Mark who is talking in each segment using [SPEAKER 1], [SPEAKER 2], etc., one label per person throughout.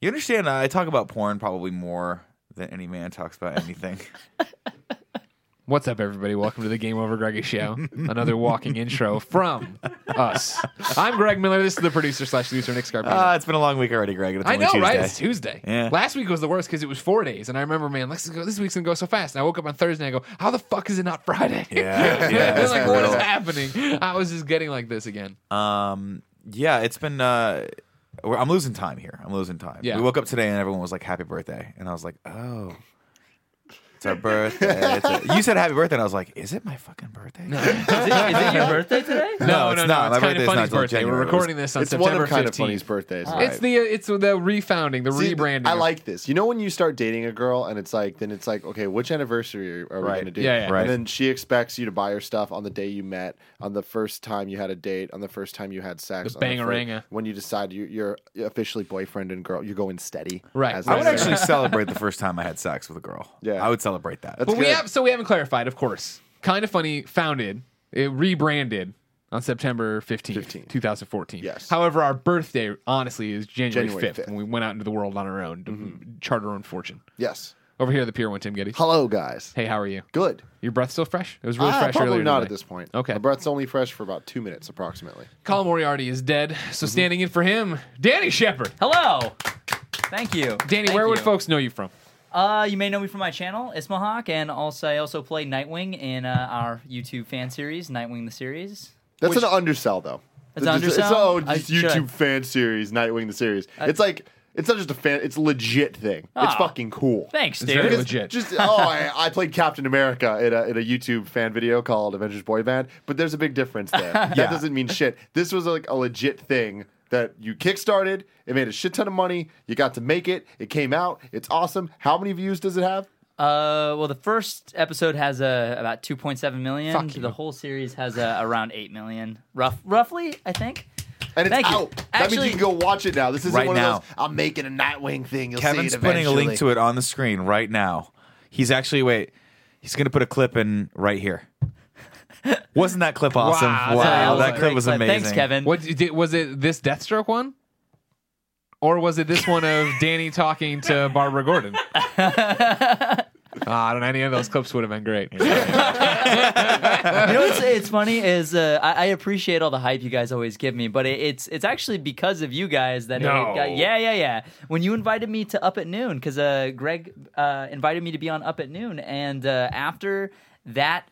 [SPEAKER 1] You understand? uh, I talk about porn probably more than any man talks about anything.
[SPEAKER 2] What's up, everybody? Welcome to the Game Over Greggy Show. Another walking intro from us. I'm Greg Miller. This is the producer slash loser Nick Scarpino.
[SPEAKER 1] Ah, it's been a long week already, Greg. It's
[SPEAKER 2] I
[SPEAKER 1] only
[SPEAKER 2] know,
[SPEAKER 1] Tuesday.
[SPEAKER 2] right? It's Tuesday.
[SPEAKER 1] Yeah.
[SPEAKER 2] Last week was the worst because it was four days, and I remember, man, let's go, this week's gonna go so fast. And I woke up on Thursday and I go, how the fuck is it not Friday?
[SPEAKER 1] Yeah, yeah,
[SPEAKER 2] I
[SPEAKER 1] that's
[SPEAKER 2] was like, what is
[SPEAKER 1] brutal.
[SPEAKER 2] happening? I was just getting like this again.
[SPEAKER 1] Um, yeah, it's been. Uh, we're- I'm losing time here. I'm losing time.
[SPEAKER 2] Yeah.
[SPEAKER 1] We woke up today and everyone was like, "Happy birthday," and I was like, "Oh." It's our birthday. It's a- you said happy birthday, and I was like, "Is it my fucking birthday?" No,
[SPEAKER 3] Is it, is it your birthday today?
[SPEAKER 2] no,
[SPEAKER 1] it's
[SPEAKER 2] no,
[SPEAKER 1] not.
[SPEAKER 2] It's
[SPEAKER 1] My birthday's
[SPEAKER 2] kind
[SPEAKER 1] not
[SPEAKER 2] of funny's
[SPEAKER 1] until
[SPEAKER 2] birthday. We're
[SPEAKER 1] January.
[SPEAKER 2] recording this on
[SPEAKER 4] it's one
[SPEAKER 2] September
[SPEAKER 4] of kind of
[SPEAKER 2] 15th.
[SPEAKER 4] funny's birthdays.
[SPEAKER 2] It's the uh, it's the refounding, the
[SPEAKER 4] See,
[SPEAKER 2] rebranding.
[SPEAKER 4] I
[SPEAKER 2] of-
[SPEAKER 4] like this. You know when you start dating a girl and it's like then it's like okay, which anniversary are, are we
[SPEAKER 1] Right.
[SPEAKER 4] going to do?
[SPEAKER 2] Yeah, yeah.
[SPEAKER 1] Right.
[SPEAKER 4] And then she expects you to buy her stuff on the day you met, on the first time you had a date, on the first time you had sex.
[SPEAKER 2] The
[SPEAKER 4] on the fir-
[SPEAKER 2] bangaranga.
[SPEAKER 4] When you decide you, you're officially boyfriend and girl, you're going steady.
[SPEAKER 2] Right.
[SPEAKER 4] as
[SPEAKER 1] I
[SPEAKER 4] they
[SPEAKER 1] would
[SPEAKER 4] say.
[SPEAKER 1] actually celebrate the first time I had sex with a girl.
[SPEAKER 4] Yeah.
[SPEAKER 1] I would celebrate that.
[SPEAKER 4] That's
[SPEAKER 2] But we
[SPEAKER 4] good.
[SPEAKER 2] have so we haven't clarified, of course. Kind of funny, founded, it rebranded on September 15th,
[SPEAKER 4] 15th.
[SPEAKER 2] 2014.
[SPEAKER 4] Yes.
[SPEAKER 2] However, our birthday honestly is January,
[SPEAKER 4] January Mm-hmm.
[SPEAKER 2] 5th,
[SPEAKER 4] 5th.
[SPEAKER 2] when we went out into the world on our own to chart our own fortune.
[SPEAKER 4] yes.
[SPEAKER 2] Over here at the pier one Tim Getty.
[SPEAKER 4] Hello, guys.
[SPEAKER 2] Hey, how are you?
[SPEAKER 4] Good.
[SPEAKER 2] Your breath still fresh? It was really
[SPEAKER 4] Ah,
[SPEAKER 2] fresh
[SPEAKER 4] probably
[SPEAKER 2] earlier
[SPEAKER 4] not
[SPEAKER 2] today.
[SPEAKER 4] at this point.
[SPEAKER 2] Okay.
[SPEAKER 4] My breath's only fresh for about two minutes approximately.
[SPEAKER 2] Colin Moriarty is dead,
[SPEAKER 4] Mm-hmm.
[SPEAKER 2] so standing in for him, Danny Shepard.
[SPEAKER 3] Hello. Thank you.
[SPEAKER 2] Danny,
[SPEAKER 3] Thank
[SPEAKER 2] where would
[SPEAKER 3] you.
[SPEAKER 2] folks know you from?
[SPEAKER 3] Uh, you may know me from my channel, Ismahawk, and also I also play Nightwing in uh, our YouTube fan series, Nightwing the series.
[SPEAKER 4] That's
[SPEAKER 3] which-
[SPEAKER 4] an undersell, though.
[SPEAKER 3] That's
[SPEAKER 4] It's
[SPEAKER 3] an
[SPEAKER 4] just-
[SPEAKER 3] undersell?
[SPEAKER 4] It's, oh,
[SPEAKER 3] I-
[SPEAKER 4] just
[SPEAKER 3] should I-
[SPEAKER 4] YouTube fan series, Nightwing the series. it's like it's not just a fan. It's a legit thing. It's
[SPEAKER 3] Ah.
[SPEAKER 4] fucking cool.
[SPEAKER 3] Thanks,
[SPEAKER 2] It's very
[SPEAKER 3] dude.
[SPEAKER 2] legit.
[SPEAKER 4] Just oh, I, I played Captain America in a, in a YouTube fan video called Avengers Boy Band, but there's a big difference there. That doesn't mean shit. This was like a legit thing that you kickstarted. It made a shit ton of money. You got to make it. It came out. It's awesome. How many views does it have?
[SPEAKER 3] Uh, well, the first episode has uh, about 2.7 million.
[SPEAKER 2] Fuck you.
[SPEAKER 3] the whole series has uh, around 8 million, rough, roughly, I think.
[SPEAKER 4] And it's
[SPEAKER 3] Thank you.
[SPEAKER 4] out. that means
[SPEAKER 3] Actually-
[SPEAKER 4] you can go watch it now. This isn't
[SPEAKER 1] Right
[SPEAKER 4] one
[SPEAKER 1] now.
[SPEAKER 4] of those. I'm making a Nightwing thing. You'll
[SPEAKER 1] Kevin's
[SPEAKER 4] see it
[SPEAKER 1] putting a link
[SPEAKER 4] eventually."
[SPEAKER 1] to it on the screen right now. He's actually wait. He's gonna put a clip in right here. Wasn't that clip awesome?
[SPEAKER 2] Wow,
[SPEAKER 1] Wow,
[SPEAKER 2] that was a
[SPEAKER 1] that
[SPEAKER 2] great
[SPEAKER 1] clip was
[SPEAKER 3] But
[SPEAKER 1] amazing.
[SPEAKER 3] Thanks, Kevin.
[SPEAKER 2] What did, was it? This Deathstroke one, or was it this one of Danny talking to Barbara Gordon? Ah, I don't know. Any of those clips would have been great.
[SPEAKER 3] you know what's it's funny is uh, I, I appreciate all the hype you guys always give me, but it, it's it's actually because of you guys that
[SPEAKER 2] No.
[SPEAKER 3] it got, yeah yeah yeah. When you invited me to Up at Noon, because uh, Greg uh, invited me to be on Up at Noon, and uh, after that,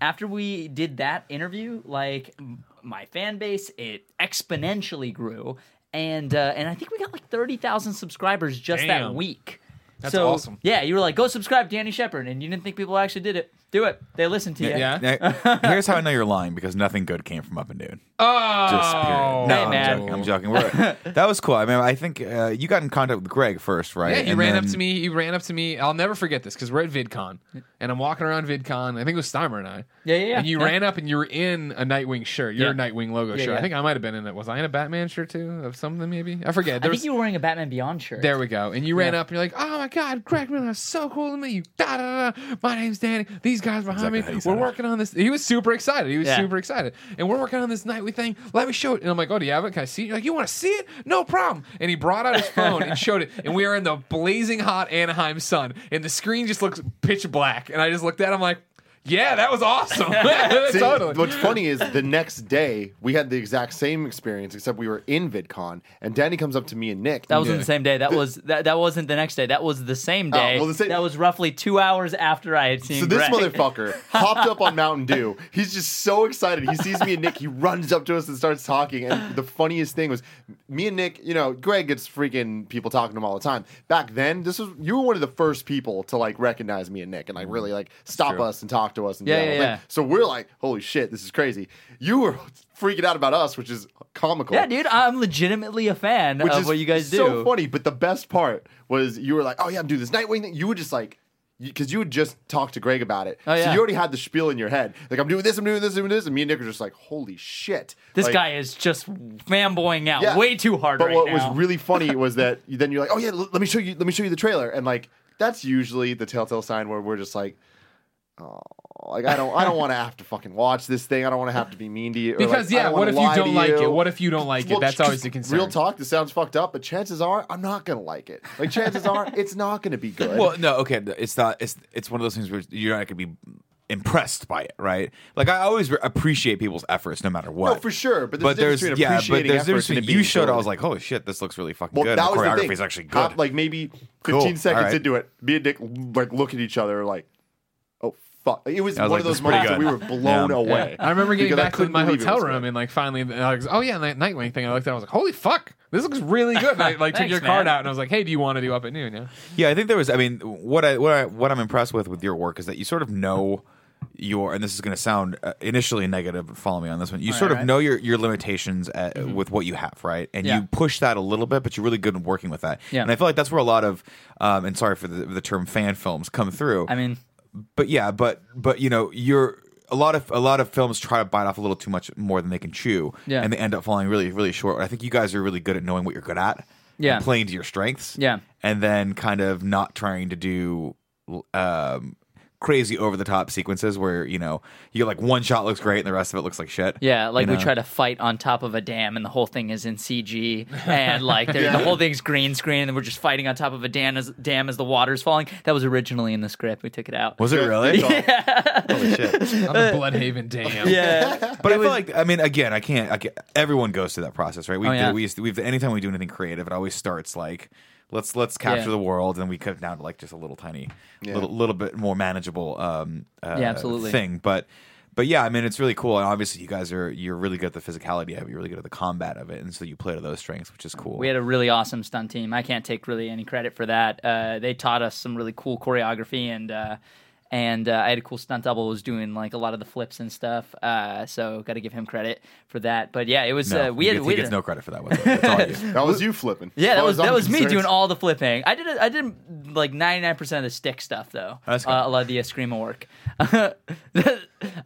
[SPEAKER 3] after we did that interview, like m- my fan base it exponentially grew, and uh, and I think we got like thirty thousand subscribers just
[SPEAKER 2] Damn.
[SPEAKER 3] that week.
[SPEAKER 2] That's
[SPEAKER 3] so,
[SPEAKER 2] awesome.
[SPEAKER 3] Yeah, you were like, go subscribe, Danny Shepard, and you didn't think people actually did it. Do it. They listened to you.
[SPEAKER 2] Yeah.
[SPEAKER 1] Now, here's how I know you're lying because nothing good came from up and down.
[SPEAKER 2] Oh,
[SPEAKER 1] Just period. No,
[SPEAKER 3] Hey, man.
[SPEAKER 1] I'm joking. I'm joking. We're, that was cool. I mean, I think uh, you got in contact with Greg first, right?
[SPEAKER 2] Yeah, you
[SPEAKER 1] And
[SPEAKER 2] ran up
[SPEAKER 1] then-
[SPEAKER 2] to me. You ran up to me. I'll never forget this because we're at VidCon and I'm walking around VidCon. I think it was Steimer and I.
[SPEAKER 3] Yeah, yeah, yeah.
[SPEAKER 2] And you
[SPEAKER 3] Yeah.
[SPEAKER 2] ran up and you were in a Nightwing shirt, your
[SPEAKER 3] Yeah.
[SPEAKER 2] Nightwing logo
[SPEAKER 3] Yeah,
[SPEAKER 2] shirt. I
[SPEAKER 3] yeah.
[SPEAKER 2] think I might have been in it. Was I in a Batman shirt too? Of something maybe? I forget.
[SPEAKER 3] I
[SPEAKER 2] There was-
[SPEAKER 3] think you were wearing a Batman Beyond shirt.
[SPEAKER 2] There we go. And you ran
[SPEAKER 3] Yeah.
[SPEAKER 2] up and you're like, oh my God, Greg Miller is so cool to meet you. Da, da, da, da. My name's Danny. These guys behind
[SPEAKER 1] Exactly how
[SPEAKER 2] me,
[SPEAKER 1] you
[SPEAKER 2] we're
[SPEAKER 1] sounded.
[SPEAKER 2] working on this. He was super excited. He was
[SPEAKER 3] Yeah.
[SPEAKER 2] super excited. And we're working on this nightly thing. Let me show it. And I'm like, oh, do you have it? Can I see it? You're like, you want to see it? No problem. And he brought out his phone and showed it. And we are in the blazing hot Anaheim sun. And the screen just looks pitch black. And I just looked at him like, yeah, that was awesome.
[SPEAKER 4] See,
[SPEAKER 2] totally.
[SPEAKER 4] What's funny is the next day we had the exact same experience, except we were in VidCon, and Danny comes up to me and Nick.
[SPEAKER 3] That was not the same day. That was that, that wasn't the next day. That was the same day.
[SPEAKER 4] Oh, well, the same-
[SPEAKER 3] That was roughly two hours after I had seen.
[SPEAKER 4] so this
[SPEAKER 3] Greg.
[SPEAKER 4] motherfucker hopped up on Mountain Dew. He's just so excited. He sees me and Nick. He runs up to us and starts talking. And the funniest thing was, me and Nick. You know, Greg gets freaking people talking to him all the time. Back then, this was you were one of the first people to like recognize me and Nick and like really like stop
[SPEAKER 1] true.
[SPEAKER 4] us and talk to us. And
[SPEAKER 3] Yeah,
[SPEAKER 4] do that
[SPEAKER 3] yeah,
[SPEAKER 4] whole thing.
[SPEAKER 3] yeah.
[SPEAKER 4] So we're like, holy shit, this is crazy. You were freaking out about us, which is comical.
[SPEAKER 3] Yeah, dude, I'm legitimately a fan
[SPEAKER 4] which
[SPEAKER 3] of
[SPEAKER 4] is
[SPEAKER 3] what you guys do.
[SPEAKER 4] So funny, but the best part was you were like, "Oh yeah, I'm doing this Nightwing thing." You would just like, because you would just talk to Greg about it,
[SPEAKER 3] Oh,
[SPEAKER 4] so
[SPEAKER 3] yeah.
[SPEAKER 4] you already had the spiel in your head. Like, I'm doing this, I'm doing this, I'm doing this, and me and Nick are just like, "Holy shit!"
[SPEAKER 3] This
[SPEAKER 4] Like,
[SPEAKER 3] guy is just fanboying out
[SPEAKER 4] yeah.
[SPEAKER 3] way too hard
[SPEAKER 4] But
[SPEAKER 3] right
[SPEAKER 4] what
[SPEAKER 3] now.
[SPEAKER 4] was really funny was that you- then you're like, "Oh yeah, l- let me show you, let me show you the trailer," and like that's usually the telltale sign where we're just like. oh, like I don't, I don't want to have to fucking watch this thing. I don't want to have to be mean to you. or, like,
[SPEAKER 2] Because
[SPEAKER 4] I
[SPEAKER 2] yeah,
[SPEAKER 4] don't
[SPEAKER 2] what
[SPEAKER 4] wanna
[SPEAKER 2] if you
[SPEAKER 4] lie to
[SPEAKER 2] don't like
[SPEAKER 4] you.
[SPEAKER 2] it? What if you don't like
[SPEAKER 4] Well,
[SPEAKER 2] it? That's
[SPEAKER 4] just
[SPEAKER 2] always the concern.
[SPEAKER 4] Real talk, this sounds fucked up, but chances are I'm not gonna like it. Like chances are it's not gonna be good.
[SPEAKER 1] Well, no, okay, th- it's not. It's it's one of those things where you're not going to be impressed by it, right? Like I always re- appreciate people's efforts, no matter what.
[SPEAKER 4] No, for sure, but there's a
[SPEAKER 1] but there's
[SPEAKER 4] difference between
[SPEAKER 1] yeah, but
[SPEAKER 4] appreciating
[SPEAKER 1] there's a difference
[SPEAKER 4] efforts and it
[SPEAKER 1] between
[SPEAKER 4] being
[SPEAKER 1] you showed.
[SPEAKER 4] good.
[SPEAKER 1] I was like, holy shit, this looks really fucking
[SPEAKER 4] Well,
[SPEAKER 1] good.
[SPEAKER 4] that
[SPEAKER 1] and the
[SPEAKER 4] was the
[SPEAKER 1] choreography
[SPEAKER 4] thing.
[SPEAKER 1] is actually good.
[SPEAKER 4] How- like maybe 15
[SPEAKER 1] Cool.
[SPEAKER 4] seconds
[SPEAKER 1] Alright.
[SPEAKER 4] into it, me and Dick like look at each other like, oh fuck! It was,
[SPEAKER 1] I was
[SPEAKER 4] one
[SPEAKER 1] like,
[SPEAKER 4] of
[SPEAKER 1] this
[SPEAKER 4] those
[SPEAKER 1] is pretty
[SPEAKER 4] moments that we were
[SPEAKER 1] good.
[SPEAKER 4] blown
[SPEAKER 1] Yeah.
[SPEAKER 4] away.
[SPEAKER 2] I remember getting
[SPEAKER 4] Because I
[SPEAKER 2] back to
[SPEAKER 4] couldn't
[SPEAKER 2] my
[SPEAKER 4] believe it
[SPEAKER 2] hotel
[SPEAKER 4] was
[SPEAKER 2] room
[SPEAKER 4] good.
[SPEAKER 2] and like finally, and I was, oh yeah, that Nightwing thing. I looked at, it, I was like, holy fuck, this looks really good. And I like took
[SPEAKER 3] Thanks,
[SPEAKER 2] your card
[SPEAKER 3] man.
[SPEAKER 2] out and I was like, hey, do you want to do up at noon? Yeah.
[SPEAKER 1] Yeah, I think there was. I mean, what I what I what I'm impressed with with your work is that you sort of know your and this is going to sound uh, initially negative. but Follow me on this one. You sort of
[SPEAKER 3] right. Mm-hmm.
[SPEAKER 1] know your your limitations at, with what you have, right? And
[SPEAKER 3] Yeah.
[SPEAKER 1] you push that a little bit, but you're really good at working with that.
[SPEAKER 3] Yeah.
[SPEAKER 1] And I feel like that's where a lot of um, and sorry for the, the term fan films come through
[SPEAKER 3] I mean,
[SPEAKER 1] but yeah, but but you know, you're a lot of a lot of films try to bite off a little too much more than they can chew,
[SPEAKER 3] Yeah.
[SPEAKER 1] and they end up falling really really short. I think you guys are really good at knowing what you're good at,
[SPEAKER 3] Yeah.
[SPEAKER 1] and playing to your strengths,
[SPEAKER 3] Yeah.
[SPEAKER 1] and then kind of not trying to do. Um, crazy over the top sequences where you know you're like one shot looks great and the rest of it looks like shit
[SPEAKER 3] yeah, like
[SPEAKER 1] you
[SPEAKER 3] we
[SPEAKER 1] know?
[SPEAKER 3] try to fight on top of a dam, and the whole thing is in CG, and like there- the whole thing's green screen, and we're just fighting on top of a dam as dam as the water's falling. That was originally in the script. We took it out.
[SPEAKER 1] was it really holy shit
[SPEAKER 2] On the Bloodhaven Dam.
[SPEAKER 3] Uh, yeah,
[SPEAKER 1] But I feel like I mean, again, I can't. I can't everyone goes through that process, right? We
[SPEAKER 3] Oh, yeah.
[SPEAKER 1] we used to, we've anytime we do anything creative, it always starts like let's let's capture
[SPEAKER 3] Yeah.
[SPEAKER 1] the world, and then we cut down to like just a little tiny, little, little bit more manageable, um, uh,
[SPEAKER 3] Yeah, absolutely.
[SPEAKER 1] thing. But but yeah, I mean, it's really cool, and obviously, you guys are you're really good at the physicality of it, you're really good at the combat of it, and so you play to those strengths, which is cool.
[SPEAKER 3] We had a really awesome stunt team. I can't take really any credit for that. Uh, they taught us some really cool choreography and. Uh, and uh, I had a cool stunt double who was doing like a lot of the flips and stuff, uh, so got to give him credit for that. But yeah, it was
[SPEAKER 1] no,
[SPEAKER 3] uh, we
[SPEAKER 1] he
[SPEAKER 3] had
[SPEAKER 1] gets,
[SPEAKER 3] we
[SPEAKER 1] he
[SPEAKER 3] had
[SPEAKER 1] gets
[SPEAKER 3] a-
[SPEAKER 1] no credit for that one. It's all you.
[SPEAKER 4] That was you flipping. As
[SPEAKER 3] Yeah, that
[SPEAKER 4] far
[SPEAKER 3] was
[SPEAKER 4] as I'm
[SPEAKER 3] that was me
[SPEAKER 4] concerned.
[SPEAKER 3] doing all the flipping. I did I did like ninety nine percent of the stick stuff though.
[SPEAKER 1] That's good.
[SPEAKER 3] uh, a lot of the uh, screamo work.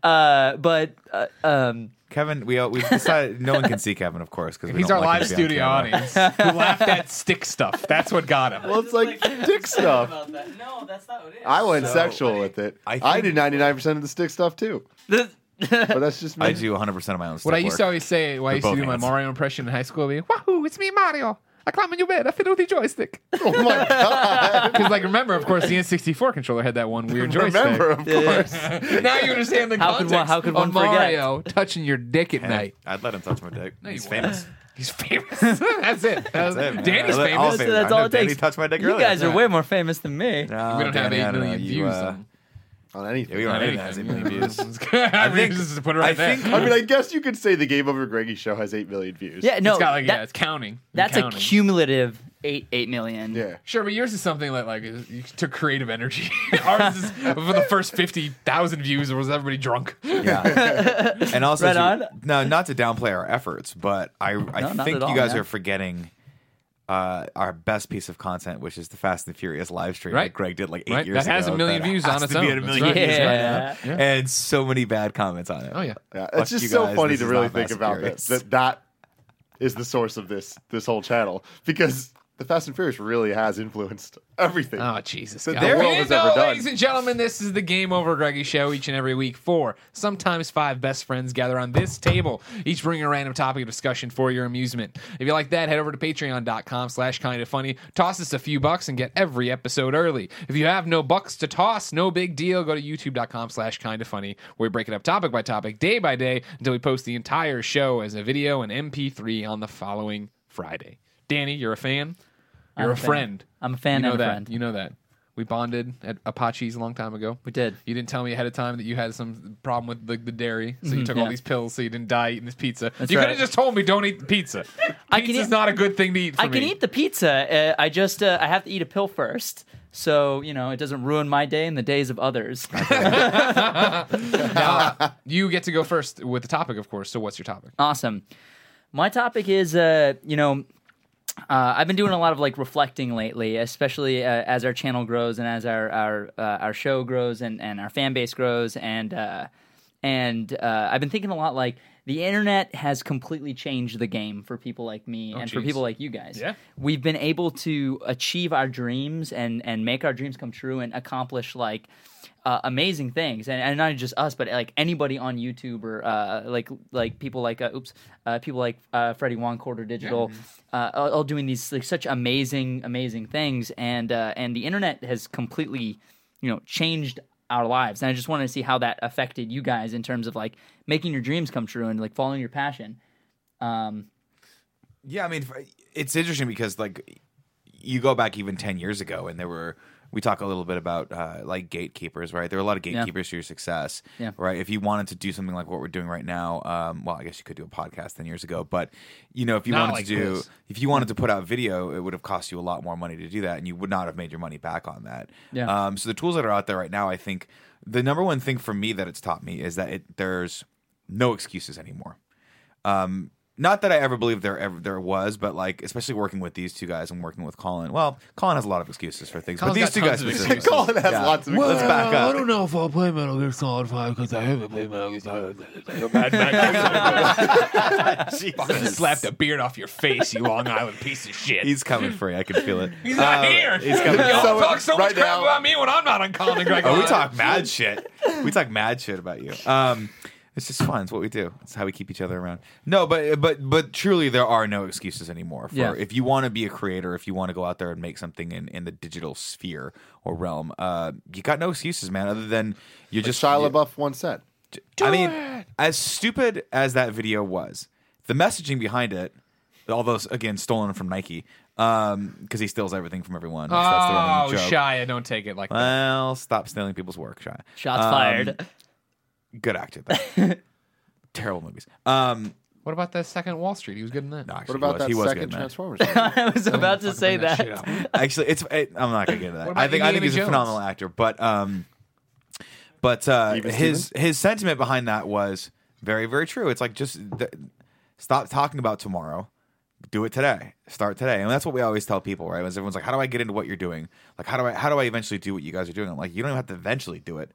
[SPEAKER 3] uh, but uh, um,
[SPEAKER 1] Kevin, we we decided no one can see Kevin, of course, because
[SPEAKER 2] He's our live studio audience who laughed at stick stuff. That's what got him.
[SPEAKER 4] Well, it's like dick stuff.
[SPEAKER 3] No, that's not what it is.
[SPEAKER 4] I went sexual with it.
[SPEAKER 1] I
[SPEAKER 4] I,
[SPEAKER 1] think-
[SPEAKER 4] did 99% of the stick stuff too, but that's just me.
[SPEAKER 1] I do 100 percent of my own.
[SPEAKER 2] What I
[SPEAKER 1] stunt
[SPEAKER 2] used to
[SPEAKER 1] work.
[SPEAKER 2] always say, what I used to
[SPEAKER 1] both
[SPEAKER 2] do my
[SPEAKER 1] hands.
[SPEAKER 2] Mario impression in high school would be, Wahoo, it's me, Mario. I climb on your bed, I fiddle with your joystick.
[SPEAKER 4] Oh my god!
[SPEAKER 2] Because, like, remember, of course, the N64 controller had that one weird joystick.
[SPEAKER 4] Remember, of course.
[SPEAKER 2] now you understand the
[SPEAKER 3] How could
[SPEAKER 2] context
[SPEAKER 3] one- how could one
[SPEAKER 2] of
[SPEAKER 3] forget?
[SPEAKER 2] Mario touching your dick at night.
[SPEAKER 1] I'd let him touch my dick. He's
[SPEAKER 2] you
[SPEAKER 1] famous.
[SPEAKER 2] He's famous. That's it. That's
[SPEAKER 1] That's it.
[SPEAKER 2] Danny's
[SPEAKER 1] I'll let- I'll
[SPEAKER 2] famous.
[SPEAKER 1] say-
[SPEAKER 3] That's- that's
[SPEAKER 1] I know
[SPEAKER 3] all it
[SPEAKER 1] Danny
[SPEAKER 3] takes.
[SPEAKER 1] touched my dick
[SPEAKER 3] You
[SPEAKER 1] earlier.
[SPEAKER 3] guys are way more famous than me.
[SPEAKER 1] No,
[SPEAKER 2] we don't
[SPEAKER 1] Danny, I
[SPEAKER 2] have 8
[SPEAKER 1] don't
[SPEAKER 2] million
[SPEAKER 1] know.
[SPEAKER 2] views
[SPEAKER 1] You, uh,
[SPEAKER 2] on
[SPEAKER 4] On
[SPEAKER 1] yeah,
[SPEAKER 4] anything.
[SPEAKER 1] we don't have
[SPEAKER 2] anything.
[SPEAKER 1] anything. that's 8 million views.
[SPEAKER 2] I,
[SPEAKER 1] think-
[SPEAKER 2] think, just put it right
[SPEAKER 1] I
[SPEAKER 2] there.
[SPEAKER 1] think-
[SPEAKER 4] I mean, I guess you could say the Game Over Greggy show has 8 million views.
[SPEAKER 3] Yeah, no,
[SPEAKER 2] it's got like,
[SPEAKER 3] that-
[SPEAKER 2] yeah, it's counting.
[SPEAKER 3] that's
[SPEAKER 2] counting.
[SPEAKER 3] a cumulative eight eight million.
[SPEAKER 4] Yeah.
[SPEAKER 2] Sure, but yours is something that like is- you took creative energy. Ours is for the first fifty thousand views was everybody drunk.
[SPEAKER 1] Yeah. and also,
[SPEAKER 3] Right
[SPEAKER 1] to-
[SPEAKER 3] on.
[SPEAKER 1] no, not to downplay our efforts, but I, I
[SPEAKER 3] No, not
[SPEAKER 1] think
[SPEAKER 3] at all,
[SPEAKER 1] you guys
[SPEAKER 3] man.
[SPEAKER 1] are forgetting uh, our best piece of content, which is the Fast and the Furious live stream
[SPEAKER 2] Right.
[SPEAKER 1] that Greg did like eight
[SPEAKER 2] Right.
[SPEAKER 1] years
[SPEAKER 2] That
[SPEAKER 1] ago.
[SPEAKER 2] has a million views
[SPEAKER 1] has
[SPEAKER 2] on its
[SPEAKER 1] to be
[SPEAKER 2] own.
[SPEAKER 1] at a
[SPEAKER 2] That's
[SPEAKER 1] million
[SPEAKER 2] right.
[SPEAKER 1] views
[SPEAKER 3] Yeah.
[SPEAKER 1] right now. And so many bad comments on it.
[SPEAKER 2] Oh yeah.
[SPEAKER 4] Yeah, it's
[SPEAKER 1] Fuck you
[SPEAKER 4] just so
[SPEAKER 1] guys,
[SPEAKER 4] funny
[SPEAKER 1] this
[SPEAKER 4] to
[SPEAKER 1] is
[SPEAKER 4] really
[SPEAKER 1] not
[SPEAKER 4] think
[SPEAKER 1] Fast and
[SPEAKER 4] about that.
[SPEAKER 1] Furious.
[SPEAKER 4] That that is the source of this this whole channel because the Fast and Furious really has influenced everything.
[SPEAKER 2] Oh Jesus!
[SPEAKER 4] That
[SPEAKER 2] God.
[SPEAKER 4] the
[SPEAKER 2] There
[SPEAKER 4] world
[SPEAKER 2] you
[SPEAKER 4] has
[SPEAKER 2] go,
[SPEAKER 4] ever done.
[SPEAKER 2] ladies and gentlemen, this is the Game Over Greggy Show. Each and every week, four, sometimes five best friends gather on this table, each bringing a random topic of discussion for your amusement. If you like that, head over to Patreon.com/slash Kind of Funny. Toss us a few bucks and get every episode early. If you have no bucks to toss, no big deal. Go to YouTube.com/slash Kind of Funny, where we break it up topic by topic, day by day, until we post the entire show as a video and MP3 on the following Friday. Danny, you're a fan. You're
[SPEAKER 3] I'm
[SPEAKER 2] a,
[SPEAKER 3] a fan.
[SPEAKER 2] friend.
[SPEAKER 3] I'm a fan
[SPEAKER 2] You know
[SPEAKER 3] and a
[SPEAKER 2] that.
[SPEAKER 3] friend.
[SPEAKER 2] You know that. We bonded at Apache's a long time ago.
[SPEAKER 3] We did.
[SPEAKER 2] You didn't tell me ahead of time that you had some problem with the, the dairy, so you took
[SPEAKER 3] Mm-hmm. yeah.
[SPEAKER 2] all these pills so you didn't die eating this pizza. you
[SPEAKER 3] right.
[SPEAKER 2] could have just told me don't eat pizza.
[SPEAKER 3] I can
[SPEAKER 2] Pizza's
[SPEAKER 3] eat-
[SPEAKER 2] not a good thing to eat. For
[SPEAKER 3] I can
[SPEAKER 2] me.
[SPEAKER 3] eat the pizza. Uh, I just uh, I have to eat a pill first, so you know it doesn't ruin my day and the days of others.
[SPEAKER 2] Now, Uh, you get to go first with the topic, of course. So what's your topic?
[SPEAKER 3] Awesome. My topic is, uh, you know, uh, I've been doing a lot of like reflecting lately, especially uh, as our channel grows and as our our uh, our show grows and, and our fan base grows and uh, and uh, I've been thinking a lot like the internet has completely changed the game for people like me and for
[SPEAKER 2] geez.
[SPEAKER 3] people like you guys.
[SPEAKER 2] Yeah.
[SPEAKER 3] We've been able to achieve our dreams and and make our dreams come true and accomplish like uh, amazing things and, and not just us but like anybody on YouTube or uh, like like people like uh, oops uh, people like uh, Freddie Wong Quarter Digital uh, all, all doing these like such amazing amazing things and uh, and the internet has completely you know changed our lives. And I just wanted to see how that affected you guys in terms of like making your dreams come true and like following your passion. Um,
[SPEAKER 1] Yeah, I mean, f- it's interesting because like you go back even ten years ago, and there were we talk a little bit about uh, like gatekeepers, right? There were a lot of gatekeepers to your success,
[SPEAKER 3] Yeah.
[SPEAKER 1] right? If you wanted to do something like what we're doing right now, um, well, I guess you could do a podcast ten years ago, but you know, if you
[SPEAKER 2] Not
[SPEAKER 1] wanted
[SPEAKER 2] like
[SPEAKER 1] to do,
[SPEAKER 2] this.
[SPEAKER 1] if you wanted to put out video, it would have cost you a lot more money to do that, and you would not have made your money back on that.
[SPEAKER 3] Yeah.
[SPEAKER 1] Um, so the tools that are out there right now, I think the number one thing for me that it's taught me is that it, there's no excuses anymore not that I ever believed there ever there was, but like especially working with these two guys and working with Colin. Well, Colin has a lot of excuses for things,
[SPEAKER 2] Colin's
[SPEAKER 1] but these two
[SPEAKER 2] got tons
[SPEAKER 1] guys
[SPEAKER 2] of
[SPEAKER 1] specifically.
[SPEAKER 2] excuses.
[SPEAKER 4] Colin has
[SPEAKER 1] Yeah.
[SPEAKER 4] lots of.
[SPEAKER 1] Let's back
[SPEAKER 5] Well, I
[SPEAKER 1] up.
[SPEAKER 5] don't know if I'll play Metal Gear Solid 5 because I haven't played Metal Gear Solid. I haven't
[SPEAKER 2] Fucking slapped a beard off your face, you Long Island piece of shit.
[SPEAKER 1] He's coming for you. I can feel it.
[SPEAKER 2] He's not
[SPEAKER 1] Uh,
[SPEAKER 2] here.
[SPEAKER 1] He's coming.
[SPEAKER 2] Y'all
[SPEAKER 4] So,
[SPEAKER 2] talk so
[SPEAKER 4] right
[SPEAKER 2] much crap
[SPEAKER 4] now-
[SPEAKER 2] about me when I'm not on Colin and Greg.
[SPEAKER 1] Oh, we
[SPEAKER 2] Live.
[SPEAKER 1] talk mad shit. We talk mad shit about you. Um, it's just fun. It's what we do. It's how we keep each other around. No, but but but truly, there are no excuses anymore. For
[SPEAKER 3] Yeah.
[SPEAKER 1] if you want to be a creator, if you want to go out there and make something in, in the digital sphere or realm, uh, you got no excuses, man. Other than you're just
[SPEAKER 4] Shia LaBeouf once said,
[SPEAKER 1] I mean, as stupid as that video was, the messaging behind it, although again stolen from Nike, because he steals everything from everyone. so that's the running
[SPEAKER 2] Oh,
[SPEAKER 1] joke.
[SPEAKER 2] Shia, don't take it like that.
[SPEAKER 1] Well, stop stealing people's work, Shia.
[SPEAKER 3] shots
[SPEAKER 1] Um,
[SPEAKER 3] fired.
[SPEAKER 1] Good actor. though. Terrible movies. Um,
[SPEAKER 2] What about that second Wall Street? He was good in that.
[SPEAKER 1] no, actually,
[SPEAKER 4] "What about
[SPEAKER 1] he was,
[SPEAKER 4] that
[SPEAKER 1] he was good,
[SPEAKER 4] second
[SPEAKER 1] man.
[SPEAKER 4] Transformers?" movie?
[SPEAKER 3] I was about to say
[SPEAKER 2] Bring that
[SPEAKER 3] that.
[SPEAKER 2] shit out.
[SPEAKER 1] Actually, it's it, I'm not gonna get into that.
[SPEAKER 2] What about
[SPEAKER 1] I think I think
[SPEAKER 2] Indiana
[SPEAKER 1] he's
[SPEAKER 2] Jones?
[SPEAKER 1] a phenomenal actor, but um, but uh,
[SPEAKER 4] Even
[SPEAKER 1] his his sentiment behind that was very very true. It's like just th- stop talking about tomorrow, do it today, start today, and that's what we always tell people, right? Because everyone's like, how do I get into what you're doing? Like, how do I how do I eventually do what you guys are doing? I'm like, you don't even have to eventually do it.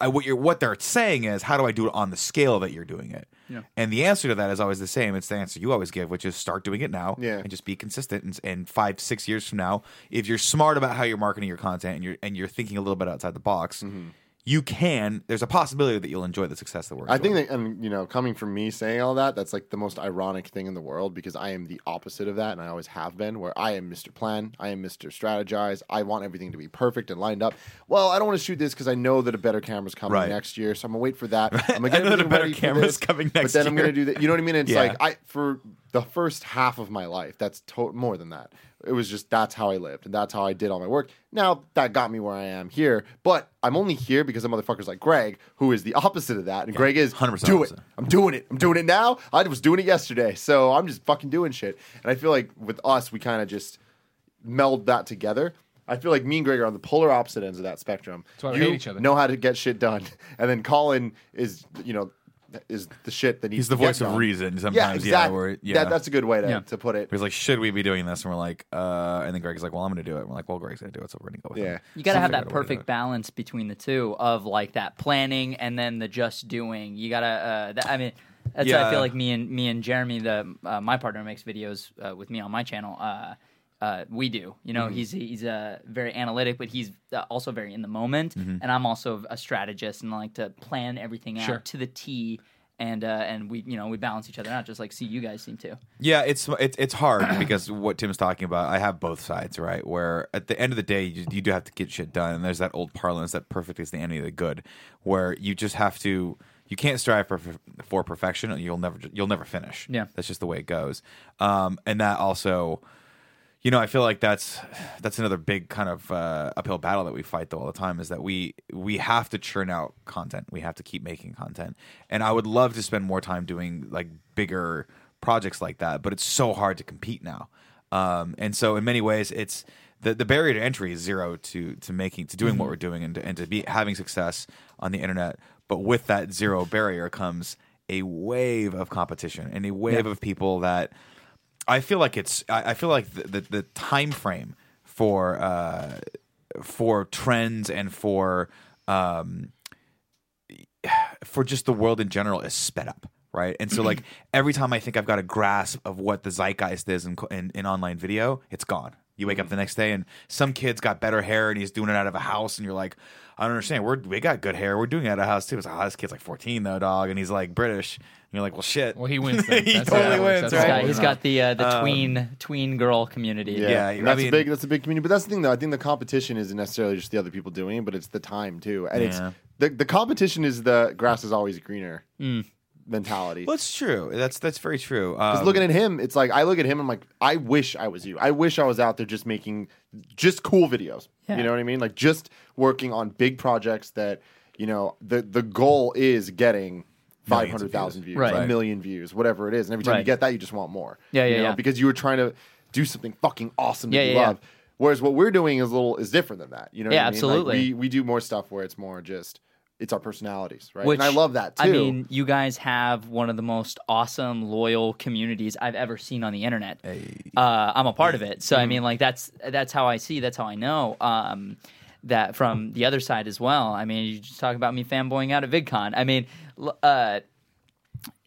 [SPEAKER 1] I, what you're what they're saying is how do I do it on the scale that you're doing it? And the answer to that is always the same. It's the answer you always give, which is start doing it now
[SPEAKER 4] Yeah.
[SPEAKER 1] and just be consistent. And, and five six years from now, if you're smart about how you're marketing your content and you're and you're thinking a little bit outside the box,
[SPEAKER 4] Mm-hmm.
[SPEAKER 1] you can. There's a possibility that you'll enjoy the success that we're.
[SPEAKER 4] I think
[SPEAKER 1] enjoying.
[SPEAKER 4] that, and you know, coming from me saying all that, that's like the most ironic thing in the world because I am the opposite of that, and I always have been. Where I am Mr. Plan, I am Mr. Strategize. I want everything to be perfect and lined up. Well, I don't want to shoot this because I know that a better camera's coming
[SPEAKER 1] Right.
[SPEAKER 4] next year, so I'm gonna wait for that. I'm gonna
[SPEAKER 1] I
[SPEAKER 4] get
[SPEAKER 1] know that a
[SPEAKER 4] everything
[SPEAKER 1] better
[SPEAKER 4] ready for
[SPEAKER 1] camera's
[SPEAKER 4] this,
[SPEAKER 1] coming
[SPEAKER 4] but
[SPEAKER 1] next
[SPEAKER 4] then I'm
[SPEAKER 1] year.
[SPEAKER 4] gonna do that. You know what I mean? It's
[SPEAKER 1] Yeah.
[SPEAKER 4] like I for the first half of my life, that's to- more than that. It was just that's how I lived and that's how I did all my work. Now that got me where I am here, but I'm only here because of motherfuckers like Greg, who is the opposite of that. And Greg is
[SPEAKER 1] 100%
[SPEAKER 4] do it.
[SPEAKER 1] opposite.
[SPEAKER 4] I'm doing it. I'm doing it now. I was doing it yesterday, so I'm just fucking doing shit. And I feel like with us, we kind of just meld that together. I feel like me and Greg are on the polar opposite ends of that spectrum.
[SPEAKER 2] That's why we
[SPEAKER 4] you
[SPEAKER 2] hate each other.
[SPEAKER 4] know how to get shit done, and then Colin is, you know, is the shit that needs
[SPEAKER 1] he's the
[SPEAKER 4] to get
[SPEAKER 1] voice of
[SPEAKER 4] done.
[SPEAKER 1] reason. Sometimes,
[SPEAKER 4] Yeah,
[SPEAKER 1] yeah,
[SPEAKER 4] exactly.
[SPEAKER 1] where- yeah.
[SPEAKER 4] That, that's a good way to,
[SPEAKER 3] Yeah.
[SPEAKER 4] to put it.
[SPEAKER 1] He's like, should we be doing this? And we're like, uh, and then Greg's like, well, I'm going to do it. And we're like, well, Greg's going to do it, so we're going to go with
[SPEAKER 4] Yeah.
[SPEAKER 1] him.
[SPEAKER 3] You gotta
[SPEAKER 1] So
[SPEAKER 3] have
[SPEAKER 1] figure out a way
[SPEAKER 3] that
[SPEAKER 1] to do
[SPEAKER 3] perfect
[SPEAKER 1] it.
[SPEAKER 3] balance between the two of like that planning and then the just doing. You gotta. Uh, that, I mean, that's how I
[SPEAKER 1] Yeah.
[SPEAKER 3] feel like me and me and Jeremy, the uh, my partner, makes videos uh, with me on my channel. Uh, uh, we do.
[SPEAKER 2] Mm-hmm.
[SPEAKER 3] You know, he's he's uh, very analytic, but he's uh, also very in the moment. And I'm also a strategist and I like to plan everything out
[SPEAKER 2] Mm-hmm. Sure.
[SPEAKER 3] to the T. And uh, and we you know we balance each other out just like see you guys seem to.
[SPEAKER 1] Yeah, it's it's it's hard because what Tim's talking about, I have both sides, right? Where at the end of the day, you, you do have to get shit done, and there's that old parlance that perfect is the enemy of the good, where you just have to. You can't strive for for perfection, and you'll never you'll never finish.
[SPEAKER 3] Yeah.
[SPEAKER 1] that's just the way it goes. Um, and that also, you know, I feel like that's that's another big kind of uh, uphill battle that we fight though all the time is that we we have to churn out content. We have to keep making content, and I would love to spend more time doing like bigger projects like that, but it's so hard to compete now. Um, and so, in many ways, it's the, the barrier to entry is zero to to making to doing what we're doing and to, and to be having success on the internet. But with that zero barrier comes a wave of competition and a wave of people that I feel like it's. I, I feel like the, the the time frame for uh, for trends and for um, for just the world in general is sped up, right? And so like every time I think I've got a grasp of what the zeitgeist is in in, in online video, it's gone. You wake up
[SPEAKER 2] Mm-hmm.
[SPEAKER 1] the next day and some kid's got better hair and he's doing it out of a house and you're like, I don't understand. We're we got good hair. We're doing it out of a house too. It's like, oh, this kid's like 14 though, dog, and he's like British. And you're like, well, shit.
[SPEAKER 2] Well, he wins then.
[SPEAKER 1] he
[SPEAKER 2] That's how
[SPEAKER 1] totally
[SPEAKER 2] that works.
[SPEAKER 1] wins,
[SPEAKER 2] That's Um,
[SPEAKER 3] He's
[SPEAKER 2] how
[SPEAKER 1] right?
[SPEAKER 3] got, he's got the uh, the tween tween girl community.
[SPEAKER 4] Yeah,
[SPEAKER 1] Yeah,
[SPEAKER 4] and
[SPEAKER 1] I
[SPEAKER 4] that's
[SPEAKER 1] mean-
[SPEAKER 4] a big that's a big community. But that's the thing, though. I think the competition isn't necessarily just the other people doing it, but it's the time too, and
[SPEAKER 1] Yeah.
[SPEAKER 4] it's the the competition is the grass is always greener mentality.
[SPEAKER 1] Mm. Well, it's true. That's that's very true.
[SPEAKER 4] Because
[SPEAKER 1] Um,
[SPEAKER 4] looking at him, it's like I look at him. I'm like, I wish I was you. I wish I was out there just making just cool videos.
[SPEAKER 3] Yeah.
[SPEAKER 4] You know what I mean? Like just working on big projects that you know the the goal is getting five
[SPEAKER 1] Millions of
[SPEAKER 4] hundred thousand views,
[SPEAKER 3] Right.
[SPEAKER 4] a million views, whatever it is. And every time you
[SPEAKER 3] Right.
[SPEAKER 4] get that, you just want more.
[SPEAKER 3] Yeah, yeah,
[SPEAKER 4] you know?
[SPEAKER 3] yeah.
[SPEAKER 4] Because you were trying to do something fucking awesome that
[SPEAKER 3] Yeah,
[SPEAKER 4] you
[SPEAKER 3] yeah, yeah.
[SPEAKER 4] love. Whereas what we're doing is a little is different than that. You know? what
[SPEAKER 3] Yeah,
[SPEAKER 4] I mean? Like,
[SPEAKER 3] absolutely.
[SPEAKER 4] we we do more stuff where it's more just it's our personalities, right?
[SPEAKER 3] Which
[SPEAKER 4] and I love that too.
[SPEAKER 3] I mean, you guys have one of the most awesome, loyal communities I've ever seen on the internet. Uh, I'm a part of it, so
[SPEAKER 4] Mm.
[SPEAKER 3] I mean, like that's that's how I see, that's how I know um, that from the other side as well. I mean, you just talk about me fanboying out at VidCon. I mean, l- uh,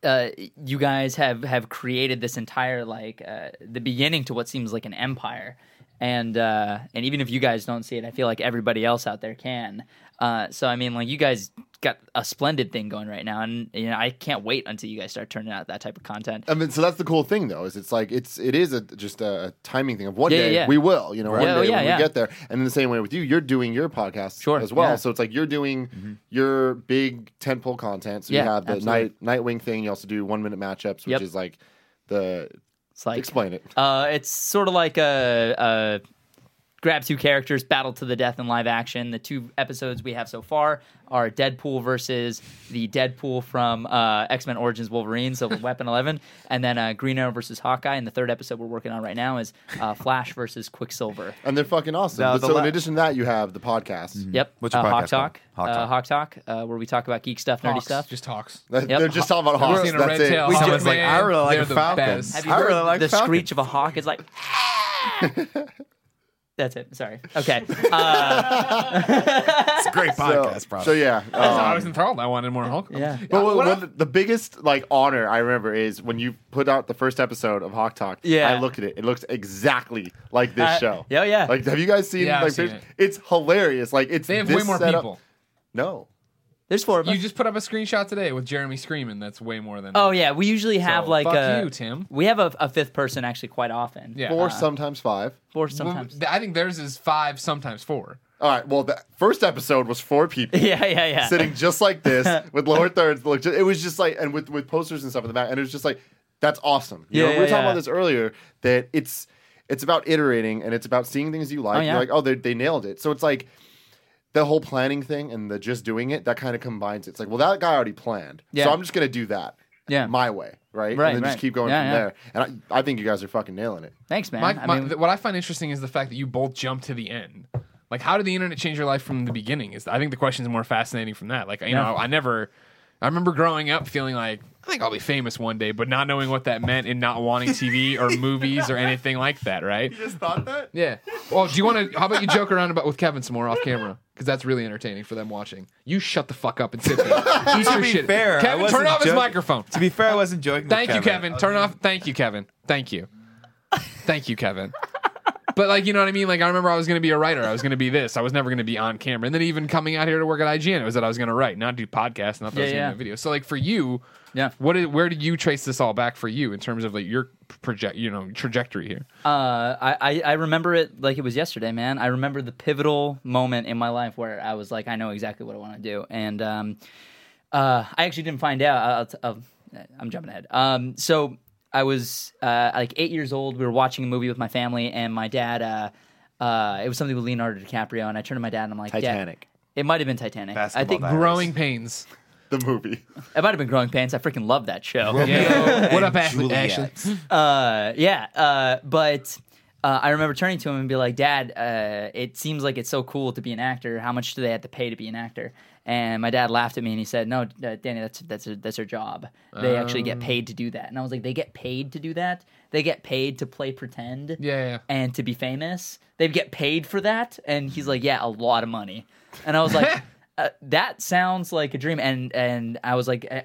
[SPEAKER 3] uh, you guys have have created this entire like uh, the beginning to what seems like an empire and uh, and even if you guys don't see it i feel like everybody else out there can uh, so i mean like you guys got a splendid thing going right now and you know i can't wait until you guys start turning out that type of content
[SPEAKER 4] I mean, so that's the cool thing, though, is it's like it's it is a just a timing thing of one
[SPEAKER 3] Yeah,
[SPEAKER 4] day
[SPEAKER 3] yeah, yeah.
[SPEAKER 4] we will, you know, one
[SPEAKER 3] Yeah, oh,
[SPEAKER 4] day
[SPEAKER 3] yeah,
[SPEAKER 4] when
[SPEAKER 3] yeah.
[SPEAKER 4] we get there. And in the same way with you, you're doing your podcast
[SPEAKER 3] Sure,
[SPEAKER 4] as well.
[SPEAKER 3] yeah.
[SPEAKER 4] So it's like you're doing
[SPEAKER 2] Mm-hmm.
[SPEAKER 4] your big tentpole content. So
[SPEAKER 3] Yeah,
[SPEAKER 4] you have the
[SPEAKER 3] absolutely.
[SPEAKER 4] night Nightwing thing. You also do one minute matchups, which
[SPEAKER 3] Yep.
[SPEAKER 4] is like the
[SPEAKER 3] it's like
[SPEAKER 4] explain it.
[SPEAKER 3] uh, it's sort of like a, a grab two characters, battle to the death in live action. The two episodes we have so far are Deadpool versus the Deadpool from uh, X Men Origins Wolverine, so Weapon 11, and then uh, Green Arrow versus Hawkeye. And the third episode we're working on right now is uh, Flash versus Quicksilver.
[SPEAKER 4] And they're fucking awesome.
[SPEAKER 1] Now,
[SPEAKER 4] But
[SPEAKER 1] the
[SPEAKER 4] so
[SPEAKER 1] la-
[SPEAKER 4] in addition to that, you have the podcast.
[SPEAKER 2] Mm-hmm.
[SPEAKER 3] Yep.
[SPEAKER 1] What's
[SPEAKER 3] uh,
[SPEAKER 1] your
[SPEAKER 3] Hawk
[SPEAKER 1] podcast called?
[SPEAKER 3] Talk.
[SPEAKER 1] Hawk
[SPEAKER 3] uh,
[SPEAKER 1] Talk.
[SPEAKER 3] Hawk Talk, uh, where we talk about geek stuff, nerdy
[SPEAKER 2] Hawks.
[SPEAKER 3] stuff.
[SPEAKER 2] Just talks.
[SPEAKER 4] They're just talking about
[SPEAKER 2] Hawks
[SPEAKER 4] hawks.
[SPEAKER 2] in a
[SPEAKER 4] That's
[SPEAKER 2] red
[SPEAKER 4] it.
[SPEAKER 2] tail.
[SPEAKER 1] We
[SPEAKER 2] Oh,
[SPEAKER 1] just-
[SPEAKER 2] man,
[SPEAKER 1] I really like
[SPEAKER 2] they're the
[SPEAKER 1] Falcon.
[SPEAKER 2] best.
[SPEAKER 3] have you
[SPEAKER 1] I
[SPEAKER 3] heard
[SPEAKER 1] really like
[SPEAKER 3] the
[SPEAKER 1] Falcon.
[SPEAKER 3] screech of a hawk? It's like. That's it. Sorry. Okay. Uh,
[SPEAKER 1] It's a great podcast,
[SPEAKER 4] So,
[SPEAKER 1] bro.
[SPEAKER 4] so yeah, um,
[SPEAKER 2] I was enthralled. I wanted more Hulk.
[SPEAKER 3] yeah.
[SPEAKER 4] But what,
[SPEAKER 2] what
[SPEAKER 4] what the biggest like honor I remember is when you put out the first episode of Hawk Talk.
[SPEAKER 3] Yeah.
[SPEAKER 4] I look at it; it looks exactly like this
[SPEAKER 3] Uh,
[SPEAKER 4] show.
[SPEAKER 3] yeah, yeah.
[SPEAKER 4] Like, have you guys seen?
[SPEAKER 2] Yeah, I've
[SPEAKER 4] like,
[SPEAKER 2] seen
[SPEAKER 4] pictures?
[SPEAKER 2] it.
[SPEAKER 4] it's hilarious. Like, it's
[SPEAKER 2] They have
[SPEAKER 4] this
[SPEAKER 2] way more
[SPEAKER 4] setup-
[SPEAKER 2] people.
[SPEAKER 4] No,
[SPEAKER 3] There's four of us.
[SPEAKER 2] You just put up a screenshot today with Jeremy screaming. That's way more than.
[SPEAKER 3] Oh yeah, we usually have like
[SPEAKER 2] fuck
[SPEAKER 3] a
[SPEAKER 2] you, Tim.
[SPEAKER 3] We have a, a fifth person actually quite often.
[SPEAKER 2] Yeah.
[SPEAKER 4] four,
[SPEAKER 2] Uh,
[SPEAKER 4] sometimes five.
[SPEAKER 3] four
[SPEAKER 2] Well,
[SPEAKER 3] sometimes.
[SPEAKER 2] th- I think theirs is five, sometimes four.
[SPEAKER 4] All right. Well, the first episode was four people.
[SPEAKER 3] yeah, yeah, yeah.
[SPEAKER 4] Sitting just like this with lower thirds, look, ju- it was just like, and with with posters and stuff in the back, and it was just like, that's awesome. You
[SPEAKER 3] Yeah,
[SPEAKER 4] know, we were
[SPEAKER 3] yeah,
[SPEAKER 4] talking
[SPEAKER 3] yeah.
[SPEAKER 4] about this earlier that it's it's about iterating and it's about seeing things you like.
[SPEAKER 3] Oh, yeah.
[SPEAKER 4] You're like, oh, they they nailed it. So it's like the whole planning thing and the just doing it that kind of combines it. It's like, well, that guy already planned,
[SPEAKER 3] Yeah.
[SPEAKER 4] so I'm just gonna do that.
[SPEAKER 3] Yeah.
[SPEAKER 4] my way, right?
[SPEAKER 3] Right,
[SPEAKER 4] and then
[SPEAKER 3] right.
[SPEAKER 4] just keep going
[SPEAKER 3] Yeah,
[SPEAKER 4] from
[SPEAKER 3] yeah.
[SPEAKER 4] there. And I, I think you guys are fucking nailing it.
[SPEAKER 3] Thanks, man.
[SPEAKER 2] My,
[SPEAKER 3] I
[SPEAKER 2] my,
[SPEAKER 3] mean,
[SPEAKER 2] th- what I find interesting is the fact that you both jumped to the end. Like, how did the internet change your life from the beginning? Is I think the question is more fascinating from that. Like, you know, I never, I remember growing up feeling like I think I'll be famous one day, but not knowing what that meant and not wanting TV or movies or anything like that. Right?
[SPEAKER 4] Just thought that.
[SPEAKER 2] Yeah. Well, do you want to? How about you joke around about with Kevin some more off camera? Because that's really entertaining for them watching. You shut the fuck up and sit there. Eat your
[SPEAKER 1] to be
[SPEAKER 2] shit.
[SPEAKER 1] fair, I
[SPEAKER 2] Kevin, turn
[SPEAKER 1] wasn't
[SPEAKER 2] off his
[SPEAKER 1] joking-
[SPEAKER 2] microphone.
[SPEAKER 1] To be fair, I wasn't joking. with
[SPEAKER 2] Thank you, Kevin. Turn off. Thank you, Kevin. Thank you. Thank you, Kevin. But like you know what I mean? Like I remember I was gonna be a writer. I was gonna be this. I was never gonna be on camera. And then even coming out here to work at IGN, it was that I was gonna write, not do podcasts, not that I was gonna
[SPEAKER 3] Yeah, yeah.
[SPEAKER 2] do video. So like for you,
[SPEAKER 3] Yeah.
[SPEAKER 2] what did, where did you trace this all back for you in terms of like your project, you know, trajectory here?
[SPEAKER 3] uh, I, I I remember it like it was yesterday, man. I remember the pivotal moment in my life where I was like, I know exactly what I want to do, and um, uh, I actually didn't find out. I'll t- I'll, I'm jumping ahead. Um, so I was uh, like eight years old. We were watching a movie with my family, and my dad. Uh, uh, it was something with Leonardo DiCaprio, and I turned to my dad and I'm like, Dad-
[SPEAKER 4] Titanic.
[SPEAKER 3] It might have been Titanic. I
[SPEAKER 1] Basketball
[SPEAKER 3] think
[SPEAKER 1] Diaries.
[SPEAKER 2] Growing pains.
[SPEAKER 4] The movie.
[SPEAKER 3] It might have been Growing Pains. I freaking love that show.
[SPEAKER 2] Yeah. what
[SPEAKER 1] and
[SPEAKER 2] up, Ashley?
[SPEAKER 1] Juliet.
[SPEAKER 2] Ashley?
[SPEAKER 3] Uh, yeah. Uh, but uh, I remember turning to him and be like, Dad, uh, it seems like it's so cool to be an actor. How much do they have to pay to be an actor? And my dad laughed at me and he said, "No, uh, Danny, that's that's their- that's their job. They actually
[SPEAKER 2] Oh.
[SPEAKER 3] get paid to do that." And I was like, "They get paid to do that? They get paid to play pretend
[SPEAKER 2] Yeah, yeah, yeah.
[SPEAKER 3] and to be famous? They get paid for that?" And he's like, "Yeah, a lot of money." And I was like, uh, that sounds like a dream. And and I was like, eh,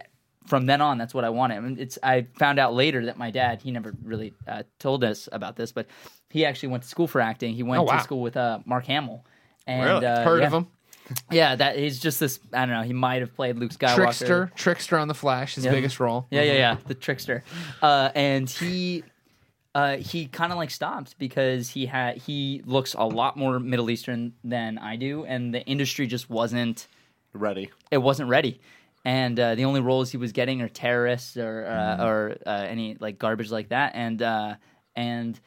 [SPEAKER 3] from then on, that's what I wanted. And it's I found out later that my dad, he never really uh, told us about this, but he actually went to school for acting. He went
[SPEAKER 2] Oh, wow.
[SPEAKER 3] to school with uh, Mark Hamill. And,
[SPEAKER 1] Really?
[SPEAKER 3] uh,
[SPEAKER 2] Heard
[SPEAKER 3] yeah.
[SPEAKER 2] of him?
[SPEAKER 3] Yeah, that he's just this. I don't know. He might have played Luke Skywalker.
[SPEAKER 2] Trickster, trickster on the Flash, his
[SPEAKER 3] Yeah.
[SPEAKER 2] biggest role.
[SPEAKER 3] Yeah, yeah, yeah. The trickster. Uh, and he uh, he kind of like stopped because he had he looks a lot more Middle Eastern than I do, and the industry just wasn't
[SPEAKER 4] Ready.
[SPEAKER 3] it wasn't ready. And uh, the only roles he was getting are terrorists or
[SPEAKER 2] Mm-hmm.
[SPEAKER 3] uh, or uh, any like garbage like that. And uh, and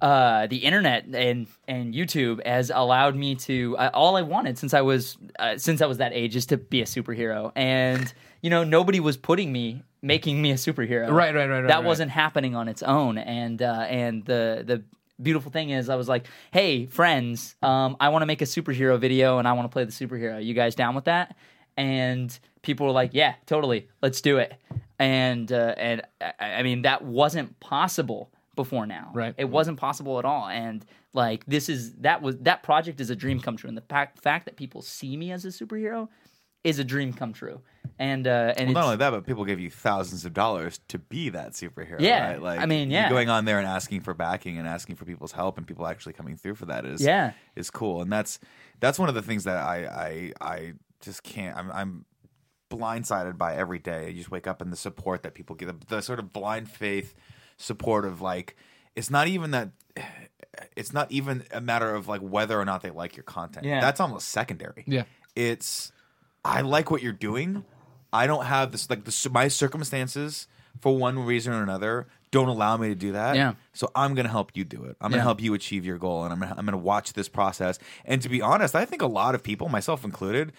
[SPEAKER 3] uh, the internet and and YouTube has allowed me to I, all I wanted since I was uh, since I was that age is to be a superhero. And you know nobody was putting me making me a superhero.
[SPEAKER 2] Right, right, right, right,
[SPEAKER 3] That
[SPEAKER 2] right.
[SPEAKER 3] wasn't happening on its own. And uh, and the the beautiful thing is I was like, hey friends, um, I want to make a superhero video and I want to play the superhero. You guys down with that? And people were like, yeah, totally, let's do it. And uh, and I, I mean that wasn't possible before now.
[SPEAKER 2] Right.
[SPEAKER 3] It wasn't possible at all. And like this is that was that project is a dream come true. And the fact fact that people see me as a superhero is a dream come true. And uh and
[SPEAKER 1] Not only
[SPEAKER 3] it's,
[SPEAKER 1] that, but people give you thousands of dollars to be that superhero.
[SPEAKER 3] Yeah,
[SPEAKER 1] right? like
[SPEAKER 3] I mean,
[SPEAKER 1] you
[SPEAKER 3] yeah.
[SPEAKER 1] going on there and asking for backing and asking for people's help and people actually coming through for that is
[SPEAKER 3] Yeah.
[SPEAKER 1] is cool. And that's that's one of the things that I I I just can't. I'm I'm blindsided by every day. You just wake up and the support that people give, the, the sort of blind faith support of like, it's not even that. It's not even a matter of like whether or not they like your content.
[SPEAKER 3] Yeah.
[SPEAKER 1] That's almost secondary.
[SPEAKER 2] Yeah.
[SPEAKER 1] It's I like what you're doing. I don't have this like the, my circumstances for one reason or another don't allow me to do that.
[SPEAKER 3] Yeah.
[SPEAKER 1] So I'm gonna help you do it. I'm gonna
[SPEAKER 3] Yeah.
[SPEAKER 1] help you achieve your goal, and I'm gonna, I'm gonna watch this process. And to be honest, I think a lot of people, myself included,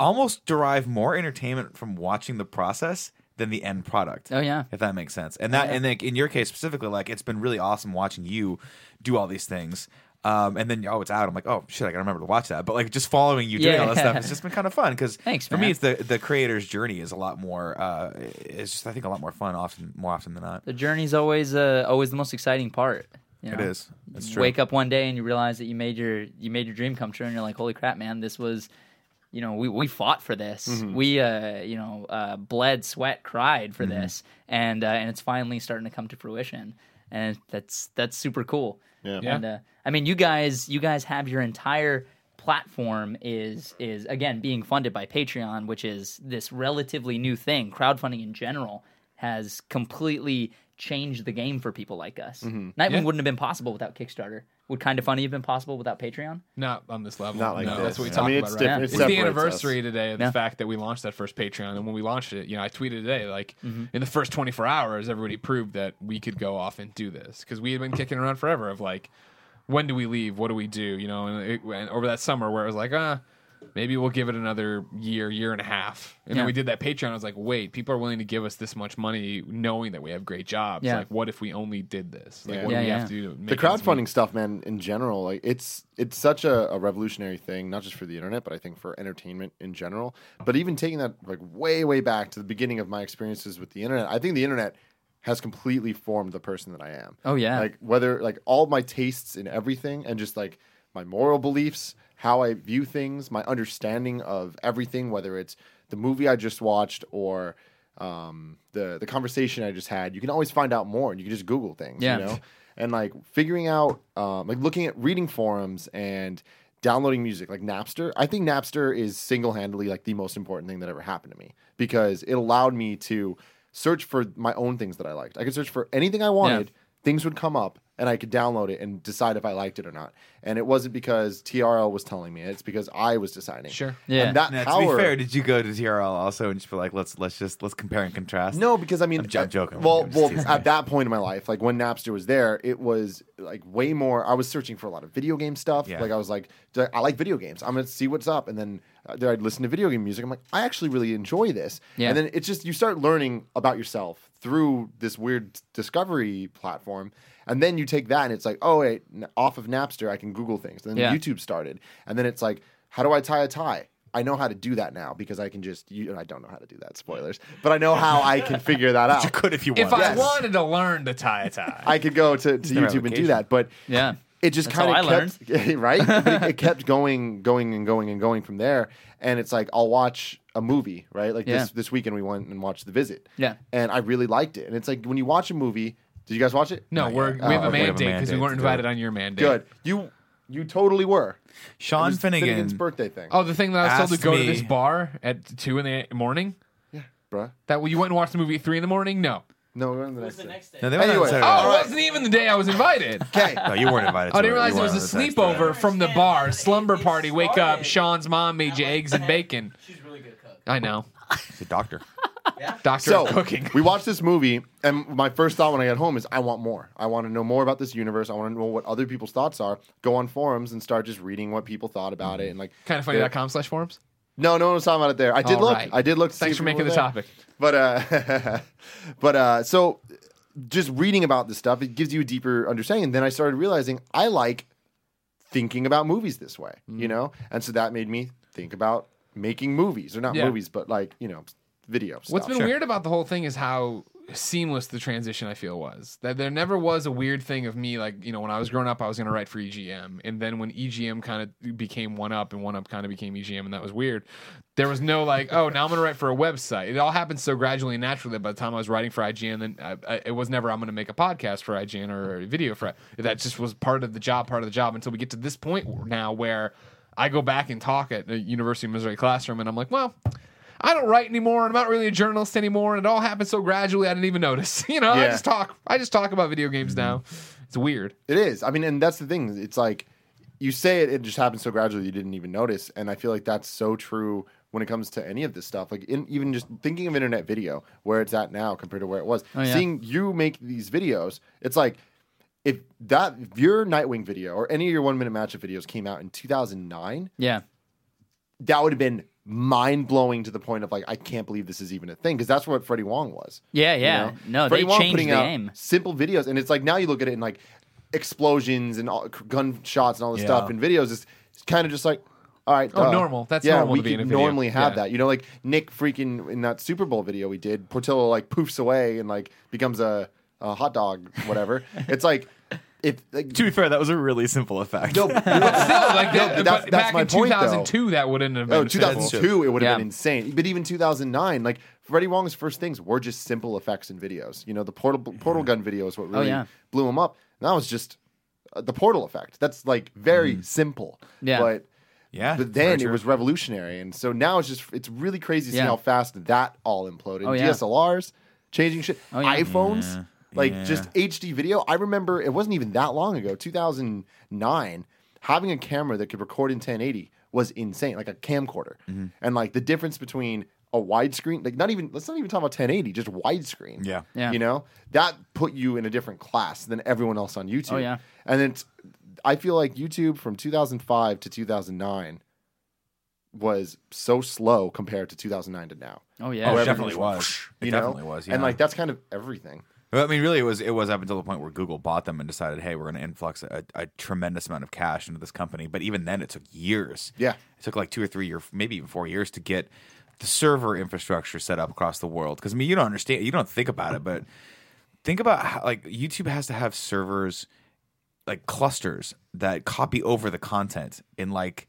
[SPEAKER 1] almost derive more entertainment from watching the process than the end product.
[SPEAKER 3] Oh, yeah.
[SPEAKER 1] if that makes sense. And that and like in your case specifically, like it's been really awesome watching you do all these things. Um, and then oh, it's out. I'm like, oh shit, I gotta remember to watch that. But like just following you doing all this
[SPEAKER 3] Yeah.
[SPEAKER 1] stuff, it's just been kind of fun because
[SPEAKER 3] Thanks,
[SPEAKER 1] for me,
[SPEAKER 3] man.
[SPEAKER 1] it's the the creator's journey is a lot more. Uh, it's just I think a lot more fun often more often than not.
[SPEAKER 3] the journey's always uh always the most exciting part. You
[SPEAKER 1] It
[SPEAKER 3] know?
[SPEAKER 1] is. It's true.
[SPEAKER 3] wake up one day and you realize that you made your you made your dream come true and you're like holy crap man this was you know we we fought for this
[SPEAKER 4] Mm-hmm.
[SPEAKER 3] we uh you know uh bled sweat cried for
[SPEAKER 4] Mm-hmm.
[SPEAKER 3] this and uh, and it's finally starting to come to fruition and that's that's super cool
[SPEAKER 4] Yeah.
[SPEAKER 2] Yeah.
[SPEAKER 3] and uh, i mean you guys you guys have your entire platform is is again being funded by patreon which is this relatively new thing crowdfunding in general has completely changed the game for people like us
[SPEAKER 4] Mm-hmm.
[SPEAKER 3] nightwing
[SPEAKER 2] Yeah.
[SPEAKER 3] wouldn't have been possible without kickstarter would kind of funny have been possible without patreon
[SPEAKER 2] Not on this level.
[SPEAKER 4] Not like
[SPEAKER 2] no,
[SPEAKER 4] this.
[SPEAKER 2] That's what we
[SPEAKER 4] I
[SPEAKER 2] talked
[SPEAKER 4] mean,
[SPEAKER 2] about,
[SPEAKER 4] it's
[SPEAKER 2] right?
[SPEAKER 4] different. It
[SPEAKER 2] It's the
[SPEAKER 4] separates
[SPEAKER 2] anniversary
[SPEAKER 4] us.
[SPEAKER 2] today of the
[SPEAKER 3] Yeah.
[SPEAKER 2] fact that we launched that first Patreon. And when we launched it, you know, I tweeted today, like,
[SPEAKER 3] Mm-hmm.
[SPEAKER 2] in the first 24 hours, everybody proved that we could go off and do this. Because we had been kicking around forever of, like, when do we leave? What do we do? You know, and, it, and over that summer where it was like, ah, maybe we'll give it another year, year and a half. And then
[SPEAKER 3] Yeah.
[SPEAKER 2] we did that Patreon. I was like, wait, people are willing to give us this much money knowing that we have great jobs.
[SPEAKER 3] Yeah.
[SPEAKER 2] Like, what if we only did this? Like,
[SPEAKER 4] Yeah.
[SPEAKER 2] what
[SPEAKER 3] Yeah,
[SPEAKER 2] do we
[SPEAKER 3] yeah.
[SPEAKER 2] have to do? To
[SPEAKER 4] the
[SPEAKER 2] make ends meet?
[SPEAKER 4] crowdfunding stuff, man, in general, like it's it's such a, a revolutionary thing, not just for the internet, but I think for entertainment in general. But even taking that like way, way back to the beginning of my experiences with the internet, I think the internet has completely formed the person that I am.
[SPEAKER 3] Oh, yeah.
[SPEAKER 4] Like whether like all my tastes in everything and just like my moral beliefs, how I view things, my understanding of everything, whether it's the movie I just watched or um, the the conversation I just had, you can always find out more, and you can just Google things,
[SPEAKER 3] Yeah.
[SPEAKER 4] you know, and like figuring out, um, like looking at reading forums and downloading music, like Napster. I think Napster is single handedly like the most important thing that ever happened to me because it allowed me to search for my own things that I liked. I could search for anything I wanted, things would come up, and I could download it and decide if I liked it or not. And it wasn't because TRL was telling me; it's because I was deciding.
[SPEAKER 2] Sure.
[SPEAKER 3] Yeah.
[SPEAKER 4] And that
[SPEAKER 1] Now, to
[SPEAKER 4] power.
[SPEAKER 1] be fair, did you go to TRL also and just be like, let's let's just let's compare and contrast?
[SPEAKER 4] No, because I mean,
[SPEAKER 1] I'm jo- joking.
[SPEAKER 4] Well,
[SPEAKER 1] I'm just
[SPEAKER 4] well,
[SPEAKER 1] teasing.
[SPEAKER 4] at that point in my life, like when Napster was there, it was like way more. I was searching for a lot of video game stuff.
[SPEAKER 1] Yeah.
[SPEAKER 4] Like I was like, d- I like video games. I'm gonna see what's up, and then uh, there I'd listen to video game music. I'm like, I actually really enjoy this.
[SPEAKER 3] Yeah.
[SPEAKER 4] And then it's just you start learning about yourself through this weird discovery platform, and then you take that and it's like, oh wait, n- off of Napster, I can Google things. And then
[SPEAKER 3] Yeah.
[SPEAKER 4] YouTube started, and then it's like, how do I tie a tie? I know how to do that now because I can just. You, and I don't know how to do that. Spoilers, but I know how I can figure that
[SPEAKER 1] you
[SPEAKER 4] out.
[SPEAKER 1] could if you wanted.
[SPEAKER 2] If I
[SPEAKER 4] Yes.
[SPEAKER 2] wanted to learn to tie a tie.
[SPEAKER 4] I could go to, to
[SPEAKER 1] no
[SPEAKER 4] YouTube and do
[SPEAKER 1] application.
[SPEAKER 4] that, but
[SPEAKER 3] yeah
[SPEAKER 4] it just
[SPEAKER 3] That's how
[SPEAKER 4] kind
[SPEAKER 3] I
[SPEAKER 4] of kept right. But it, it kept going, going, and going and going from there. And it's like I'll watch a movie, right? Like
[SPEAKER 3] Yeah.
[SPEAKER 4] this this weekend we went and watched The Visit.
[SPEAKER 3] Yeah.
[SPEAKER 4] and I really liked it. And it's like when you watch a movie, did you guys watch it?
[SPEAKER 2] No, we're, we have
[SPEAKER 1] Oh,
[SPEAKER 2] a
[SPEAKER 1] we have a
[SPEAKER 2] mandate because we
[SPEAKER 1] mandate
[SPEAKER 2] weren't
[SPEAKER 1] to do
[SPEAKER 2] invited
[SPEAKER 1] it.
[SPEAKER 2] on your mandate.
[SPEAKER 4] good. You you totally were. It
[SPEAKER 1] Sean
[SPEAKER 4] was
[SPEAKER 1] Finnegan.
[SPEAKER 4] Finnegan's birthday thing,
[SPEAKER 2] Oh, the thing that I was told
[SPEAKER 1] Asked
[SPEAKER 2] to go to
[SPEAKER 1] me-
[SPEAKER 2] this bar at two in the morning.
[SPEAKER 4] bruh.
[SPEAKER 2] That you went and watched the movie at three in the morning. No,
[SPEAKER 4] No, we're on the next. thing.
[SPEAKER 1] No, they went on
[SPEAKER 4] Anyway.
[SPEAKER 1] Saturday.
[SPEAKER 2] oh,
[SPEAKER 4] All
[SPEAKER 2] it
[SPEAKER 4] right.
[SPEAKER 2] wasn't even the day I was invited.
[SPEAKER 1] No, you weren't invited.
[SPEAKER 2] Oh, I
[SPEAKER 1] to
[SPEAKER 2] didn't
[SPEAKER 1] You
[SPEAKER 2] realize it
[SPEAKER 1] weren't
[SPEAKER 2] was a
[SPEAKER 1] on the text,
[SPEAKER 2] sleepover from the bar,
[SPEAKER 6] It-
[SPEAKER 2] slumber
[SPEAKER 6] it
[SPEAKER 2] party, wake up.
[SPEAKER 6] started-
[SPEAKER 2] Sean's mom made you eggs and bacon.
[SPEAKER 6] She's really good cook.
[SPEAKER 2] I know,
[SPEAKER 1] but It's a doctor.
[SPEAKER 2] doctor
[SPEAKER 4] So
[SPEAKER 2] of cooking.
[SPEAKER 4] we watched this movie, and my first thought when I got home is, I want more. I want to know more about this universe. I want to know what other people's thoughts are. Go on forums and start just reading what people thought about it. And like,
[SPEAKER 2] Kind of funny.com slash forums.
[SPEAKER 4] no, no one was talking about it there. I did
[SPEAKER 2] All
[SPEAKER 4] look.
[SPEAKER 2] right.
[SPEAKER 4] I did look. to see
[SPEAKER 2] Thanks
[SPEAKER 4] if
[SPEAKER 2] for
[SPEAKER 4] people
[SPEAKER 2] making
[SPEAKER 4] were
[SPEAKER 2] the
[SPEAKER 4] there.
[SPEAKER 2] topic.
[SPEAKER 4] But uh, but uh, so just reading about this stuff, it gives you a deeper understanding. And then I started realizing I like thinking about movies this way, you
[SPEAKER 2] Mm-hmm.
[SPEAKER 4] know, and so that made me think about making movies or not
[SPEAKER 2] Yeah.
[SPEAKER 4] movies, but like you know, video.
[SPEAKER 2] What's
[SPEAKER 4] stuff.
[SPEAKER 2] been weird about the whole thing is how seamless the transition I feel was. That there never was a weird thing of me like, you know, when I was growing up I was going to write for EGM and then when E EGM kind of became 1UP and 1UP kind of became EGM and that was weird. There was no like, oh, now I'm going to write for a website. It all happened so gradually and naturally that by the time I was writing for IGN then I, I, it was never I'm going to make a podcast for IGN or a video for that just was part of the job, part of the job until we get to this point now where I go back and talk at the University of Missouri classroom and I'm like, well, I don't write anymore, and I'm not really a journalist anymore, and it all happened so gradually I didn't even notice. You know, I
[SPEAKER 4] Yeah.
[SPEAKER 2] just talk I just talk about video games now. It's weird.
[SPEAKER 4] It is. I mean, and that's the thing. It's like you say it, it just happens so gradually you didn't even notice. And I feel like that's so true when it comes to any of this stuff. Like in, even just thinking of internet video, where it's at now compared to where it was.
[SPEAKER 3] yeah.
[SPEAKER 4] Seeing you make these videos, it's like if that if your Nightwing video or any of your one minute matchup videos came out in 2009,
[SPEAKER 3] Yeah.
[SPEAKER 4] that would have been mind blowing to the point of like I can't believe this is even a thing because that's what Freddie Wong was.
[SPEAKER 3] Yeah,
[SPEAKER 4] you
[SPEAKER 3] yeah.
[SPEAKER 4] know?
[SPEAKER 3] No,
[SPEAKER 4] Freddie
[SPEAKER 3] they
[SPEAKER 4] Wong
[SPEAKER 3] changed
[SPEAKER 4] putting
[SPEAKER 3] the
[SPEAKER 4] out
[SPEAKER 3] game.
[SPEAKER 4] Simple videos, and it's like now you look at it and like explosions and all, gunshots and all this
[SPEAKER 1] Yeah.
[SPEAKER 4] stuff in videos is kind of just like. All right.
[SPEAKER 2] Oh,
[SPEAKER 4] duh.
[SPEAKER 2] normal. That's
[SPEAKER 4] yeah,
[SPEAKER 2] normal
[SPEAKER 4] We
[SPEAKER 2] to be in
[SPEAKER 4] could
[SPEAKER 2] a video.
[SPEAKER 4] normally have
[SPEAKER 2] Yeah.
[SPEAKER 4] that. You know, like Nick freaking in that Super Bowl video we did, Portillo like poofs away and like becomes a, a hot dog, whatever. it's like if like,
[SPEAKER 1] To be fair, that was a really simple effect.
[SPEAKER 4] no,
[SPEAKER 2] But still, like that,
[SPEAKER 4] but that's-
[SPEAKER 2] but
[SPEAKER 4] that's
[SPEAKER 2] back
[SPEAKER 4] my
[SPEAKER 2] in
[SPEAKER 4] point, though.
[SPEAKER 2] 2002, that wouldn't have been.
[SPEAKER 4] Oh, 2002, it would have
[SPEAKER 3] Yeah.
[SPEAKER 4] been insane. But even 2009, like Freddie Wong's first things were just simple effects and videos. You know, the portal portal gun video is what really
[SPEAKER 3] Oh, yeah.
[SPEAKER 4] blew him up. And that was just uh, the portal effect. That's like very simple.
[SPEAKER 3] Mm-hmm. Yeah.
[SPEAKER 4] But
[SPEAKER 1] Yeah.
[SPEAKER 4] but then
[SPEAKER 1] very
[SPEAKER 4] it
[SPEAKER 1] true.
[SPEAKER 4] was revolutionary, and so now it's just it's really crazy to
[SPEAKER 3] Yeah.
[SPEAKER 4] see how fast that all imploded.
[SPEAKER 3] Oh, yeah.
[SPEAKER 4] DSLRs changing shit,
[SPEAKER 3] Oh, yeah.
[SPEAKER 4] iPhones.
[SPEAKER 1] Yeah.
[SPEAKER 4] Like
[SPEAKER 1] Yeah.
[SPEAKER 4] just HD video. I remember it wasn't even that long ago, 2009, having a camera that could record in 1080 was insane, like a camcorder.
[SPEAKER 1] Mm-hmm.
[SPEAKER 4] And like the difference between a widescreen, like not even, let's not even talk about 1080, just widescreen.
[SPEAKER 1] Yeah.
[SPEAKER 3] Yeah.
[SPEAKER 4] You know, that put you in a different class than everyone else on YouTube.
[SPEAKER 3] Oh, yeah.
[SPEAKER 4] And it's, I feel like YouTube from 2005 to 2009 was so slow compared to 2009 to now.
[SPEAKER 3] Oh
[SPEAKER 1] Oh,
[SPEAKER 3] yeah.
[SPEAKER 1] it
[SPEAKER 4] However,
[SPEAKER 1] definitely
[SPEAKER 4] you-
[SPEAKER 1] was. It
[SPEAKER 4] you know?
[SPEAKER 1] definitely was. Yeah.
[SPEAKER 4] And like that's kind of everything.
[SPEAKER 1] Well, I mean, really, it was it was up until the point where Google bought them and decided, hey, we're going to influx a, a tremendous amount of cash into this company. But even then, it took years.
[SPEAKER 4] Yeah.
[SPEAKER 1] it took like two or three year, maybe even four years to get the server infrastructure set up across the world. Because I mean, you don't understand, you don't think about it, but think about how like YouTube has to have servers like clusters that copy over the content in like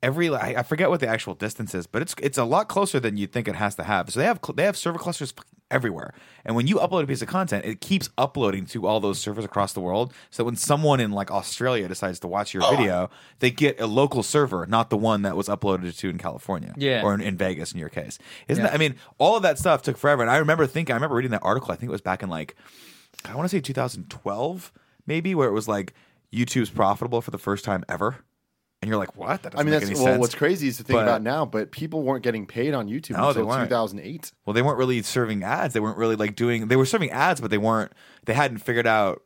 [SPEAKER 1] every I I forget what the actual distance is, but it's it's a lot closer than you think it has to have. So they have cl- they have server clusters fucking everywhere, and when you upload a piece of content, it keeps uploading to all those servers across the world. So when someone in like Australia decides to watch your video, they get a local server, not the one that was uploaded to in California,
[SPEAKER 3] Yeah.
[SPEAKER 1] or in, in Vegas in your case. Isn't that? I mean, all of that stuff took forever, and I remember thinking, I remember reading that article. I think it was back in like I want to say 2012, maybe, where it was like YouTube's profitable for the first time ever. And you're like, what? That doesn't
[SPEAKER 4] I mean,
[SPEAKER 1] make
[SPEAKER 4] that's
[SPEAKER 1] any
[SPEAKER 4] well,
[SPEAKER 1] sense.
[SPEAKER 4] what's crazy is to think
[SPEAKER 1] But-
[SPEAKER 4] about now, but people weren't getting paid on YouTube
[SPEAKER 1] No, they
[SPEAKER 4] until
[SPEAKER 1] weren't.
[SPEAKER 4] 2008.
[SPEAKER 1] Well, they weren't really serving ads. They weren't really like doing. They were serving ads, but they weren't. They hadn't figured out,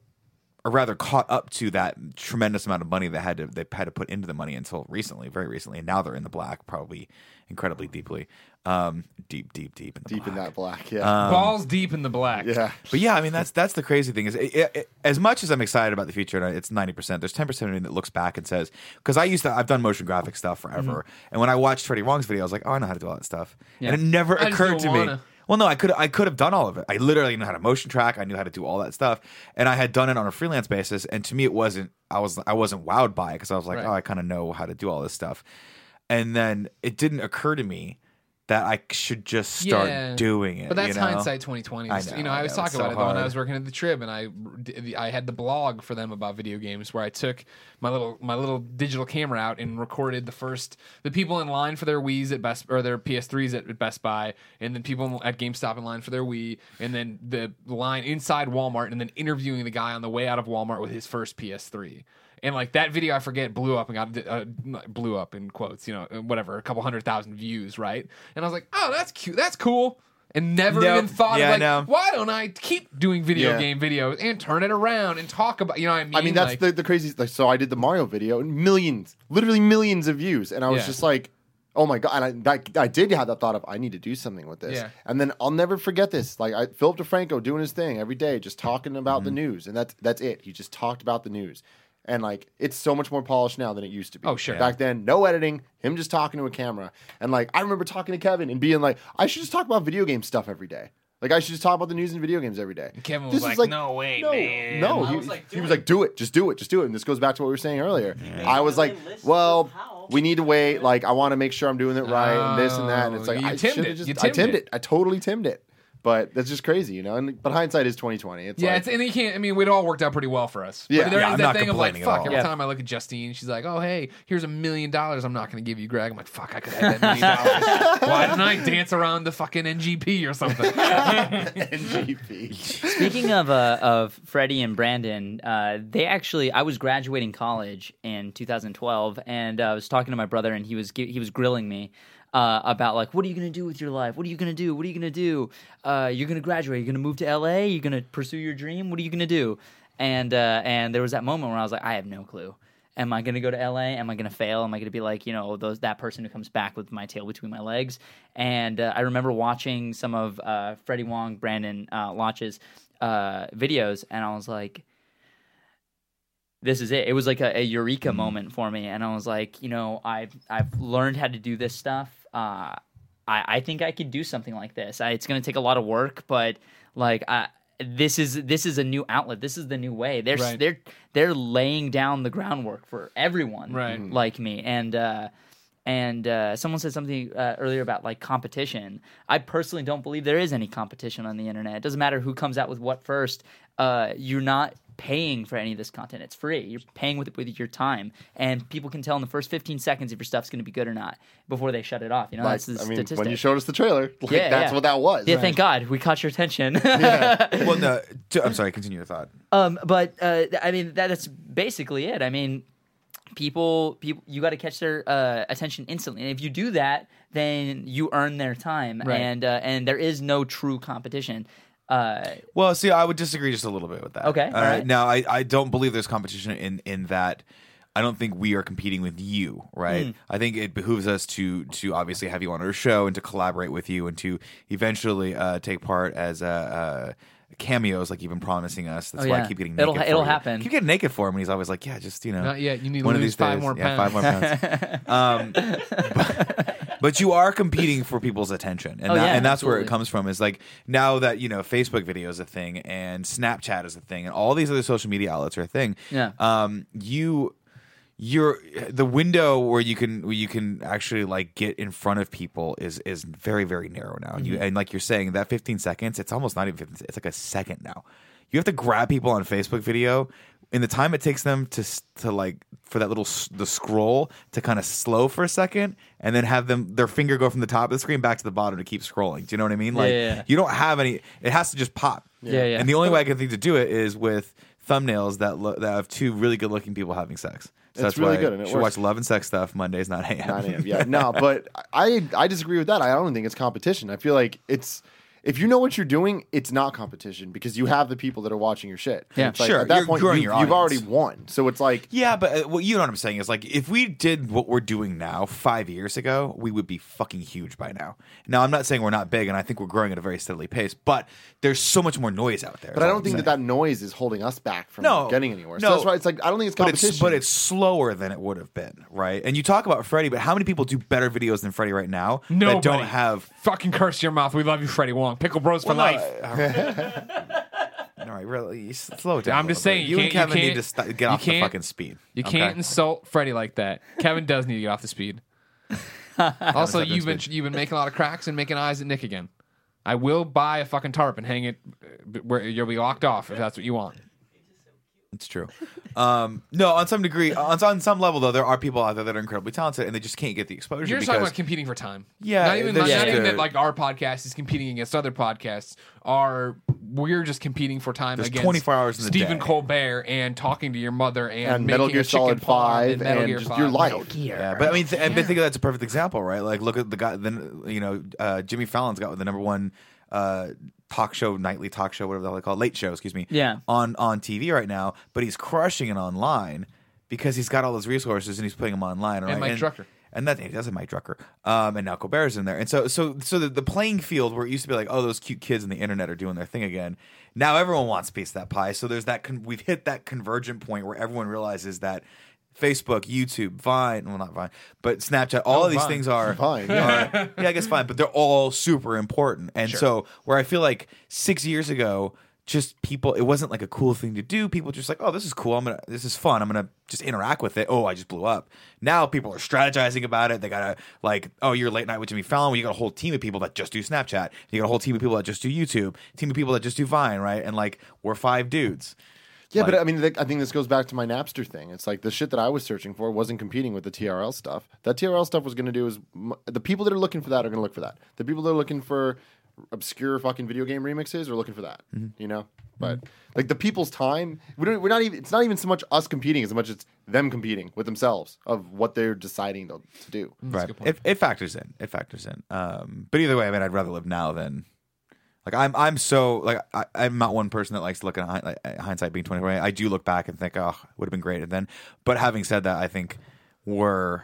[SPEAKER 1] or rather, caught up to that tremendous amount of money they had to they had to put into the money until recently, very recently. And now they're in the black, probably incredibly deeply, um, deep, deep, deep in the
[SPEAKER 4] Deep
[SPEAKER 1] black.
[SPEAKER 4] in that black,
[SPEAKER 1] Uh,
[SPEAKER 4] yeah,
[SPEAKER 2] Balls deep in the black.
[SPEAKER 4] yeah.
[SPEAKER 1] But yeah, I mean that's that's the crazy thing is it, it, it- as much as I'm excited about the future, and I- it's ninety percent. There's ten percent of me that looks back and says, because I used to I've done motion graphic
[SPEAKER 2] Mm-hmm.
[SPEAKER 1] stuff forever, and when I watched Freddie Wong's video, I was like, oh, I know how to do all that stuff, and it never
[SPEAKER 2] I just
[SPEAKER 1] occurred
[SPEAKER 2] don't
[SPEAKER 1] to me.
[SPEAKER 2] wanna.
[SPEAKER 1] Well, Well, no, I could I could have done all of it. I literally knew how to motion track. I knew how to do all that stuff, and I had done it on a freelance basis. And to me, it wasn't. I was I wasn't wowed by it because I was like,
[SPEAKER 2] Right.
[SPEAKER 1] oh, I kind of know how to do all this stuff. And then it didn't occur to me that I should just start
[SPEAKER 2] Yeah.
[SPEAKER 1] doing it.
[SPEAKER 2] But that's
[SPEAKER 1] you know?
[SPEAKER 2] hindsight 2020.
[SPEAKER 1] I
[SPEAKER 2] you know,
[SPEAKER 1] know, I
[SPEAKER 2] I was
[SPEAKER 1] know, it's
[SPEAKER 2] talking
[SPEAKER 1] so
[SPEAKER 2] about it though when I
[SPEAKER 1] hard.
[SPEAKER 2] was working at the Trib, and I did the- I had the blog for them about video games where I took my little my little digital camera out and recorded the first the people in line for their Wii's at Best or their PS3s at Best Buy, and then people at GameStop in line for their Wii, and then the line inside Walmart, and then interviewing the guy on the way out of Walmart with his first PS3. And like that video, I forget blew up and got uh, blew up in quotes, you know, uh, whatever, a couple hundred thousand views, right? And I was like, oh, that's cute, that's cool, and never never
[SPEAKER 1] Nope.
[SPEAKER 2] even thought
[SPEAKER 1] Yeah,
[SPEAKER 2] of like,
[SPEAKER 1] no.
[SPEAKER 2] why don't I keep doing video
[SPEAKER 4] Yeah.
[SPEAKER 2] game videos and turn it around and talk about you know what I mean?
[SPEAKER 4] I mean, that's
[SPEAKER 2] Like,
[SPEAKER 4] the, the crazy. Like, so I did the Mario video and millions, literally millions of views, and I was
[SPEAKER 2] Yeah.
[SPEAKER 4] just like, "Oh my god!" And I, that, I did have that thought of, "I need to do something with this."
[SPEAKER 2] Yeah.
[SPEAKER 4] And then I'll never forget this. Like I, Philip DeFranco doing his thing every day, just talking about
[SPEAKER 2] Mm-hmm.
[SPEAKER 4] the news, and that's that's it. He just talked about the news, and like it's so much more polished now than it used to be.
[SPEAKER 2] Oh, sure.
[SPEAKER 4] Back then, no editing, him just talking to a camera, and like I remember talking to Kevin and being like, "I should just talk about video game stuff every day." Like I should just talk about the news and video games every day.
[SPEAKER 2] Kevin
[SPEAKER 4] This
[SPEAKER 2] was
[SPEAKER 4] is
[SPEAKER 2] like, "No way,
[SPEAKER 4] no,
[SPEAKER 2] man."
[SPEAKER 4] No,
[SPEAKER 3] I
[SPEAKER 4] he
[SPEAKER 3] was like,
[SPEAKER 4] he
[SPEAKER 3] "Do
[SPEAKER 4] was
[SPEAKER 3] it."
[SPEAKER 4] like, do it, just do it, just do it. And this goes back to what we were saying earlier. I was like,
[SPEAKER 3] They list
[SPEAKER 4] well,
[SPEAKER 3] us how.
[SPEAKER 4] we need to wait. Like, I want to make sure I'm doing it right, and this and that. And it's
[SPEAKER 2] Oh,
[SPEAKER 4] like,
[SPEAKER 2] you
[SPEAKER 4] I
[SPEAKER 2] timmed
[SPEAKER 4] shoulda
[SPEAKER 2] it.
[SPEAKER 4] just,
[SPEAKER 2] You
[SPEAKER 4] I
[SPEAKER 2] timmed
[SPEAKER 4] timmed
[SPEAKER 2] it.
[SPEAKER 4] it. I totally timmed it. But that's just crazy, you know. And but hindsight is 2020. It's
[SPEAKER 2] yeah,
[SPEAKER 4] like,
[SPEAKER 2] it's, and he can't. I mean, it all worked out pretty well for us.
[SPEAKER 4] Yeah.
[SPEAKER 2] but there
[SPEAKER 1] Yeah,
[SPEAKER 2] is
[SPEAKER 1] I'm
[SPEAKER 2] that
[SPEAKER 1] not
[SPEAKER 2] thing of like,
[SPEAKER 1] complaining at
[SPEAKER 2] fuck.
[SPEAKER 1] all.
[SPEAKER 2] Every
[SPEAKER 3] Yeah.
[SPEAKER 2] time I look at Justine, she's like, "Oh, hey, here's a million dollars. I'm not going to give you, Greg." I'm like, "Fuck, I could have that million dollars. Why didn't I dance around the fucking NGP or something?"
[SPEAKER 4] NGP.
[SPEAKER 3] Speaking of uh, of Freddie and Brandon, uh, they actually I was graduating college in 2012, and uh, I was talking to my brother, and he was gi- he was grilling me. Uh, about like what are you gonna do with your life what are you gonna do what are you gonna do uh, you're gonna graduate you're gonna move to la you're gonna pursue your dream what are you gonna do and uh, and there was that moment where i was like i have no clue am I going to go to LA? Am I going to fail? Am I going to be like, you know, oh, those that person who comes back with my tail between my legs? And uh, I remember watching some of uh, Freddie Wong, Brandon uh, Lotch's uh, videos, and I was like, this is it. It was like a, a eureka moment for me, and I was like, you know, I've I've learned how to do this stuff. Uh, I I think I could do something like this. I, it's going to take a lot of work, but like I. This is this is a new outlet. This is the new way. They're
[SPEAKER 2] Right.
[SPEAKER 3] they're they're laying down the groundwork for everyone
[SPEAKER 2] Right.
[SPEAKER 4] Mm-hmm.
[SPEAKER 3] like me. And uh, and uh, someone said something uh, earlier about like competition. I personally don't believe there is any competition on the internet. It doesn't matter who comes out with what first. Uh, you're not paying for any of this content. It's free. You're paying with with your time, and people can tell in the first 15 seconds if your stuff's going to be good or not before they shut it off. You know,
[SPEAKER 4] Like,
[SPEAKER 3] that's the
[SPEAKER 4] I mean,
[SPEAKER 3] statistic.
[SPEAKER 4] when you showed us the trailer, like,
[SPEAKER 3] Yeah,
[SPEAKER 4] that's
[SPEAKER 3] yeah.
[SPEAKER 4] what that was.
[SPEAKER 3] yeah, thank God we caught your attention.
[SPEAKER 1] well, no. t- I'm sorry. Continue your thought.
[SPEAKER 3] Um, but uh, th- I mean, that, that's basically it. I mean, people, people, you got to catch their uh, attention instantly, and if you do that, then you earn their time,
[SPEAKER 2] Right.
[SPEAKER 3] and uh, and there is no true competition. Uh,
[SPEAKER 1] Well, see, I would disagree just a little bit with that.
[SPEAKER 3] Okay,
[SPEAKER 1] All
[SPEAKER 3] all
[SPEAKER 1] right.
[SPEAKER 3] right.
[SPEAKER 1] Now, I, I don't believe there's competition in in that. I don't think we are competing with you, right? I think it behooves us to to obviously have you on our show and to collaborate with you and to eventually uh, take part as uh, uh, cameos, like you've been promising us. That's
[SPEAKER 3] Oh,
[SPEAKER 1] why
[SPEAKER 3] yeah.
[SPEAKER 1] I keep getting naked.
[SPEAKER 3] It'll ha-
[SPEAKER 1] for
[SPEAKER 3] it'll
[SPEAKER 1] you.
[SPEAKER 3] happen.
[SPEAKER 1] Keep getting naked for him, and he's always like, "Yeah, just you know,
[SPEAKER 2] Not yet. You need to
[SPEAKER 1] one of these
[SPEAKER 2] lose five
[SPEAKER 1] days.
[SPEAKER 2] more
[SPEAKER 1] Yeah, five more pounds." um, but, but you are competing for people's attention, and
[SPEAKER 3] Oh,
[SPEAKER 1] that,
[SPEAKER 3] yeah,
[SPEAKER 1] and that's where it
[SPEAKER 3] absolutely.
[SPEAKER 1] comes comes from is like now that you know Facebook video is a thing and Snapchat is a thing and all these other social media outlets are a thing.
[SPEAKER 3] Yeah.
[SPEAKER 1] Um, you you're the window where you can where you can actually like get in front of people is is very very narrow now. You
[SPEAKER 3] Mm-hmm.
[SPEAKER 1] and like you're saying that 15 seconds, it's almost not even 15, se- it's like a second now. You have to grab people on Facebook video in the time it takes them to s- to like for that little s- the scroll to kind of slow for a second and then have them their finger go from the top of the screen back to the bottom to keep scrolling. Do you know what I mean? Like
[SPEAKER 3] yeah, yeah.
[SPEAKER 1] you don't have any. It has to just pop.
[SPEAKER 3] Yeah, yeah.
[SPEAKER 1] And the only way I can think to do it is with thumbnails that lo- that have two really good looking people having sex. So
[SPEAKER 4] It's
[SPEAKER 1] that's
[SPEAKER 4] really
[SPEAKER 1] why
[SPEAKER 4] good and it
[SPEAKER 1] should
[SPEAKER 4] works.
[SPEAKER 1] watch Love and Sex stuff Mondays 9 a.m.
[SPEAKER 4] 9 a.m. Yeah, no, but I I disagree with that. I don't think it's competition. I feel like it's if you know what you're doing, it's not competition because you have the people that are watching your shit.
[SPEAKER 3] Yeah,
[SPEAKER 4] It's like,
[SPEAKER 1] sure,
[SPEAKER 4] At that
[SPEAKER 1] you're
[SPEAKER 4] point,
[SPEAKER 1] growing
[SPEAKER 4] you,
[SPEAKER 1] your
[SPEAKER 4] you've
[SPEAKER 1] audience.
[SPEAKER 4] already won, so it's like
[SPEAKER 1] Yeah, but uh, well, you know what I'm saying is like if we did what we're doing now five years ago, we would be fucking huge by now. Now I'm not saying we're not big, and I think we're growing at a very steadily pace, but there's so much more noise out there.
[SPEAKER 4] But I don't think that that noise is holding us back from
[SPEAKER 1] No,
[SPEAKER 4] getting anywhere.
[SPEAKER 1] no.
[SPEAKER 4] so that's why it's like I don't think it's
[SPEAKER 1] But it's,
[SPEAKER 4] competition.
[SPEAKER 1] but it's slower than it would have been, right? And you talk about Freddie, but how many people do better videos than Freddie right now
[SPEAKER 2] Nobody.
[SPEAKER 1] that don't have
[SPEAKER 2] fucking curse your mouth. We love you, Freddie Wong. long. Pickle Bros for
[SPEAKER 1] Well, no,
[SPEAKER 2] life.
[SPEAKER 1] uh, all right, really, s- slow down.
[SPEAKER 2] I'm
[SPEAKER 1] a
[SPEAKER 2] just
[SPEAKER 1] little
[SPEAKER 2] saying,
[SPEAKER 1] bit.
[SPEAKER 2] you
[SPEAKER 1] you and
[SPEAKER 2] can't- you
[SPEAKER 1] Kevin need
[SPEAKER 2] can't-
[SPEAKER 1] to st-
[SPEAKER 2] you
[SPEAKER 1] get off the
[SPEAKER 2] can't-
[SPEAKER 1] fucking speed.
[SPEAKER 2] You
[SPEAKER 1] okay?
[SPEAKER 2] can't insult Freddie like that. Kevin does need to get off the speed. also,
[SPEAKER 1] Kevin's
[SPEAKER 2] you've been
[SPEAKER 1] speed.
[SPEAKER 2] you've been making a lot of cracks and making eyes at Nick again. I will buy a fucking tarp and hang it uh, where you'll be locked off if that's what you want.
[SPEAKER 1] It's true. Um, no, on some degree, on, on some level though, there are people out there that are incredibly talented and they just can't get the exposure.
[SPEAKER 2] You're
[SPEAKER 1] because
[SPEAKER 2] just talking about competing for time.
[SPEAKER 1] Yeah,
[SPEAKER 2] not even
[SPEAKER 1] there's
[SPEAKER 2] not, not
[SPEAKER 1] just
[SPEAKER 2] even
[SPEAKER 1] a-
[SPEAKER 2] that like our podcast is competing against other podcasts. Are we're just competing for time
[SPEAKER 1] There's
[SPEAKER 2] against
[SPEAKER 1] 24 hours in the
[SPEAKER 2] Stephen
[SPEAKER 1] day.
[SPEAKER 2] Colbert and talking to your mother and,
[SPEAKER 4] And Metal
[SPEAKER 2] making
[SPEAKER 4] Gear
[SPEAKER 2] a chicken
[SPEAKER 4] Solid
[SPEAKER 2] farm
[SPEAKER 4] 5 and,
[SPEAKER 2] Metal Gear
[SPEAKER 4] just
[SPEAKER 2] 5.
[SPEAKER 4] your life.
[SPEAKER 1] Yeah, but I mean, th- and but think of that's a perfect example, right? Like, look at the guy. Then you know, uh, Jimmy Fallon's got the number one uh, talk show, nightly talk show, whatever the hell they call it, late show. Excuse me.
[SPEAKER 3] Yeah.
[SPEAKER 1] On on TV right now, but he's crushing it online because he's got all those resources and he's putting them online. Right?
[SPEAKER 2] Mike Drucker.
[SPEAKER 1] And that he doesn't Mike Drucker, um, and now Colbert's in there, and so so so the, the playing field where it used to be like, oh, those cute kids on the internet are doing their thing again. Now everyone wants a piece of that pie. So there's that con- we've hit that convergent point where everyone realizes that Facebook, YouTube, Vine, well not Vine, but Snapchat, all of these
[SPEAKER 2] Oh, Vine.
[SPEAKER 1] things are
[SPEAKER 4] Fine.
[SPEAKER 1] are- yeah, I guess fine, but they're all super important. And so, where I feel like six years ago, just people, it wasn't like a cool thing to do. People just like, oh, this is cool. I'm gonna, this is fun. I'm gonna just interact with it. Oh, I just blew up. Now people are strategizing about it. They gotta like, oh, you're late night with Jimmy Fallon. Well, you got a whole team of people that just do Snapchat. You got a whole team of people that just do YouTube. Team of people that just do Vine, right? And like, we're five dudes.
[SPEAKER 4] Yeah, but
[SPEAKER 1] Like-
[SPEAKER 4] I mean, th- I think this goes back to my Napster thing. It's like the shit that I was searching for wasn't competing with the TRL stuff. That TRL stuff was going to do is m- the people that are looking for that are going to look for that. The people that are looking for obscure fucking video game remixes are looking for that. You know, but like the people's time, we don't, we're not even. It's not even so much us competing as much as them competing with themselves of what they're deciding to, to do.
[SPEAKER 1] right. It, it factors in. It factors in. Um, but either way, I mean, I'd rather live now than like I'm. I'm so like I, I'm not one person that likes looking at, hind- like, at hindsight being 20. I do look back and think, oh, would have been great. And then, but having said that, I think we're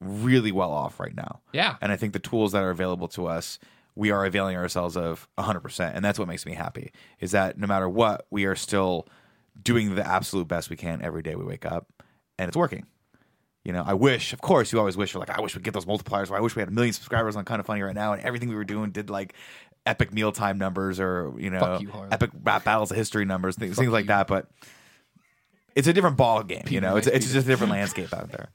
[SPEAKER 1] really well off right now.
[SPEAKER 2] Yeah.
[SPEAKER 1] And I think the tools that are available to us, we are availing ourselves of 100%. And that's what makes me happy is that no matter what, we are still doing the absolute best we can every day we wake up and it's working. You know, I wish, of course, you always wish, you're like, I wish we'd get those multipliers, or I wish we had a million subscribers on Kind of Funny right now, and everything we were doing did like epic mealtime numbers or, you know,
[SPEAKER 2] you, Harlan.
[SPEAKER 1] epic rap battles of history numbers, things, things like that. But it's a different ball game, you know, it's, it's just a different landscape out there.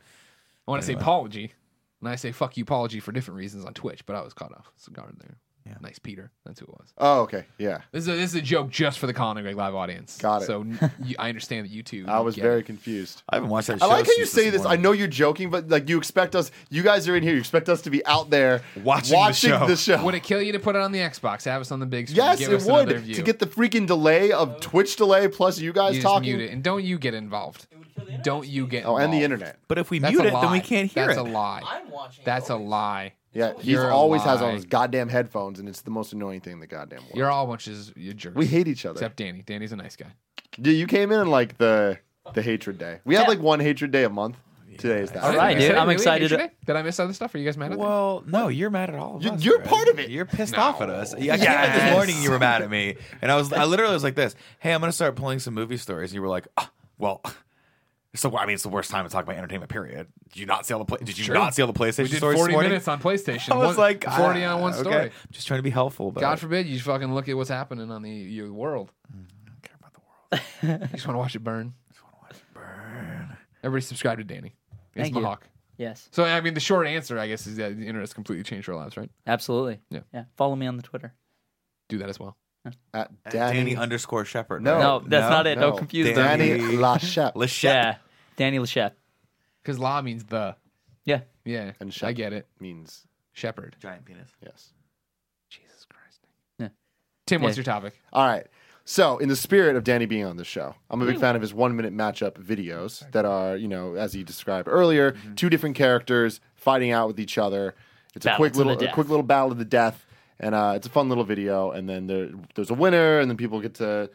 [SPEAKER 2] I want to say apology, and I say fuck you apology for different reasons on Twitch, but I was caught off guard there. Nice Peter, that's who it was.
[SPEAKER 4] Oh, okay, yeah.
[SPEAKER 2] This is a, this is a joke just for the Colin and Greg live audience.
[SPEAKER 4] Got it.
[SPEAKER 2] So n- you, I understand that you too.
[SPEAKER 4] I was
[SPEAKER 2] get
[SPEAKER 4] very
[SPEAKER 2] it.
[SPEAKER 4] confused.
[SPEAKER 1] I haven't watched that
[SPEAKER 4] I
[SPEAKER 1] show
[SPEAKER 4] like how you
[SPEAKER 1] since
[SPEAKER 4] say this. I
[SPEAKER 1] morning.
[SPEAKER 4] know you're joking, but like you expect us, you guys are in here. You expect us to be out there
[SPEAKER 1] Watching the show.
[SPEAKER 4] the show.
[SPEAKER 2] Would it kill you to put it on the Xbox? Have us on the big screen.
[SPEAKER 4] Yes,
[SPEAKER 2] give
[SPEAKER 4] it
[SPEAKER 2] us another
[SPEAKER 4] would
[SPEAKER 2] view.
[SPEAKER 4] to get the freaking delay of Twitch delay plus you
[SPEAKER 2] you
[SPEAKER 4] guys
[SPEAKER 2] just
[SPEAKER 4] talking.
[SPEAKER 2] mute it, and don't you get involved? Don't you get?
[SPEAKER 4] Oh, and the
[SPEAKER 2] involved.
[SPEAKER 4] internet.
[SPEAKER 1] But if we
[SPEAKER 2] That's
[SPEAKER 1] mute
[SPEAKER 2] a
[SPEAKER 1] it, then
[SPEAKER 2] lie.
[SPEAKER 1] we can't hear
[SPEAKER 2] That's
[SPEAKER 1] it.
[SPEAKER 2] a lie.
[SPEAKER 6] I'm watching. it
[SPEAKER 2] That's a
[SPEAKER 6] always.
[SPEAKER 2] lie.
[SPEAKER 4] Yeah, he
[SPEAKER 2] You're a
[SPEAKER 4] always has
[SPEAKER 2] lie.
[SPEAKER 4] on his goddamn headphones, and it's the most annoying thing in the goddamn world.
[SPEAKER 2] You're all bunches. You jerks.
[SPEAKER 4] we hate each other.
[SPEAKER 2] Except Danny. Danny's a nice guy.
[SPEAKER 4] Dude, you came in on, like the the hatred day. We have
[SPEAKER 3] Yeah.
[SPEAKER 4] like one hatred day a month. Today is that.
[SPEAKER 3] All right, dude.
[SPEAKER 2] Did I
[SPEAKER 3] I'm
[SPEAKER 2] really
[SPEAKER 3] excited.
[SPEAKER 2] hate you today? Did I miss other stuff? Are you guys mad at that?
[SPEAKER 1] Well, no, you're mad at all of
[SPEAKER 4] You-
[SPEAKER 1] us.
[SPEAKER 4] you're
[SPEAKER 1] Greg.
[SPEAKER 4] part of it.
[SPEAKER 1] You're pissed
[SPEAKER 2] No.
[SPEAKER 1] off at us. Yeah, I came in this morning. You were mad at me, and I was, I literally was like this. Hey, I'm gonna start pulling some movie stories, and you were like, ah, well. So I mean, it's the worst time to talk about entertainment. Period. Did you not see all the play? Did you not see all the PlayStation
[SPEAKER 2] We did
[SPEAKER 1] stories
[SPEAKER 2] 40
[SPEAKER 1] this morning?
[SPEAKER 2] minutes on PlayStation.
[SPEAKER 1] I was
[SPEAKER 2] One-
[SPEAKER 1] like
[SPEAKER 2] 40
[SPEAKER 1] ah,
[SPEAKER 2] on one
[SPEAKER 1] okay.
[SPEAKER 2] story.
[SPEAKER 1] I'm just trying to be helpful, but
[SPEAKER 2] God forbid you fucking look at what's happening on the your world. I don't care about the world. you just want to watch it burn. Just want to watch it burn. Everybody subscribe to Danny. It's
[SPEAKER 3] Thank you.
[SPEAKER 2] Mohawk.
[SPEAKER 3] Yes,
[SPEAKER 2] So I mean, the short answer, I guess, is that the internet's completely changed our lives, right?
[SPEAKER 3] absolutely.
[SPEAKER 2] Yeah.
[SPEAKER 3] Follow me on the Twitter.
[SPEAKER 2] Do that as well.
[SPEAKER 4] At
[SPEAKER 1] Danny,
[SPEAKER 4] Danny,
[SPEAKER 1] underscore Shepherd.
[SPEAKER 4] No.
[SPEAKER 1] right?
[SPEAKER 3] No, that's not it. Don't confuse them.
[SPEAKER 1] Danny-
[SPEAKER 4] Danny Lachette.
[SPEAKER 1] Lachette.
[SPEAKER 3] Yeah, Danny Lachef.
[SPEAKER 2] Because la means the.
[SPEAKER 3] Yeah,
[SPEAKER 2] Yeah.
[SPEAKER 4] And
[SPEAKER 2] I
[SPEAKER 4] shepherd.
[SPEAKER 2] get it.
[SPEAKER 4] means
[SPEAKER 2] Shepherd.
[SPEAKER 1] Giant penis.
[SPEAKER 4] yes.
[SPEAKER 2] Jesus Christ.
[SPEAKER 3] Yeah.
[SPEAKER 2] Tim, what's
[SPEAKER 3] Yeah.
[SPEAKER 2] your topic?
[SPEAKER 4] All right. So, in the spirit of Danny being on the show, I'm a big fan of his one minute matchup videos that are, you know, as he described earlier,
[SPEAKER 3] Mm-hmm.
[SPEAKER 4] two different characters fighting out with each other. It's
[SPEAKER 3] Battle
[SPEAKER 4] a quick
[SPEAKER 3] to
[SPEAKER 4] little,
[SPEAKER 3] the
[SPEAKER 4] a quick
[SPEAKER 3] death.
[SPEAKER 4] little battle to the death, and uh, it's a fun little video. And then there, there's a winner, and then people get to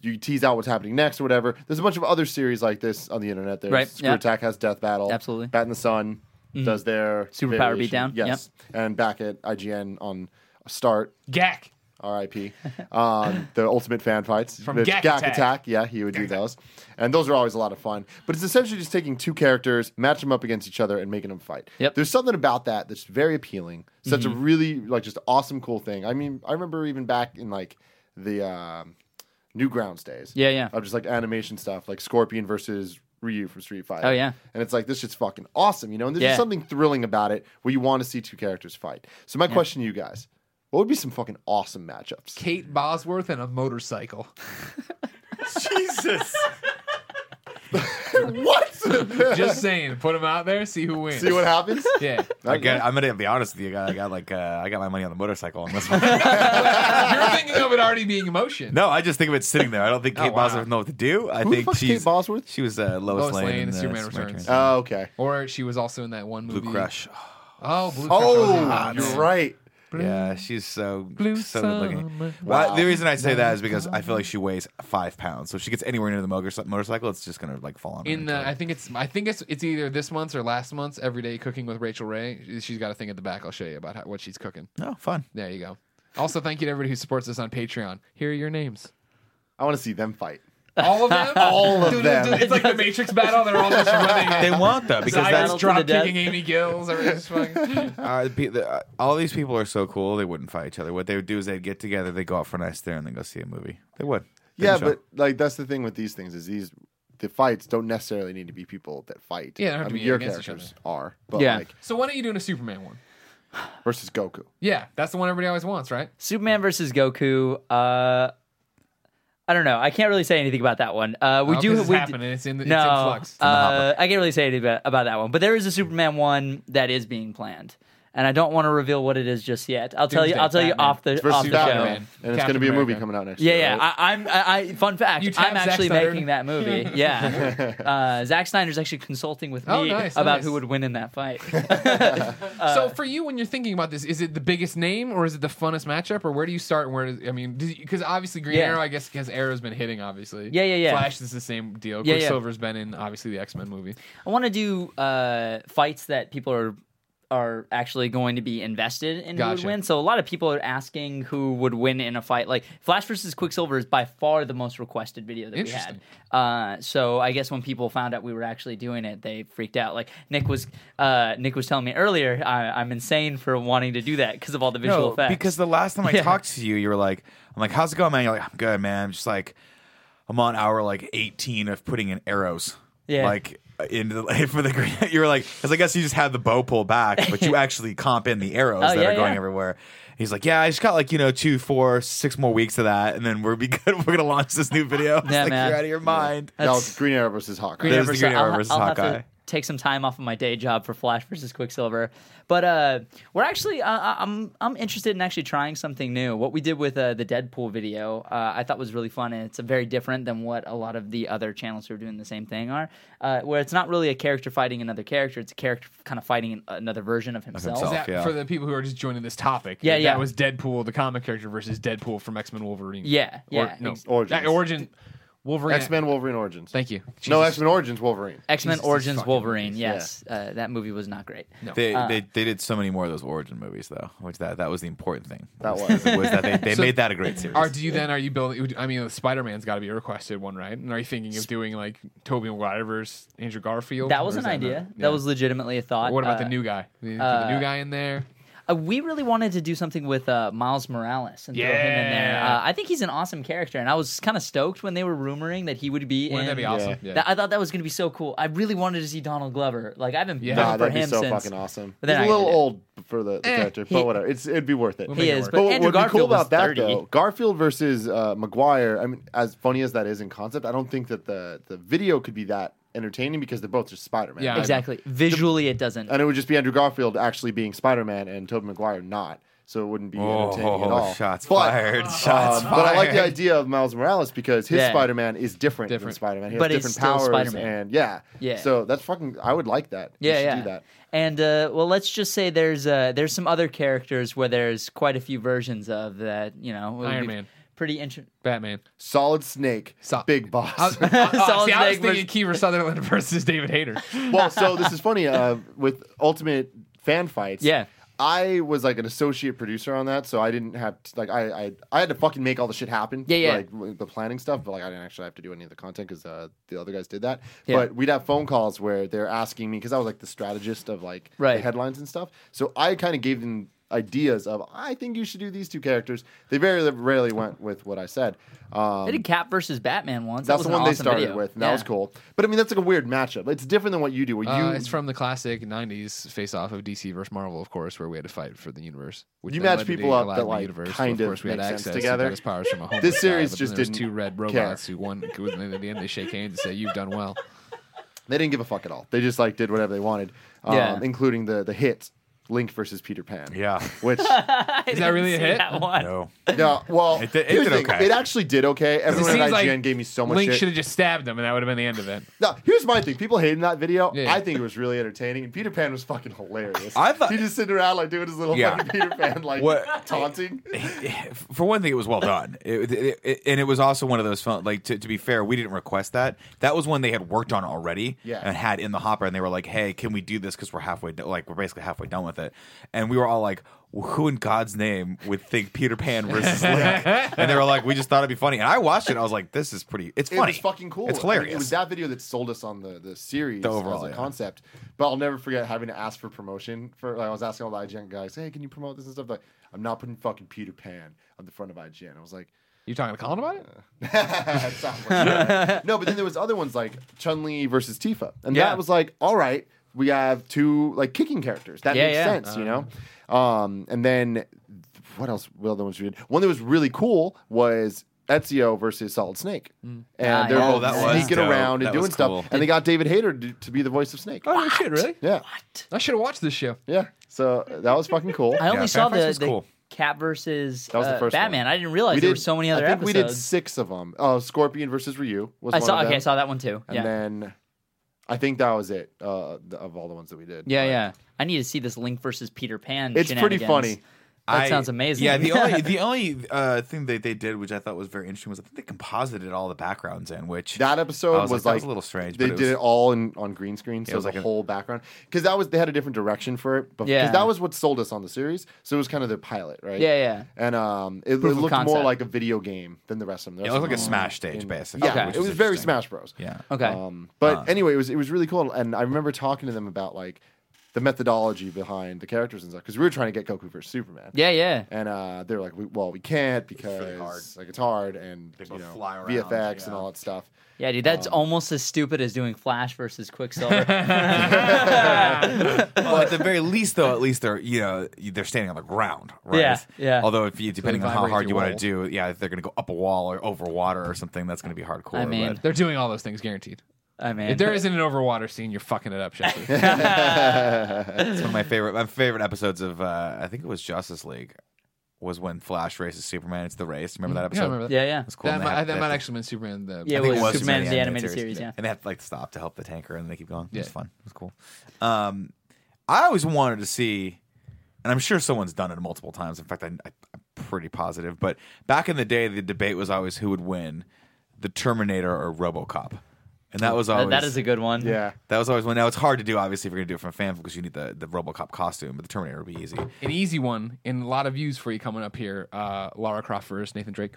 [SPEAKER 4] you tease out what's happening next or whatever. There's a bunch of other series like this on the internet. There's
[SPEAKER 3] Right,
[SPEAKER 4] Screw
[SPEAKER 3] yeah.
[SPEAKER 4] Attack has Death Battle,
[SPEAKER 3] Absolutely. Mm-hmm.
[SPEAKER 4] Bat in the Sun does their
[SPEAKER 3] Superpower
[SPEAKER 4] variation.
[SPEAKER 3] Beatdown,
[SPEAKER 4] yes, and back at IGN on Start
[SPEAKER 2] Gak.
[SPEAKER 4] R.I.P. Um, the ultimate fan fights
[SPEAKER 2] From
[SPEAKER 4] The
[SPEAKER 2] Gak Attack.
[SPEAKER 4] Yeah, he would do those, and those are always a lot of fun. But it's essentially just taking two characters, match them up against each other, and making them fight.
[SPEAKER 3] Yep.
[SPEAKER 4] There's something about that that's very appealing. Such
[SPEAKER 2] Mm-hmm.
[SPEAKER 4] a really like just awesome, cool thing. I mean, I remember even back in like the um, Newgrounds days.
[SPEAKER 3] Yeah, yeah.
[SPEAKER 2] Uh,
[SPEAKER 4] Of just like animation stuff, like Scorpion versus Ryu from Street Fighter.
[SPEAKER 3] Oh, yeah.
[SPEAKER 4] And it's like this shit's fucking awesome, you know. And there's
[SPEAKER 3] Yeah.
[SPEAKER 4] just something thrilling about it where you want to see two characters fight. So my question to you guys: What would be some fucking awesome matchups?
[SPEAKER 2] Kate Bosworth and a motorcycle.
[SPEAKER 4] Jesus. what?
[SPEAKER 2] Just saying, put them out there, see who wins.
[SPEAKER 4] see what happens.
[SPEAKER 2] yeah,
[SPEAKER 1] I got, I'm gonna be honest with you. I got like uh, I got my money on the motorcycle on this one.
[SPEAKER 2] you're thinking of it already being emotion.
[SPEAKER 1] no, I just think of it sitting there. I don't think Kate
[SPEAKER 2] wow.
[SPEAKER 1] Bosworth know what to do. I
[SPEAKER 4] Who the
[SPEAKER 1] think
[SPEAKER 4] fuck's Kate
[SPEAKER 1] she's
[SPEAKER 4] Bosworth?
[SPEAKER 1] She was uh, Lois,
[SPEAKER 2] Lois Lane
[SPEAKER 1] in
[SPEAKER 2] in
[SPEAKER 1] the
[SPEAKER 2] Superman Returns.
[SPEAKER 4] Oh, okay.
[SPEAKER 2] Or she was also in that one movie.
[SPEAKER 1] Blue Crush.
[SPEAKER 2] Oh, Blue Crush. was in
[SPEAKER 4] Oh,
[SPEAKER 2] that.
[SPEAKER 4] you're right.
[SPEAKER 1] Yeah, she's so
[SPEAKER 2] Blue
[SPEAKER 1] so good looking.
[SPEAKER 2] summer.
[SPEAKER 1] Well, the reason I say that is because I feel like she weighs five pounds. So if she gets anywhere near the motor- motorcycle, it's just gonna like fall on. her
[SPEAKER 2] In
[SPEAKER 1] and kill
[SPEAKER 2] the,
[SPEAKER 1] her.
[SPEAKER 2] I think it's, I think it's, it's either this month's or last month's Everyday Cooking with Rachel Ray. She's got a thing at the back. I'll show you about how, what she's cooking.
[SPEAKER 1] oh fun.
[SPEAKER 2] There you go. Also, thank you to everybody who supports us on Patreon. Here are your names.
[SPEAKER 4] I want to see them fight.
[SPEAKER 2] All of them.
[SPEAKER 4] All of
[SPEAKER 2] Dude,
[SPEAKER 4] them.
[SPEAKER 2] dude, It's like the Matrix battle. They're all just running.
[SPEAKER 1] They won't though because
[SPEAKER 3] Zion-
[SPEAKER 1] that's
[SPEAKER 2] Zion's
[SPEAKER 3] Battle to the
[SPEAKER 2] drop kicking
[SPEAKER 3] death.
[SPEAKER 2] Amy Gills. Or just fucking...
[SPEAKER 1] uh, the pe- the- uh, all these people are so cool. They wouldn't fight each other. What they would do is they'd get together, they would go out for a nice dinner, and then go see a movie. They would. They'd
[SPEAKER 4] Yeah,
[SPEAKER 1] show.
[SPEAKER 4] but like that's the thing with these things is these the fights don't necessarily need to be people that fight.
[SPEAKER 2] Yeah, they don't have
[SPEAKER 4] I
[SPEAKER 2] to
[SPEAKER 4] mean
[SPEAKER 2] be
[SPEAKER 4] your
[SPEAKER 2] against each
[SPEAKER 4] characters are, but
[SPEAKER 3] Yeah.
[SPEAKER 4] like
[SPEAKER 2] So why don't you doing a Superman one?
[SPEAKER 4] versus Goku.
[SPEAKER 2] Yeah, that's the one everybody always wants, right?
[SPEAKER 3] Superman versus Goku. Uh, I don't know. I can't really say anything about that one. Uh, we
[SPEAKER 2] Oh,
[SPEAKER 3] do.
[SPEAKER 2] 'cause it's
[SPEAKER 3] we d-
[SPEAKER 2] happening. It's in the- it's
[SPEAKER 3] no,
[SPEAKER 2] in flux. It's in the
[SPEAKER 3] uh, I can't really say anything about, about that one. But there is a Superman one that is being planned, and I don't want to reveal what it is just yet. I'll tell you.
[SPEAKER 2] Doomsday,
[SPEAKER 3] I'll tell
[SPEAKER 2] Batman.
[SPEAKER 3] you off the
[SPEAKER 4] Versus
[SPEAKER 3] off the
[SPEAKER 4] Batman,
[SPEAKER 3] show.
[SPEAKER 4] and it's going to
[SPEAKER 2] Captain
[SPEAKER 4] be a movie
[SPEAKER 2] America.
[SPEAKER 4] coming out next
[SPEAKER 3] Yeah,
[SPEAKER 4] year.
[SPEAKER 3] yeah.
[SPEAKER 4] right?
[SPEAKER 3] I, I'm. I, I, fun fact.
[SPEAKER 2] You tapped
[SPEAKER 3] I'm
[SPEAKER 2] Zack
[SPEAKER 3] actually
[SPEAKER 2] Snyder.
[SPEAKER 3] making that movie. Yeah. uh, Zack Snyder's actually consulting with me
[SPEAKER 2] Oh, nice,
[SPEAKER 3] about
[SPEAKER 2] nice.
[SPEAKER 3] who would win in that fight. Uh,
[SPEAKER 2] so for you, when you're thinking about this, is it the biggest name or is it the funnest matchup or where do you start and where does I mean because obviously Green
[SPEAKER 3] Yeah.
[SPEAKER 2] Arrow I guess because Arrow's been hitting obviously
[SPEAKER 3] Yeah, yeah, yeah.
[SPEAKER 2] Flash is the same deal
[SPEAKER 3] Yeah, yeah.
[SPEAKER 2] Quicksilver's been in obviously the X Men movie
[SPEAKER 3] I want to do uh, fights that people are are actually going to be invested in who
[SPEAKER 2] Gotcha.
[SPEAKER 3] would win. So a lot of people are asking who would win in a fight. Like Flash versus Quicksilver is by far the most requested video that we had.
[SPEAKER 2] Interesting.
[SPEAKER 3] Uh, so I guess when people found out we were actually doing it, they freaked out. Like Nick was uh, Nick was telling me earlier, I, I'm insane for wanting to do that because of all the visual
[SPEAKER 1] No,
[SPEAKER 3] effects.
[SPEAKER 1] because the last time I
[SPEAKER 3] Yeah.
[SPEAKER 1] talked to you, you were like, "I'm like, how's it going, man?" You're like, "I'm good, man." I'm just like, I'm on hour like 18 of putting in arrows,
[SPEAKER 3] Yeah.
[SPEAKER 1] like into the for the green. You were like, because I guess you just had the bow pull back, but you actually comp in the arrows
[SPEAKER 3] Oh,
[SPEAKER 1] that
[SPEAKER 3] yeah,
[SPEAKER 1] are going
[SPEAKER 3] yeah.
[SPEAKER 1] everywhere. He's like, "Yeah, I just got like you know two, four, six more weeks of that, and then we'll be good. We're gonna launch this new video." It's
[SPEAKER 3] Yeah,
[SPEAKER 1] like,
[SPEAKER 3] man.
[SPEAKER 1] You're out of your mind.
[SPEAKER 4] That was Green Arrow versus Hawkeye.
[SPEAKER 3] Green
[SPEAKER 1] There's the
[SPEAKER 3] Arrow versus,
[SPEAKER 1] Green Arrow
[SPEAKER 3] I'll,
[SPEAKER 1] versus
[SPEAKER 3] I'll have
[SPEAKER 1] Hawkeye.
[SPEAKER 3] to take some time off of my day job for Flash versus Quicksilver. But uh, we're actually uh, I- I'm I'm interested in actually trying something new. What we did with uh, the Deadpool video, uh, I thought was really fun, and it's very different than what a lot of the other channels who are doing the same thing are, uh, where it's not really a character fighting another character. It's a character kind of fighting an- another version of himself.
[SPEAKER 1] himself.
[SPEAKER 2] Is that
[SPEAKER 1] yeah.
[SPEAKER 2] for the people who are just joining this topic
[SPEAKER 3] Yeah,
[SPEAKER 2] that
[SPEAKER 3] yeah.
[SPEAKER 2] was Deadpool the comic character versus Deadpool from X Men Wolverine
[SPEAKER 3] Yeah, yeah.
[SPEAKER 2] or, no
[SPEAKER 3] Ex-
[SPEAKER 4] Origins.
[SPEAKER 2] Uh, Origin Wolverine
[SPEAKER 4] X Men Wolverine Origins.
[SPEAKER 2] thank you
[SPEAKER 4] no,
[SPEAKER 2] Jesus.
[SPEAKER 4] X Men Origins Wolverine.
[SPEAKER 3] X Men
[SPEAKER 2] Jesus, these
[SPEAKER 3] Origins
[SPEAKER 2] fucking
[SPEAKER 3] Wolverine.
[SPEAKER 2] movies.
[SPEAKER 3] Yes, uh, that movie was not great.
[SPEAKER 2] No.
[SPEAKER 1] They, they they did so many more of those origin movies though, which that that was the important thing.
[SPEAKER 4] That was.
[SPEAKER 1] was that they, they
[SPEAKER 2] So-
[SPEAKER 1] made that a great series.
[SPEAKER 2] Are do you then? Are you building? I mean, Spider Man's got to be a requested one, right? And are you thinking of doing like Toby Maguire versus Andrew Garfield?
[SPEAKER 3] That
[SPEAKER 2] Or
[SPEAKER 3] was
[SPEAKER 2] is
[SPEAKER 3] an idea.
[SPEAKER 2] not-
[SPEAKER 3] That
[SPEAKER 2] yeah.
[SPEAKER 3] was legitimately a thought.
[SPEAKER 2] What about
[SPEAKER 3] Uh,
[SPEAKER 2] the new guy? Do you put the new guy in there.
[SPEAKER 3] Uh, we really wanted to do something with uh, Miles Morales and throw him in there.
[SPEAKER 2] Yeah.
[SPEAKER 3] Uh, I think he's an awesome character, and I was kind of stoked when they were rumoring that he would be
[SPEAKER 2] Wouldn't
[SPEAKER 3] in.
[SPEAKER 2] that be awesome? Yeah.
[SPEAKER 3] That- I thought that was going to be so cool. I really wanted to see Donald Glover. Like I've been
[SPEAKER 2] Yeah.
[SPEAKER 3] gunning
[SPEAKER 4] Nah,
[SPEAKER 3] for
[SPEAKER 4] that'd be
[SPEAKER 3] him
[SPEAKER 4] so
[SPEAKER 3] since.
[SPEAKER 4] fucking awesome.
[SPEAKER 3] But then
[SPEAKER 4] He's
[SPEAKER 3] I
[SPEAKER 4] a little
[SPEAKER 3] did it.
[SPEAKER 4] old for the, the
[SPEAKER 2] Eh,
[SPEAKER 4] character,
[SPEAKER 3] he-
[SPEAKER 4] but whatever. It's it'd be worth it.
[SPEAKER 2] We'll
[SPEAKER 3] He
[SPEAKER 2] Make it
[SPEAKER 3] is,
[SPEAKER 2] work.
[SPEAKER 3] but
[SPEAKER 4] what
[SPEAKER 3] Andrew
[SPEAKER 4] would be
[SPEAKER 3] Garfield
[SPEAKER 4] cool about
[SPEAKER 3] was
[SPEAKER 4] that
[SPEAKER 3] 30.
[SPEAKER 4] though, Garfield versus uh, Maguire. I mean, as funny as that is in concept, I don't think that the the video could be that entertaining because they're both just Spider Man.
[SPEAKER 2] Yeah. I-
[SPEAKER 3] Exactly. Visually, it doesn't.
[SPEAKER 4] and it would just be Andrew Garfield actually being Spider Man and Tobey Maguire not. So it wouldn't be entertaining at all.
[SPEAKER 1] Oh, shots
[SPEAKER 4] but,
[SPEAKER 1] fired!
[SPEAKER 4] uh,
[SPEAKER 1] Shots fired!
[SPEAKER 4] but I like the idea of Miles Morales because his
[SPEAKER 3] Yeah.
[SPEAKER 4] Spider Man is different, than
[SPEAKER 2] Different.
[SPEAKER 4] Spider Man. He has
[SPEAKER 3] But he's
[SPEAKER 4] different
[SPEAKER 3] still
[SPEAKER 4] powers
[SPEAKER 3] Spider-Man.
[SPEAKER 4] and yeah,
[SPEAKER 3] Yeah.
[SPEAKER 4] So that's fucking. I would like that. We
[SPEAKER 3] yeah,
[SPEAKER 4] should
[SPEAKER 3] yeah.
[SPEAKER 4] Do that.
[SPEAKER 3] And uh, well, let's just say there's uh, there's some other characters where there's quite a few versions of that. You know, would
[SPEAKER 2] Iron
[SPEAKER 3] be
[SPEAKER 2] Man.
[SPEAKER 3] Pretty interesting.
[SPEAKER 2] Batman.
[SPEAKER 4] Solid Snake,
[SPEAKER 2] So-
[SPEAKER 4] big boss.
[SPEAKER 2] I was, I- I-
[SPEAKER 3] Solid
[SPEAKER 2] see, I was
[SPEAKER 3] Snake
[SPEAKER 2] thinking Kiefer Sutherland versus David Hayter.
[SPEAKER 4] well, so this is funny. Uh, with Ultimate Fan Fights,
[SPEAKER 3] Yeah.
[SPEAKER 4] I was like an associate producer on that, so I didn't have to, like I, I I had to fucking make all the shit happen.
[SPEAKER 3] Yeah, yeah.
[SPEAKER 4] Like w- the planning stuff, but like I didn't actually have to do any of the content because uh, the other guys did that.
[SPEAKER 3] Yeah.
[SPEAKER 4] But we'd have phone calls where they're asking me because I was like the strategist of like
[SPEAKER 3] Right.
[SPEAKER 4] the headlines and stuff. So I kind of gave them ideas of I think you should do these two characters. They very rarely went with what I said. Um,
[SPEAKER 3] They did Cap versus Batman once.
[SPEAKER 4] that's
[SPEAKER 3] That was
[SPEAKER 4] the
[SPEAKER 3] an
[SPEAKER 4] one they
[SPEAKER 3] awesome
[SPEAKER 4] started
[SPEAKER 3] video.
[SPEAKER 4] with, and that was
[SPEAKER 3] Yeah.
[SPEAKER 4] cool. But I mean, that's like a weird matchup. It's different than what you do. Where
[SPEAKER 2] Uh,
[SPEAKER 4] you
[SPEAKER 2] it's from the classic '90s face-off of DC versus Marvel, of course, where we had to fight for the universe. Which
[SPEAKER 4] You
[SPEAKER 2] then
[SPEAKER 4] match
[SPEAKER 2] led to
[SPEAKER 4] people
[SPEAKER 2] the
[SPEAKER 4] up
[SPEAKER 2] Aladdin
[SPEAKER 4] that, like,
[SPEAKER 2] universe,
[SPEAKER 4] kind
[SPEAKER 2] but
[SPEAKER 4] of
[SPEAKER 2] of course we had
[SPEAKER 4] make sense
[SPEAKER 2] access
[SPEAKER 4] together.
[SPEAKER 2] To his powers from a homeless
[SPEAKER 4] This
[SPEAKER 2] guy,
[SPEAKER 4] series
[SPEAKER 2] but
[SPEAKER 4] just
[SPEAKER 2] then there's
[SPEAKER 4] didn't
[SPEAKER 2] two red robots who one who at the end they shake hands and say you've done well.
[SPEAKER 4] They didn't give a fuck at all. They just like did whatever they wanted, um,
[SPEAKER 3] Yeah.
[SPEAKER 4] including the the hit Link versus Peter Pan.
[SPEAKER 1] Yeah.
[SPEAKER 4] Which
[SPEAKER 3] I
[SPEAKER 2] that really a
[SPEAKER 3] didn't see
[SPEAKER 2] hit?
[SPEAKER 3] That one.
[SPEAKER 1] No.
[SPEAKER 4] no, well,
[SPEAKER 1] It did- it
[SPEAKER 4] here's the
[SPEAKER 1] did
[SPEAKER 4] thing.
[SPEAKER 1] okay.
[SPEAKER 4] It actually did okay. Everyone
[SPEAKER 2] seems
[SPEAKER 4] at IGN
[SPEAKER 2] like
[SPEAKER 4] gave me so much
[SPEAKER 2] Link should
[SPEAKER 4] shit.
[SPEAKER 2] have just stabbed him, and that would have been the end of it.
[SPEAKER 4] No, here's my thing. People hating that video.
[SPEAKER 2] Yeah.
[SPEAKER 4] I think it was really entertaining, and Peter Pan was fucking hilarious.
[SPEAKER 1] I thought-
[SPEAKER 4] he just sitting around like doing his little
[SPEAKER 1] Yeah.
[SPEAKER 4] fucking Peter Pan like
[SPEAKER 1] What-
[SPEAKER 4] taunting.
[SPEAKER 1] for one thing, it was well done, it, it- it- and it was also one of those fun. Like to, to be fair, we didn't request that. That was one they had worked on already,
[SPEAKER 4] Yeah.
[SPEAKER 1] and had in the hopper. And they were like, "Hey, can we do this? Because we're halfway, do- like we're basically halfway done with it." And we were all like, well, "Who in God's name would think Peter Pan versus Link?" and they were like, "We just thought it'd be funny." And I watched it. and I was like, "This is pretty. It's
[SPEAKER 4] It
[SPEAKER 1] funny.
[SPEAKER 4] was fucking cool.
[SPEAKER 1] It's
[SPEAKER 4] I mean,
[SPEAKER 1] hilarious."
[SPEAKER 4] it was that video that sold us on the, the series
[SPEAKER 1] The overall,
[SPEAKER 4] as a
[SPEAKER 1] yeah.
[SPEAKER 4] concept. But I'll never forget having to ask for promotion. For like, I was asking all the IGN guys, "Hey, can you promote this and stuff?" Like, I'm not putting fucking Peter Pan on the front of IGN. I was like,
[SPEAKER 2] You talking to Colin about it?
[SPEAKER 4] That sounds like- no, but then there was other ones like Chun Li versus Tifa, and
[SPEAKER 3] Yeah.
[SPEAKER 4] that was like, all right, we have two like kicking characters. That
[SPEAKER 3] Yeah,
[SPEAKER 4] makes
[SPEAKER 3] yeah. Uh,
[SPEAKER 4] sense, you know. Um, and then what else? What other ones we did? One that was really cool was. Ezio versus Solid Snake,
[SPEAKER 3] Ah,
[SPEAKER 4] and they're
[SPEAKER 3] yeah.
[SPEAKER 4] both
[SPEAKER 3] Oh, that was
[SPEAKER 4] sneaking
[SPEAKER 1] dope.
[SPEAKER 4] around and
[SPEAKER 1] That
[SPEAKER 4] doing
[SPEAKER 1] was
[SPEAKER 4] stuff,
[SPEAKER 1] cool.
[SPEAKER 4] and they got David Hayter to, to be the voice of Snake.
[SPEAKER 2] Oh no shit, really?
[SPEAKER 4] Yeah,
[SPEAKER 3] What?
[SPEAKER 2] I should have watched this show.
[SPEAKER 4] yeah. So that was fucking cool.
[SPEAKER 3] I
[SPEAKER 1] Yeah,
[SPEAKER 3] only saw
[SPEAKER 1] Sacrifice
[SPEAKER 3] the,
[SPEAKER 1] was
[SPEAKER 3] the
[SPEAKER 1] cool.
[SPEAKER 3] Cat versus
[SPEAKER 4] That was the
[SPEAKER 3] uh,
[SPEAKER 4] first one.
[SPEAKER 3] Batman. I didn't realize there were so many other
[SPEAKER 4] I think
[SPEAKER 3] episodes.
[SPEAKER 4] we did six of them. Oh, Scorpion versus Ryu was
[SPEAKER 3] I
[SPEAKER 4] one
[SPEAKER 3] saw.
[SPEAKER 4] of
[SPEAKER 3] Okay, I
[SPEAKER 4] them.
[SPEAKER 3] saw that one too.
[SPEAKER 4] And
[SPEAKER 3] yeah.
[SPEAKER 4] then I think that was it uh, th- of all the ones that we did.
[SPEAKER 3] yeah,
[SPEAKER 4] But
[SPEAKER 3] yeah. I need to see this Link versus Peter Pan.
[SPEAKER 4] It's pretty
[SPEAKER 3] shenanigans.
[SPEAKER 4] funny.
[SPEAKER 3] That
[SPEAKER 1] I-
[SPEAKER 3] sounds amazing.
[SPEAKER 1] Yeah, the only the only uh, thing that they did, which I thought was very interesting, was I think they composited all the backgrounds in, which
[SPEAKER 4] That episode
[SPEAKER 1] I was
[SPEAKER 4] was,
[SPEAKER 1] like, that was a little strange,
[SPEAKER 4] They
[SPEAKER 1] but it
[SPEAKER 4] did
[SPEAKER 1] was-
[SPEAKER 4] it all in on green screen, so it
[SPEAKER 1] was
[SPEAKER 4] was
[SPEAKER 1] like
[SPEAKER 4] a
[SPEAKER 1] a-
[SPEAKER 4] whole background. Because that was they had a different direction for it. Because
[SPEAKER 3] Yeah.
[SPEAKER 4] that was what sold us on the series, so it was kind of the pilot, right?
[SPEAKER 3] Yeah, yeah.
[SPEAKER 4] And um, it, it
[SPEAKER 3] Proof of
[SPEAKER 4] looked more
[SPEAKER 3] concept.
[SPEAKER 4] like a video game than the rest of them.
[SPEAKER 1] it
[SPEAKER 4] The rest
[SPEAKER 1] looked like
[SPEAKER 4] of
[SPEAKER 1] a
[SPEAKER 4] them were
[SPEAKER 1] smash stage,
[SPEAKER 4] in-
[SPEAKER 1] basically.
[SPEAKER 4] mm, Yeah,
[SPEAKER 1] which
[SPEAKER 4] it
[SPEAKER 1] is
[SPEAKER 4] was very
[SPEAKER 1] interesting.
[SPEAKER 4] Smash Bros.
[SPEAKER 1] Yeah. Uh.
[SPEAKER 3] Okay.
[SPEAKER 4] Um, but anyway, it was it was really cool, and I remember talking to them about like the methodology behind the characters and stuff because we were trying to get Goku versus Superman.
[SPEAKER 3] yeah, yeah.
[SPEAKER 4] And uh, they were like, we, "Well, we can't because
[SPEAKER 1] hard.
[SPEAKER 4] like it's hard and you
[SPEAKER 1] both
[SPEAKER 4] know,
[SPEAKER 1] fly around,
[SPEAKER 4] VFX and
[SPEAKER 1] yeah.
[SPEAKER 4] all that stuff."
[SPEAKER 3] Yeah, dude,
[SPEAKER 4] um,
[SPEAKER 3] that's almost as stupid as doing Flash versus Quicksilver.
[SPEAKER 1] Well, at the very least, though, at least they're you know they're standing on the ground, right?
[SPEAKER 3] Yeah, yeah.
[SPEAKER 1] Although, if you, depending on how
[SPEAKER 2] vibrate
[SPEAKER 1] hard
[SPEAKER 2] through
[SPEAKER 1] you want
[SPEAKER 2] walls.
[SPEAKER 1] to do, yeah, if they're going to go up a wall or over water or something, that's going to be hardcore.
[SPEAKER 3] I mean-
[SPEAKER 1] but
[SPEAKER 2] They're doing all those things guaranteed.
[SPEAKER 3] I mean,
[SPEAKER 2] If there isn't an overwater scene, you're fucking it up, Shepard.
[SPEAKER 1] it's one of my favorite my favorite episodes of uh, I think it was Justice League was when Flash races Superman. It's the race. Remember that episode?
[SPEAKER 2] Mm-hmm. Yeah, I remember that.
[SPEAKER 3] Yeah, yeah.
[SPEAKER 1] That's cool.
[SPEAKER 2] That
[SPEAKER 1] And they
[SPEAKER 2] might,
[SPEAKER 1] had-
[SPEAKER 2] that
[SPEAKER 1] they
[SPEAKER 2] might
[SPEAKER 1] had to-
[SPEAKER 2] actually have been Superman. The
[SPEAKER 3] Yeah,
[SPEAKER 1] I think
[SPEAKER 3] was
[SPEAKER 1] it was
[SPEAKER 3] Superman in
[SPEAKER 1] Superman
[SPEAKER 3] the animated series, yeah.
[SPEAKER 1] and they had to like stop to help the tanker, and they keep going. It was
[SPEAKER 2] Yeah.
[SPEAKER 1] fun. It was cool. Um, I always wanted to see, and I'm sure someone's done it multiple times. In fact, I, I, I'm pretty positive. But back in the day, the debate was always who would win, the Terminator or RoboCop, and that was always
[SPEAKER 3] that is a good one.
[SPEAKER 4] Yeah,
[SPEAKER 1] that was always one. Now it's hard to do, obviously, if you're gonna do it from a fan because you need the, the RoboCop costume, but the Terminator would be easy.
[SPEAKER 2] an easy one and a lot of views for you coming up here. Uh, Lara Croft versus Nathan Drake.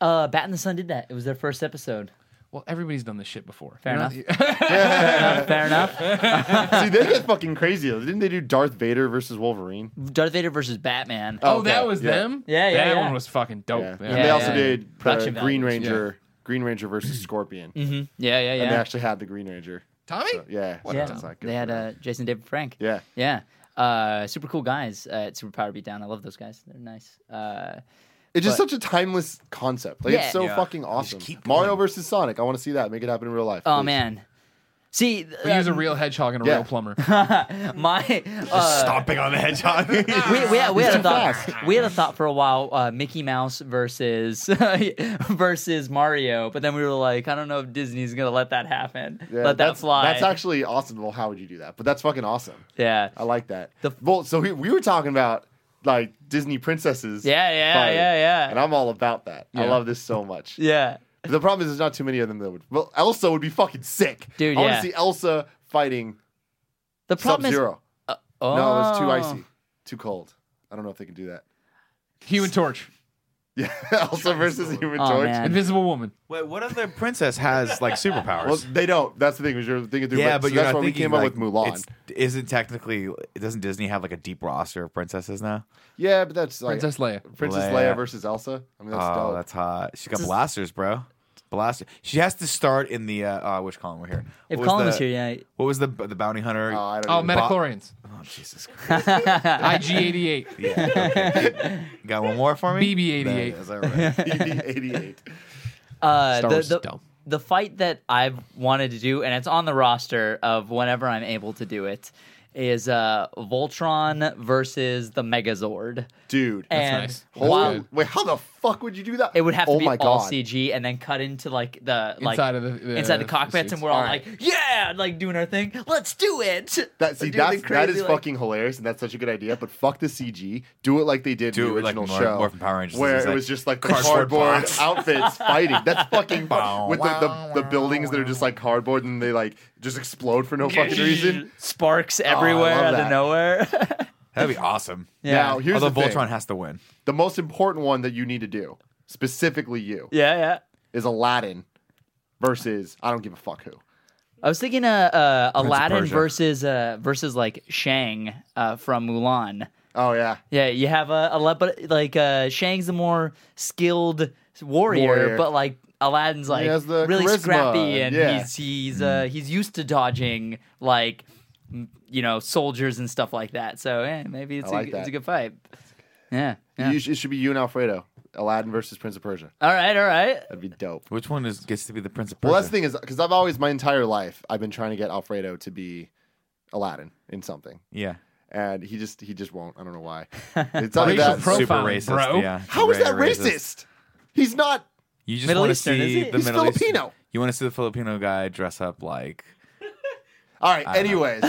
[SPEAKER 3] Uh, Bat and the Sun did that. It was their first episode.
[SPEAKER 2] Well, everybody's done this shit before.
[SPEAKER 3] Fair
[SPEAKER 2] You know?
[SPEAKER 3] enough. Fair enough.
[SPEAKER 4] see, they get fucking crazy. though. Didn't they do Darth Vader versus Wolverine?
[SPEAKER 3] Darth Vader versus Batman.
[SPEAKER 2] Oh,
[SPEAKER 4] Okay,
[SPEAKER 2] that was
[SPEAKER 4] yeah.
[SPEAKER 2] them.
[SPEAKER 3] Yeah, yeah,
[SPEAKER 2] That
[SPEAKER 3] yeah.
[SPEAKER 2] one was fucking dope.
[SPEAKER 4] Yeah.
[SPEAKER 2] man.
[SPEAKER 4] and they
[SPEAKER 3] Yeah,
[SPEAKER 4] also
[SPEAKER 3] yeah,
[SPEAKER 4] did uh,
[SPEAKER 3] Production
[SPEAKER 4] Green
[SPEAKER 3] values,
[SPEAKER 4] Ranger, Green Ranger versus Scorpion,
[SPEAKER 3] Mm-hmm. Yeah, yeah,
[SPEAKER 4] and they
[SPEAKER 3] yeah.
[SPEAKER 4] actually had the Green Ranger.
[SPEAKER 2] Tommy.
[SPEAKER 4] Yeah,
[SPEAKER 3] yeah.
[SPEAKER 4] that's not good
[SPEAKER 3] They had
[SPEAKER 4] for them.
[SPEAKER 3] uh, Jason David Frank.
[SPEAKER 4] yeah.
[SPEAKER 3] Yeah. Uh, super cool guys uh, at Super Power Beatdown. I love those guys. They're nice. Uh,
[SPEAKER 4] It's just
[SPEAKER 3] But-
[SPEAKER 4] such a timeless concept. Like
[SPEAKER 3] Yeah.
[SPEAKER 4] it's so
[SPEAKER 1] Yeah.
[SPEAKER 4] fucking
[SPEAKER 1] Just
[SPEAKER 4] awesome.
[SPEAKER 1] keep
[SPEAKER 4] Mario
[SPEAKER 1] going.
[SPEAKER 4] versus Sonic. I want to see that. Make it happen in real life.
[SPEAKER 3] oh,
[SPEAKER 4] please.
[SPEAKER 3] man. See,
[SPEAKER 2] But he was a
[SPEAKER 3] um,
[SPEAKER 2] real hedgehog and a
[SPEAKER 4] Yeah.
[SPEAKER 2] real plumber.
[SPEAKER 3] my. Uh,
[SPEAKER 1] Stomping on the hedgehog.
[SPEAKER 3] we, we, we had a
[SPEAKER 4] too
[SPEAKER 3] thought.
[SPEAKER 4] fast.
[SPEAKER 3] We had a thought for a while. Uh, Mickey Mouse versus versus Mario, but then we were like, I don't know if Disney's gonna let that happen.
[SPEAKER 4] Yeah,
[SPEAKER 3] let that
[SPEAKER 4] that's,
[SPEAKER 3] slide.
[SPEAKER 4] That's actually awesome. Well, how would you do that? But that's fucking awesome.
[SPEAKER 3] yeah,
[SPEAKER 4] I like that.
[SPEAKER 3] The-
[SPEAKER 4] well, so we, we were talking about like Disney princesses.
[SPEAKER 3] yeah, yeah,
[SPEAKER 4] fighting,
[SPEAKER 3] yeah, yeah,
[SPEAKER 4] And I'm all about that. I
[SPEAKER 2] Yeah.
[SPEAKER 4] love this so much.
[SPEAKER 3] yeah.
[SPEAKER 4] But the problem is, there's not too many of them that would. Well, Elsa would be fucking sick.
[SPEAKER 3] Dude,
[SPEAKER 4] I want
[SPEAKER 3] yeah.
[SPEAKER 4] to see Elsa fighting
[SPEAKER 3] The
[SPEAKER 4] Sub
[SPEAKER 3] problem is,
[SPEAKER 4] Zero.
[SPEAKER 3] oh,
[SPEAKER 4] No, it's too icy. Too cold. I don't know if they can do that.
[SPEAKER 2] Human Torch,
[SPEAKER 4] Yeah, Elsa versus Human
[SPEAKER 3] Oh,
[SPEAKER 4] Torch.
[SPEAKER 3] man.
[SPEAKER 2] Invisible Woman.
[SPEAKER 4] Oh,
[SPEAKER 1] Wait, what other princess has like superpowers?
[SPEAKER 4] Well, they don't. That's the thing. Was you're thinking through.
[SPEAKER 1] yeah,
[SPEAKER 4] but,
[SPEAKER 1] but
[SPEAKER 4] so
[SPEAKER 1] you're
[SPEAKER 4] that's
[SPEAKER 1] not
[SPEAKER 4] why we
[SPEAKER 1] thinking,
[SPEAKER 4] came
[SPEAKER 1] like,
[SPEAKER 4] up with Mulan.
[SPEAKER 1] it's- Isn't technically doesn't Disney have like a deep roster of princesses now?
[SPEAKER 4] Yeah, but that's like
[SPEAKER 2] Princess Leia.
[SPEAKER 4] Princess Leia.
[SPEAKER 1] Leia.
[SPEAKER 4] versus Elsa. I mean, that's
[SPEAKER 1] oh,
[SPEAKER 4] dope.
[SPEAKER 1] that's hot. She got blasters, bro. Blaster. She has to start in the. Uh, oh, I wish Colin were here.
[SPEAKER 3] If
[SPEAKER 1] What
[SPEAKER 3] Colin
[SPEAKER 1] the,
[SPEAKER 3] was here, yeah.
[SPEAKER 1] What was the the bounty hunter?
[SPEAKER 4] Oh, I don't
[SPEAKER 2] Oh,
[SPEAKER 4] even-
[SPEAKER 1] Meta-
[SPEAKER 2] Metachlorians.
[SPEAKER 1] oh Jesus Christ!
[SPEAKER 2] IG88.
[SPEAKER 1] Yeah. okay. You got one more for me.
[SPEAKER 2] BB-88.
[SPEAKER 1] That is all right.
[SPEAKER 4] BB-88.
[SPEAKER 3] Uh,
[SPEAKER 2] Star
[SPEAKER 3] the,
[SPEAKER 2] Wars is
[SPEAKER 3] the,
[SPEAKER 2] dumb.
[SPEAKER 3] the fight that I've wanted to do, and it's on the roster of whenever I'm able to do it, is uh, Voltron versus the Megazord.
[SPEAKER 4] Dude.
[SPEAKER 3] and
[SPEAKER 2] nice.
[SPEAKER 4] Holy-
[SPEAKER 3] while-
[SPEAKER 2] good.
[SPEAKER 4] wait, how the fuck would you do that?
[SPEAKER 3] it would have to
[SPEAKER 4] oh
[SPEAKER 3] be
[SPEAKER 4] my
[SPEAKER 3] all
[SPEAKER 4] God.
[SPEAKER 3] CG and then cut into like the like
[SPEAKER 2] Inside of the- the-
[SPEAKER 3] inside the
[SPEAKER 2] the
[SPEAKER 3] cockpits,
[SPEAKER 2] suits.
[SPEAKER 3] and we're all,
[SPEAKER 4] All right.
[SPEAKER 3] like, yeah, like doing our thing. Let's do it.
[SPEAKER 4] That see
[SPEAKER 3] Doing the
[SPEAKER 4] that's, that
[SPEAKER 3] crazy,
[SPEAKER 4] is
[SPEAKER 3] like-
[SPEAKER 4] fucking hilarious and that's such a good idea. But fuck the CG. Do it like they did
[SPEAKER 1] Do
[SPEAKER 4] in the
[SPEAKER 1] it like
[SPEAKER 4] original
[SPEAKER 1] Mor-
[SPEAKER 4] show,
[SPEAKER 1] Morphin Power Rangers.
[SPEAKER 4] where
[SPEAKER 1] It's
[SPEAKER 4] it
[SPEAKER 1] like
[SPEAKER 4] was just like the
[SPEAKER 1] cardboard
[SPEAKER 4] cardboard
[SPEAKER 1] box.
[SPEAKER 4] outfits fighting. That's fucking
[SPEAKER 1] Bow,
[SPEAKER 4] with the,
[SPEAKER 1] wow,
[SPEAKER 4] the, the buildings that are just like cardboard and they like just explode for no fucking reason. Oh,
[SPEAKER 3] Sparks everywhere
[SPEAKER 4] love
[SPEAKER 3] out
[SPEAKER 4] that.
[SPEAKER 3] of nowhere.
[SPEAKER 1] That'd be awesome.
[SPEAKER 3] yeah.
[SPEAKER 4] Now here's
[SPEAKER 1] Although
[SPEAKER 4] the
[SPEAKER 1] Voltron
[SPEAKER 4] thing.
[SPEAKER 1] has to win.
[SPEAKER 4] The most important one that you need to do, specifically you,
[SPEAKER 3] yeah, yeah.
[SPEAKER 4] is Aladdin versus I don't give a fuck who.
[SPEAKER 3] I was thinking uh, uh,
[SPEAKER 1] of
[SPEAKER 3] Aladdin
[SPEAKER 1] Persia.
[SPEAKER 3] versus uh, versus like Shang uh, from Mulan.
[SPEAKER 4] Oh yeah.
[SPEAKER 3] Yeah, you have a, a lot, but like uh, Shang's the more skilled warrior,
[SPEAKER 4] Warrior.
[SPEAKER 3] but like Aladdin's like
[SPEAKER 4] has the
[SPEAKER 3] really
[SPEAKER 4] charisma,
[SPEAKER 3] scrappy, and
[SPEAKER 4] yeah. Mm-hmm.
[SPEAKER 3] he's he's uh, he's used to dodging like m- you know soldiers and stuff like that. So eh, maybe it's,
[SPEAKER 4] I like
[SPEAKER 3] a, it's
[SPEAKER 4] that.
[SPEAKER 3] a good fight. Yeah. yeah.
[SPEAKER 4] You sh- it should be you and Alfredo. Aladdin versus Prince of Persia.
[SPEAKER 3] all right. All right.
[SPEAKER 4] That'd be dope.
[SPEAKER 1] Which one is gets to be the Prince of Persia?
[SPEAKER 4] Well, that's the thing is because I've always my entire life I've been trying to get Alfredo to be Aladdin in something,
[SPEAKER 1] Yeah.
[SPEAKER 4] and he just he just won't. I don't know why. It's either
[SPEAKER 2] Racial
[SPEAKER 4] that.
[SPEAKER 2] profile,
[SPEAKER 1] Super racist.
[SPEAKER 2] bro.
[SPEAKER 1] Yeah.
[SPEAKER 4] How is
[SPEAKER 1] Very
[SPEAKER 4] that racist? He's not.
[SPEAKER 1] You just
[SPEAKER 3] Middle
[SPEAKER 1] want to
[SPEAKER 3] Eastern, is
[SPEAKER 1] see
[SPEAKER 3] it?
[SPEAKER 1] the
[SPEAKER 4] He's
[SPEAKER 1] Middle East-
[SPEAKER 4] Filipino.
[SPEAKER 1] You want to see the Filipino guy dress up like
[SPEAKER 4] All right. anyways,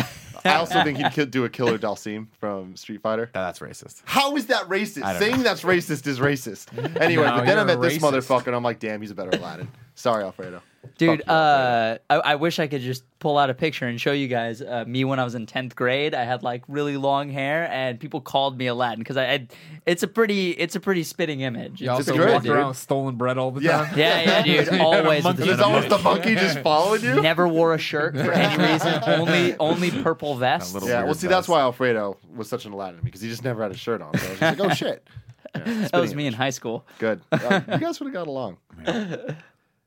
[SPEAKER 4] I also think he'd kill, do a killer Dalsim from Street Fighter.
[SPEAKER 1] "Ah, that's racist.
[SPEAKER 4] How is that
[SPEAKER 1] I
[SPEAKER 4] racist?
[SPEAKER 1] don't
[SPEAKER 4] Saying that's racist is racist. Anyway,
[SPEAKER 2] No,
[SPEAKER 4] but then I
[SPEAKER 2] you're
[SPEAKER 4] met
[SPEAKER 2] a
[SPEAKER 4] this
[SPEAKER 2] racist.
[SPEAKER 4] motherfucker, and I'm like, damn, he's a better Aladdin. Sorry, Alfredo.
[SPEAKER 3] Dude,
[SPEAKER 4] Fuck you,
[SPEAKER 3] uh, I, I wish I could just pull out a picture and show you guys uh, me when I was in tenth grade. I had like really long hair, and people called me Aladdin because I, I. It's a pretty, it's a pretty spitting image.
[SPEAKER 2] You
[SPEAKER 3] It's
[SPEAKER 2] also
[SPEAKER 4] It's
[SPEAKER 3] a
[SPEAKER 4] great,
[SPEAKER 3] good
[SPEAKER 2] walked
[SPEAKER 3] dude.
[SPEAKER 2] around with stolen bread all the
[SPEAKER 4] Yeah.
[SPEAKER 2] time.
[SPEAKER 3] Yeah, yeah,
[SPEAKER 4] You
[SPEAKER 3] dude.
[SPEAKER 4] had
[SPEAKER 2] a
[SPEAKER 3] Always. with
[SPEAKER 2] monkey
[SPEAKER 3] the
[SPEAKER 4] There's
[SPEAKER 2] And a
[SPEAKER 4] always the
[SPEAKER 2] monkey.
[SPEAKER 4] monkey just following you.
[SPEAKER 3] Never wore a shirt for any reason. Only, only purple vests.
[SPEAKER 1] little
[SPEAKER 4] Yeah, well,
[SPEAKER 1] weird
[SPEAKER 4] see, that's
[SPEAKER 1] vest.
[SPEAKER 4] why Alfredo was such an Aladdin because he just never had a shirt on. So I was just like, oh shit. Yeah,
[SPEAKER 3] that was
[SPEAKER 4] spitting
[SPEAKER 3] me in
[SPEAKER 4] image.
[SPEAKER 3] high school.
[SPEAKER 4] Good. Uh, you guys would have got along.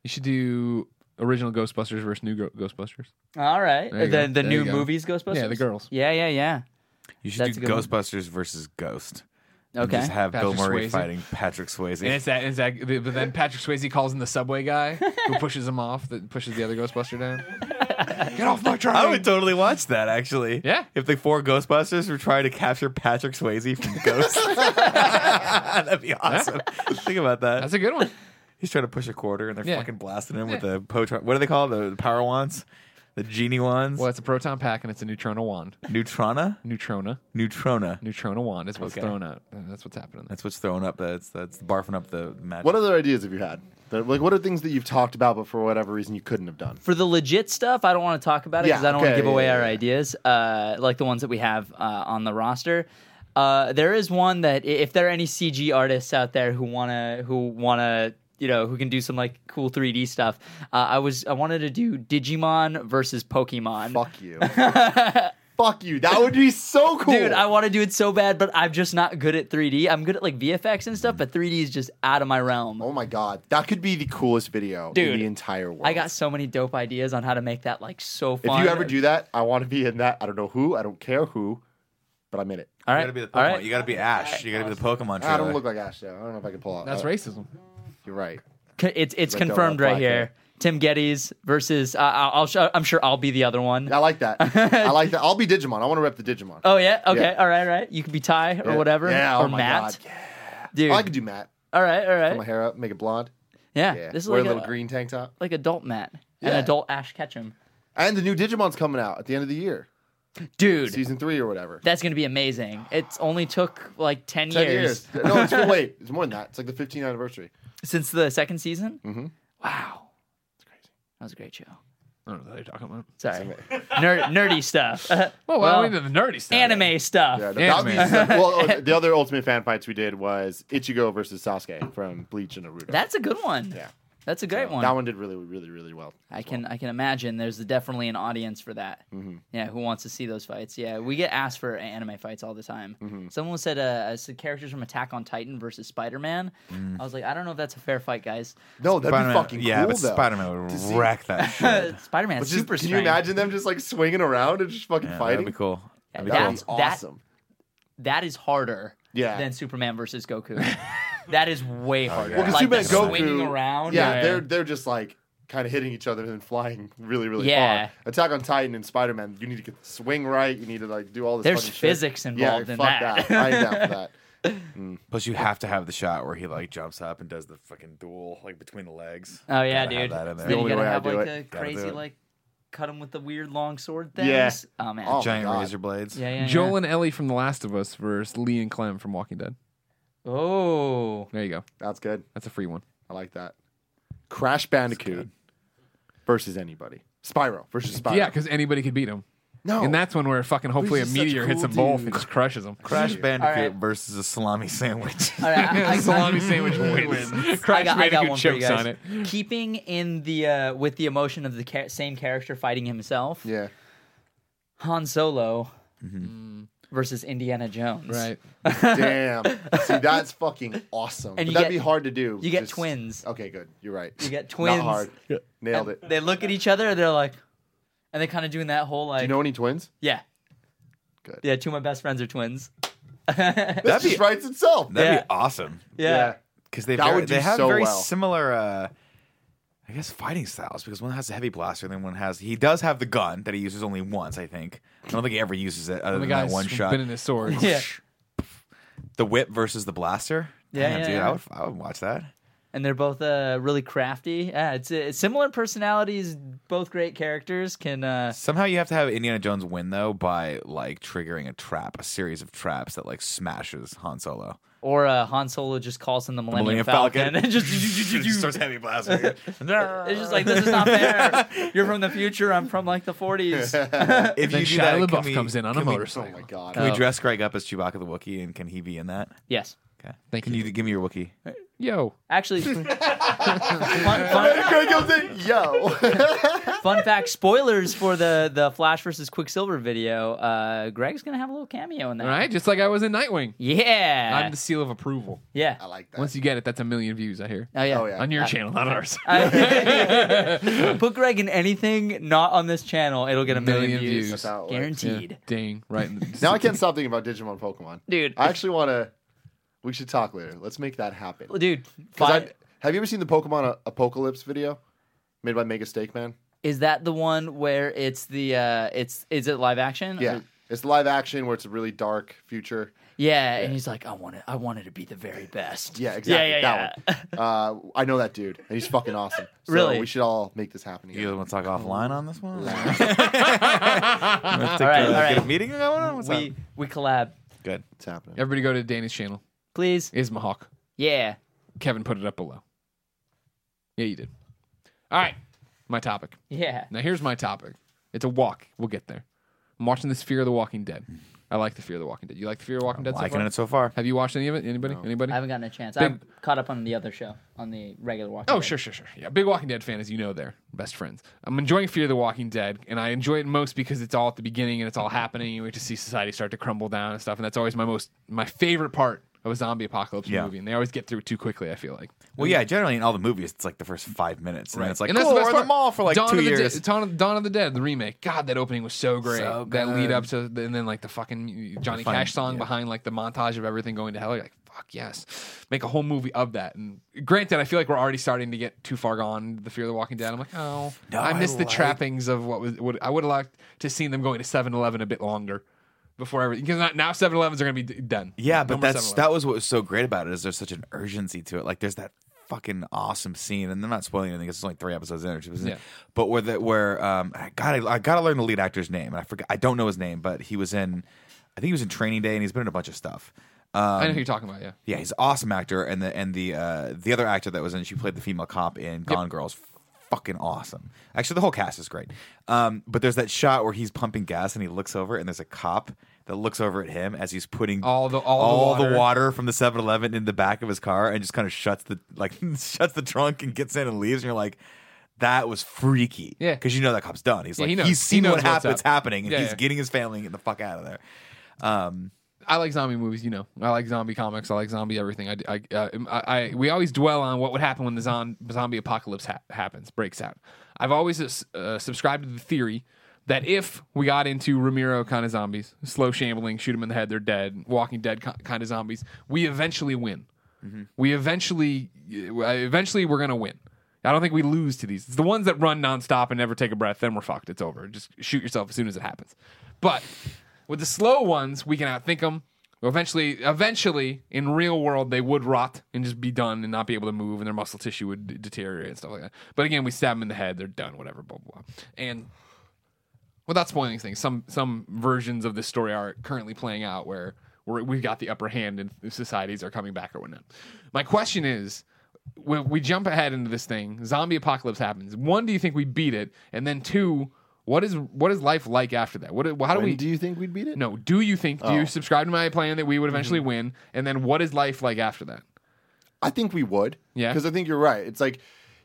[SPEAKER 2] You should do original Ghostbusters versus new Go- Ghostbusters.
[SPEAKER 3] All right.
[SPEAKER 2] There you
[SPEAKER 3] The,
[SPEAKER 2] go.
[SPEAKER 3] the
[SPEAKER 2] There
[SPEAKER 3] new
[SPEAKER 2] you go.
[SPEAKER 3] movies, Ghostbusters.
[SPEAKER 2] Yeah, the girls.
[SPEAKER 3] Yeah, yeah, yeah.
[SPEAKER 1] You should
[SPEAKER 3] That's a
[SPEAKER 1] do
[SPEAKER 3] good one.
[SPEAKER 1] Ghostbusters versus Ghost. And
[SPEAKER 3] Okay.
[SPEAKER 1] Just have Bill
[SPEAKER 2] Patrick
[SPEAKER 1] Murray
[SPEAKER 2] Swayze.
[SPEAKER 1] fighting Patrick Swayze.
[SPEAKER 2] And it's that, it's that, but then Patrick Swayze calls in the subway guy who pushes him off, that pushes the other Ghostbuster down. Get off my train!
[SPEAKER 1] I would totally watch that actually.
[SPEAKER 2] Yeah.
[SPEAKER 1] If the four Ghostbusters were trying to capture Patrick Swayze from Ghost. That'd be awesome. Think about that.
[SPEAKER 2] That's a good one.
[SPEAKER 1] He's trying to push a quarter and they're
[SPEAKER 2] Yeah.
[SPEAKER 1] fucking blasting him with
[SPEAKER 2] Yeah.
[SPEAKER 1] the potron. What do they call it? The, the power wands? The genie wands?
[SPEAKER 2] Well, it's a proton pack and it's a neutrona wand.
[SPEAKER 1] Neutrona?
[SPEAKER 2] Neutrona,
[SPEAKER 1] Neutrona.
[SPEAKER 2] neutrona wand is what's
[SPEAKER 1] Okay.
[SPEAKER 2] thrown out. And That's what's happening.
[SPEAKER 1] That's what's throwing up. That's that's barfing up the magic.
[SPEAKER 4] What other ideas have you had? That- Like, what are things that you've talked about, but for whatever reason you couldn't have done?
[SPEAKER 3] For the legit stuff, I don't want to talk about it because
[SPEAKER 4] Yeah,
[SPEAKER 3] I don't
[SPEAKER 4] okay,
[SPEAKER 3] want to give away
[SPEAKER 4] yeah,
[SPEAKER 3] our
[SPEAKER 4] yeah.
[SPEAKER 3] ideas, uh, like the ones that we have uh, on the roster. Uh, there is one that i- if there are any CG artists out there who wanna who wanna you know who can do some like cool 3D stuff, uh, I was I wanted to do Digimon versus Pokemon.
[SPEAKER 4] Fuck you. Fuck you. That would be so cool.
[SPEAKER 3] Dude, I want to do it so bad, but I'm just not good at 3D. I'm good at like VFX and stuff, but 3D is just out of my realm.
[SPEAKER 4] oh my god, that could be the coolest video in
[SPEAKER 3] Dude,
[SPEAKER 4] the entire world.
[SPEAKER 3] I got so many dope ideas on how to make that like so
[SPEAKER 4] If
[SPEAKER 3] fun.
[SPEAKER 4] you ever do that, I want to be in that. I don't know who. I don't care who, but I'm in it.
[SPEAKER 3] all
[SPEAKER 1] You
[SPEAKER 3] right,
[SPEAKER 1] gotta be the Pokemon.
[SPEAKER 3] all right.
[SPEAKER 1] You gotta be Ash. You gotta be the Pokemon.
[SPEAKER 4] I don't
[SPEAKER 1] trailer.
[SPEAKER 4] look like Ash though. I don't know if I can pull out.
[SPEAKER 2] That's
[SPEAKER 4] uh,
[SPEAKER 2] racism.
[SPEAKER 4] You're right.
[SPEAKER 3] C- it's it's
[SPEAKER 4] Like, don't
[SPEAKER 3] confirmed
[SPEAKER 4] apply
[SPEAKER 3] right here. Tim Geddes versus uh, I'll, I'll show, I'm sure I'll be the other one.
[SPEAKER 4] I like that. I like that. I'll be Digimon. I want to rep the Digimon.
[SPEAKER 3] Oh yeah, okay,
[SPEAKER 4] Yeah.
[SPEAKER 3] all right, all right. You could be Ty or
[SPEAKER 4] Yeah.
[SPEAKER 3] whatever,
[SPEAKER 4] Yeah, oh
[SPEAKER 3] or
[SPEAKER 4] my
[SPEAKER 3] Matt,
[SPEAKER 4] God.
[SPEAKER 3] dude.
[SPEAKER 4] I could do Matt.
[SPEAKER 3] all right, all
[SPEAKER 4] Put my
[SPEAKER 3] right.
[SPEAKER 4] hair up, make it blonde.
[SPEAKER 3] Yeah,
[SPEAKER 4] Yeah.
[SPEAKER 3] this is
[SPEAKER 4] Wear
[SPEAKER 3] like
[SPEAKER 4] a little
[SPEAKER 3] a-
[SPEAKER 4] green tank top.
[SPEAKER 3] like adult Matt and
[SPEAKER 4] Yeah.
[SPEAKER 3] adult Ash Ketchum,
[SPEAKER 4] And the new Digimon's coming out at the end of the year,
[SPEAKER 3] dude.
[SPEAKER 4] season three or whatever.
[SPEAKER 3] that's gonna be amazing. It's only took like ten,
[SPEAKER 4] Ten
[SPEAKER 3] years,
[SPEAKER 4] years. no, it's, well, wait, it's more than that. It's like the 15th anniversary.
[SPEAKER 3] since the second season. Mm-hmm. Wow,
[SPEAKER 4] It's crazy.
[SPEAKER 3] that was a great show.
[SPEAKER 2] I don't know what they're talking about.
[SPEAKER 3] Sorry, Ner- nerdy stuff. well,
[SPEAKER 2] Oh, Well, well, into the nerdy stuff.
[SPEAKER 3] anime stuff.
[SPEAKER 4] Yeah,
[SPEAKER 2] Yeah,
[SPEAKER 4] that was- well, uh, the other Ultimate Fan fights we did was Ichigo versus Sasuke from Bleach and Naruto.
[SPEAKER 3] That's a good one.
[SPEAKER 4] Yeah.
[SPEAKER 3] that's a great one.
[SPEAKER 4] That one did really, really, really well.
[SPEAKER 3] I can I can imagine there's definitely an audience for that.
[SPEAKER 4] Mm-hmm.
[SPEAKER 3] Yeah, who wants to see those fights? Yeah, we get asked for anime fights all the time.
[SPEAKER 4] Mm-hmm.
[SPEAKER 3] Someone said uh, said characters from Attack on Titan versus Spider Man.
[SPEAKER 1] Mm.
[SPEAKER 3] I was like, I don't know if that's a fair fight, guys.
[SPEAKER 4] No, that'd
[SPEAKER 1] Spider-Man-
[SPEAKER 4] be fucking
[SPEAKER 1] yeah,
[SPEAKER 4] cool
[SPEAKER 1] but
[SPEAKER 4] though.
[SPEAKER 1] Spider Man would wreck that shit. Yeah,
[SPEAKER 3] Spider Man
[SPEAKER 4] But just-
[SPEAKER 3] super.
[SPEAKER 4] can you
[SPEAKER 3] strength.
[SPEAKER 4] imagine them just like swinging around and just fucking
[SPEAKER 1] that'd
[SPEAKER 4] fighting?
[SPEAKER 1] be cool. That'd be
[SPEAKER 3] Yeah,
[SPEAKER 1] cool.
[SPEAKER 4] That'd
[SPEAKER 3] That's-
[SPEAKER 4] be
[SPEAKER 3] that-
[SPEAKER 4] awesome.
[SPEAKER 3] that is harder
[SPEAKER 4] Yeah.
[SPEAKER 3] than Superman versus Goku. that is way harder.
[SPEAKER 1] Oh, Well, 'cause
[SPEAKER 3] like
[SPEAKER 4] Superman
[SPEAKER 3] the
[SPEAKER 4] and Goku-
[SPEAKER 3] swinging around.
[SPEAKER 4] yeah, they're they're just like kind of hitting each other and flying really, really
[SPEAKER 3] Yeah.
[SPEAKER 4] far. Attack on Titan and Spider Man, you need to get the swing right. You need to like do all this.
[SPEAKER 3] There's
[SPEAKER 4] fucking shit.
[SPEAKER 3] physics involved
[SPEAKER 4] yeah,
[SPEAKER 3] in
[SPEAKER 4] fuck
[SPEAKER 3] that.
[SPEAKER 4] I ain't down for that.
[SPEAKER 1] Plus, you have to have the shot where he like jumps up and does the fucking duel like between the legs.
[SPEAKER 3] Oh yeah,
[SPEAKER 1] Gotta have
[SPEAKER 3] dude.
[SPEAKER 1] that in there.
[SPEAKER 3] Then
[SPEAKER 1] The
[SPEAKER 3] you
[SPEAKER 4] only
[SPEAKER 3] gotta
[SPEAKER 4] way I
[SPEAKER 3] have
[SPEAKER 4] do
[SPEAKER 3] like
[SPEAKER 4] it.
[SPEAKER 3] a
[SPEAKER 1] Gotta do
[SPEAKER 3] crazy
[SPEAKER 1] it.
[SPEAKER 3] like cut them with the weird long sword things.
[SPEAKER 4] Yeah.
[SPEAKER 3] Oh man.
[SPEAKER 4] Oh.
[SPEAKER 1] Giant
[SPEAKER 4] God.
[SPEAKER 1] razor blades.
[SPEAKER 3] Yeah, yeah.
[SPEAKER 2] Joel and Ellie from The Last of Us versus Lee and Clem from Walking Dead.
[SPEAKER 3] yeah. Oh.
[SPEAKER 2] There you go.
[SPEAKER 4] That's good.
[SPEAKER 2] That's a free one.
[SPEAKER 4] I like that. Crash Bandicoot versus anybody. Spyro versus Spyro.
[SPEAKER 2] Yeah, because anybody could beat him.
[SPEAKER 4] no.
[SPEAKER 2] And that's one where fucking hopefully a
[SPEAKER 4] Reese is such
[SPEAKER 2] meteor
[SPEAKER 4] cool
[SPEAKER 2] hits them both and just crushes them.
[SPEAKER 1] Crash Bandicoot
[SPEAKER 3] All right.
[SPEAKER 1] versus a salami sandwich.
[SPEAKER 3] All right, I, I,
[SPEAKER 2] Salami sandwich wins.
[SPEAKER 3] I
[SPEAKER 2] Crash
[SPEAKER 3] got, I got
[SPEAKER 2] Bandicoot
[SPEAKER 3] one for you
[SPEAKER 2] chokes
[SPEAKER 3] guys.
[SPEAKER 2] on it.
[SPEAKER 3] Keeping in the uh, with the emotion of the cha- same character fighting himself,
[SPEAKER 4] yeah.
[SPEAKER 3] Han Solo
[SPEAKER 4] Mm-hmm.
[SPEAKER 3] versus Indiana Jones.
[SPEAKER 2] Mm. Right.
[SPEAKER 4] Damn. See, that's fucking awesome.
[SPEAKER 3] you
[SPEAKER 4] but that'd
[SPEAKER 3] get-
[SPEAKER 4] be hard to do.
[SPEAKER 3] you get twins.
[SPEAKER 4] Okay, good. You're right.
[SPEAKER 3] You get twins.
[SPEAKER 4] Not hard. Nailed it. Do
[SPEAKER 3] They look at each other. They're like, and they're kind of doing that whole like,
[SPEAKER 4] you know any twins?
[SPEAKER 3] yeah,
[SPEAKER 4] Good.
[SPEAKER 3] yeah. Two of my best friends are twins.
[SPEAKER 4] That
[SPEAKER 1] That'd be-
[SPEAKER 4] just writes itself.
[SPEAKER 1] That'd
[SPEAKER 3] Yeah.
[SPEAKER 1] be awesome.
[SPEAKER 3] Yeah.
[SPEAKER 1] because they
[SPEAKER 4] That
[SPEAKER 1] very,
[SPEAKER 4] would do
[SPEAKER 1] they have
[SPEAKER 4] so
[SPEAKER 1] very
[SPEAKER 4] well.
[SPEAKER 1] similar, uh, I guess, fighting styles. Because one has a heavy blaster, and then one has he does have the gun that he uses only once. I think I don't think he ever uses it
[SPEAKER 4] Oh
[SPEAKER 1] other
[SPEAKER 2] The
[SPEAKER 1] than that
[SPEAKER 2] guy's
[SPEAKER 1] one shot.
[SPEAKER 2] spinning his sword.
[SPEAKER 3] yeah, yeah.
[SPEAKER 1] The whip versus the blaster.
[SPEAKER 3] Yeah,
[SPEAKER 1] Damn,
[SPEAKER 3] yeah,
[SPEAKER 1] dude,
[SPEAKER 3] yeah.
[SPEAKER 1] I would I would watch that.
[SPEAKER 3] And they're both uh, really crafty. Yeah, it's uh, similar personalities. Both great characters can. Uh,
[SPEAKER 1] Somehow you have to have Indiana Jones win though by like triggering a trap, a series of traps that like smashes Han Solo.
[SPEAKER 3] or uh, Han Solo just calls in the
[SPEAKER 1] Millennium
[SPEAKER 3] Millennium, Falcon.
[SPEAKER 1] Falcon.
[SPEAKER 3] and just
[SPEAKER 1] just starts heavy blasting.
[SPEAKER 3] It's just like this is not fair. You're from the future. I'm from like the 40s.
[SPEAKER 1] if
[SPEAKER 2] Then
[SPEAKER 1] you do
[SPEAKER 2] Shia
[SPEAKER 1] that, can
[SPEAKER 2] LaBeouf
[SPEAKER 1] we-
[SPEAKER 2] comes in on a
[SPEAKER 1] can we-
[SPEAKER 4] Oh
[SPEAKER 2] motorcycle.
[SPEAKER 4] my god.
[SPEAKER 1] Can we dress Greg up as Chewbacca the Wookiee, and can he be in that?
[SPEAKER 3] Yes,
[SPEAKER 1] Okay.
[SPEAKER 2] Thank
[SPEAKER 1] Can
[SPEAKER 2] you.
[SPEAKER 1] you give me your Wookiee?
[SPEAKER 2] Yo.
[SPEAKER 3] actually. fun, fun,
[SPEAKER 4] Craig goes in, yo.
[SPEAKER 3] fun fact: spoilers for the the Flash versus Quicksilver video. Uh, Greg's gonna have a little cameo in that.
[SPEAKER 2] All right. Just like I was in Nightwing.
[SPEAKER 3] Yeah.
[SPEAKER 2] I'm the seal of approval.
[SPEAKER 3] yeah.
[SPEAKER 4] I like that.
[SPEAKER 2] Once you get it, that's a million views, I hear.
[SPEAKER 3] Oh yeah.
[SPEAKER 4] oh yeah.
[SPEAKER 2] On your channel, not ours.
[SPEAKER 3] I- Put Greg in anything not on this channel, it'll get a million,
[SPEAKER 2] Million
[SPEAKER 3] views.
[SPEAKER 2] views.
[SPEAKER 4] That's how it works.
[SPEAKER 3] Guaranteed.
[SPEAKER 2] Ding. Right. In the,
[SPEAKER 4] now I can't stop thinking about Digimon Pokemon.
[SPEAKER 3] Dude.
[SPEAKER 4] I actually want to. We should talk later. Let's make that happen.
[SPEAKER 3] Dude,
[SPEAKER 4] 'Cause
[SPEAKER 3] fi-
[SPEAKER 4] I- have you ever seen the Pokemon A- Apocalypse video made by Mega Steak Man?
[SPEAKER 3] is that the one where it's the uh it's is it live action?
[SPEAKER 4] Yeah. It's live action where it's a really dark future.
[SPEAKER 3] Yeah, and he's like, I want it. I wanted to be the very best.
[SPEAKER 4] Yeah, exactly.
[SPEAKER 3] Yeah, yeah,
[SPEAKER 4] that one. Uh, I know that dude, and he's fucking awesome. So
[SPEAKER 3] Really?
[SPEAKER 4] We should all make this happen.
[SPEAKER 1] You guys
[SPEAKER 4] Together.
[SPEAKER 1] want to talk offline on this one? Let's take a-
[SPEAKER 3] right, all
[SPEAKER 1] get
[SPEAKER 3] right.
[SPEAKER 1] a meeting going on. What's
[SPEAKER 3] we
[SPEAKER 1] up?
[SPEAKER 3] we collab,
[SPEAKER 1] Good.
[SPEAKER 4] It's happening.
[SPEAKER 2] everybody go to Danny's channel.
[SPEAKER 3] please.
[SPEAKER 2] Is Mahawk.
[SPEAKER 3] Yeah.
[SPEAKER 2] Kevin put it up below. Yeah, you did. All right. My topic.
[SPEAKER 3] Yeah.
[SPEAKER 2] Now here's my topic. It's a walk. We'll get there. I'm watching this Fear of the Walking Dead. I like the Fear of the Walking Dead. You like the Fear of the Walking Dead? so
[SPEAKER 1] Liking
[SPEAKER 2] far?
[SPEAKER 1] it so far.
[SPEAKER 2] Have you watched any of it? Anybody? Anybody?
[SPEAKER 3] I haven't gotten a chance.
[SPEAKER 2] Big-
[SPEAKER 3] I'm caught up on the other show, on the regular Walking
[SPEAKER 2] Oh,
[SPEAKER 3] Dead.
[SPEAKER 2] sure, sure, sure. Yeah, big Walking Dead fan, as you know, they're best friends. I'm enjoying Fear the Walking Dead, and I enjoy it most because it's all at the beginning and it's all happening. You wait to see society start to crumble down and stuff, and that's always my most my favorite part of a zombie apocalypse
[SPEAKER 1] Yeah.
[SPEAKER 2] movie. And they always get through it too quickly. I feel like.
[SPEAKER 1] Well, yeah. Generally, in all the movies, it's like the first five minutes, and then it's like
[SPEAKER 2] and that's
[SPEAKER 1] cool,
[SPEAKER 2] the
[SPEAKER 1] we're
[SPEAKER 2] best
[SPEAKER 1] in the
[SPEAKER 2] part.
[SPEAKER 1] mall for like
[SPEAKER 2] Dawn
[SPEAKER 1] two
[SPEAKER 2] of the
[SPEAKER 1] years.
[SPEAKER 2] Dead- Dawn, of, Dawn of the Dead, the remake. God, that opening was so great.
[SPEAKER 1] So
[SPEAKER 2] That lead
[SPEAKER 1] good.
[SPEAKER 2] up to the, and then like the fucking Johnny
[SPEAKER 1] Fun-
[SPEAKER 2] Cash song
[SPEAKER 1] yeah.
[SPEAKER 2] behind like the montage of everything going to hell. You're like, fuck yes, make a whole movie of that. And granted, I feel like we're already starting to get too far gone. The Fear of the Walking Dead. I'm like, oh,
[SPEAKER 1] No,
[SPEAKER 2] I
[SPEAKER 1] I
[SPEAKER 2] missed the
[SPEAKER 1] like-
[SPEAKER 2] trappings of what was. What, I would have liked to seen them going to 7-Eleven a bit longer before everything. Because now 7-Elevens are going to be d- done.
[SPEAKER 1] yeah,
[SPEAKER 2] No
[SPEAKER 1] but
[SPEAKER 2] more
[SPEAKER 1] that's
[SPEAKER 2] 7-Elevens.
[SPEAKER 1] that was what was so great about it is there's such an urgency to it. Like there's that fucking awesome scene, and I'm not spoiling anything. 'cause It's only three episodes in, or two episodes in.
[SPEAKER 2] Yeah.
[SPEAKER 1] but where the where um, I gotta I gotta learn the lead actor's name, and I forget I don't know his name, but he was in, I think he was in Training Day, and he's been in a bunch of stuff. Um,
[SPEAKER 2] I know who you're talking about. Yeah.
[SPEAKER 1] Yeah, he's an awesome actor, and the and the uh, the other actor that was in, she played the female cop in Gone Girls. fucking awesome. Actually, the whole cast is great. Um, but there's that shot where he's pumping gas and he looks over and there's a cop that looks over at him as he's putting
[SPEAKER 2] All the- all the water.
[SPEAKER 1] from the 7-Eleven in the back of his car and just kind of shuts the like shuts the trunk and gets in and leaves. And you're like, that was freaky.
[SPEAKER 2] Yeah.
[SPEAKER 1] because you know that cop's done. He's
[SPEAKER 2] Yeah,
[SPEAKER 1] like
[SPEAKER 2] he knows.
[SPEAKER 1] he's
[SPEAKER 2] He
[SPEAKER 1] seen what
[SPEAKER 2] knows what's
[SPEAKER 1] happened,
[SPEAKER 2] up.
[SPEAKER 1] what's happening, and
[SPEAKER 2] Yeah,
[SPEAKER 1] he's
[SPEAKER 2] yeah.
[SPEAKER 1] getting his family and getting the fuck out of there. Um,
[SPEAKER 2] I like zombie movies, you know. I like zombie comics. I like zombie everything. I, I, uh, I, I we always dwell on what would happen when the zon- zombie apocalypse ha- happens, breaks out. I've always uh, subscribed to the theory that if we got into Ramiro kind of zombies, slow shambling, shoot them in the head, they're dead, Walking Dead kind of zombies, we eventually win. We eventually, uh, eventually, we're gonna win. I don't think we lose to these. It's the ones that run nonstop and never take a breath. Then we're fucked. It's over. Just shoot yourself as soon as it happens. But with the slow ones, we can outthink them. Eventually, eventually, in real world, they would rot and just be done and not be able to move, and their muscle tissue would d- deteriorate and stuff like that. But again, we stab them in the head; they're done. Whatever, blah blah. blah. And without spoiling things, some some versions of this story are currently playing out where we're, we've got the upper hand and societies are coming back or whatnot. My question is, we, we jump ahead into this thing. Zombie apocalypse happens. One, do you think we beat it? And then two, what is what is life like after that? What how do
[SPEAKER 4] When
[SPEAKER 2] we
[SPEAKER 4] do you Oh. think we'd beat it?
[SPEAKER 2] no, do you think do you subscribe to my plan that we would eventually
[SPEAKER 4] Mm-hmm.
[SPEAKER 2] win? And then what is life like after that?
[SPEAKER 4] I think we would.
[SPEAKER 2] Yeah.
[SPEAKER 4] Because I think you're right. It's like,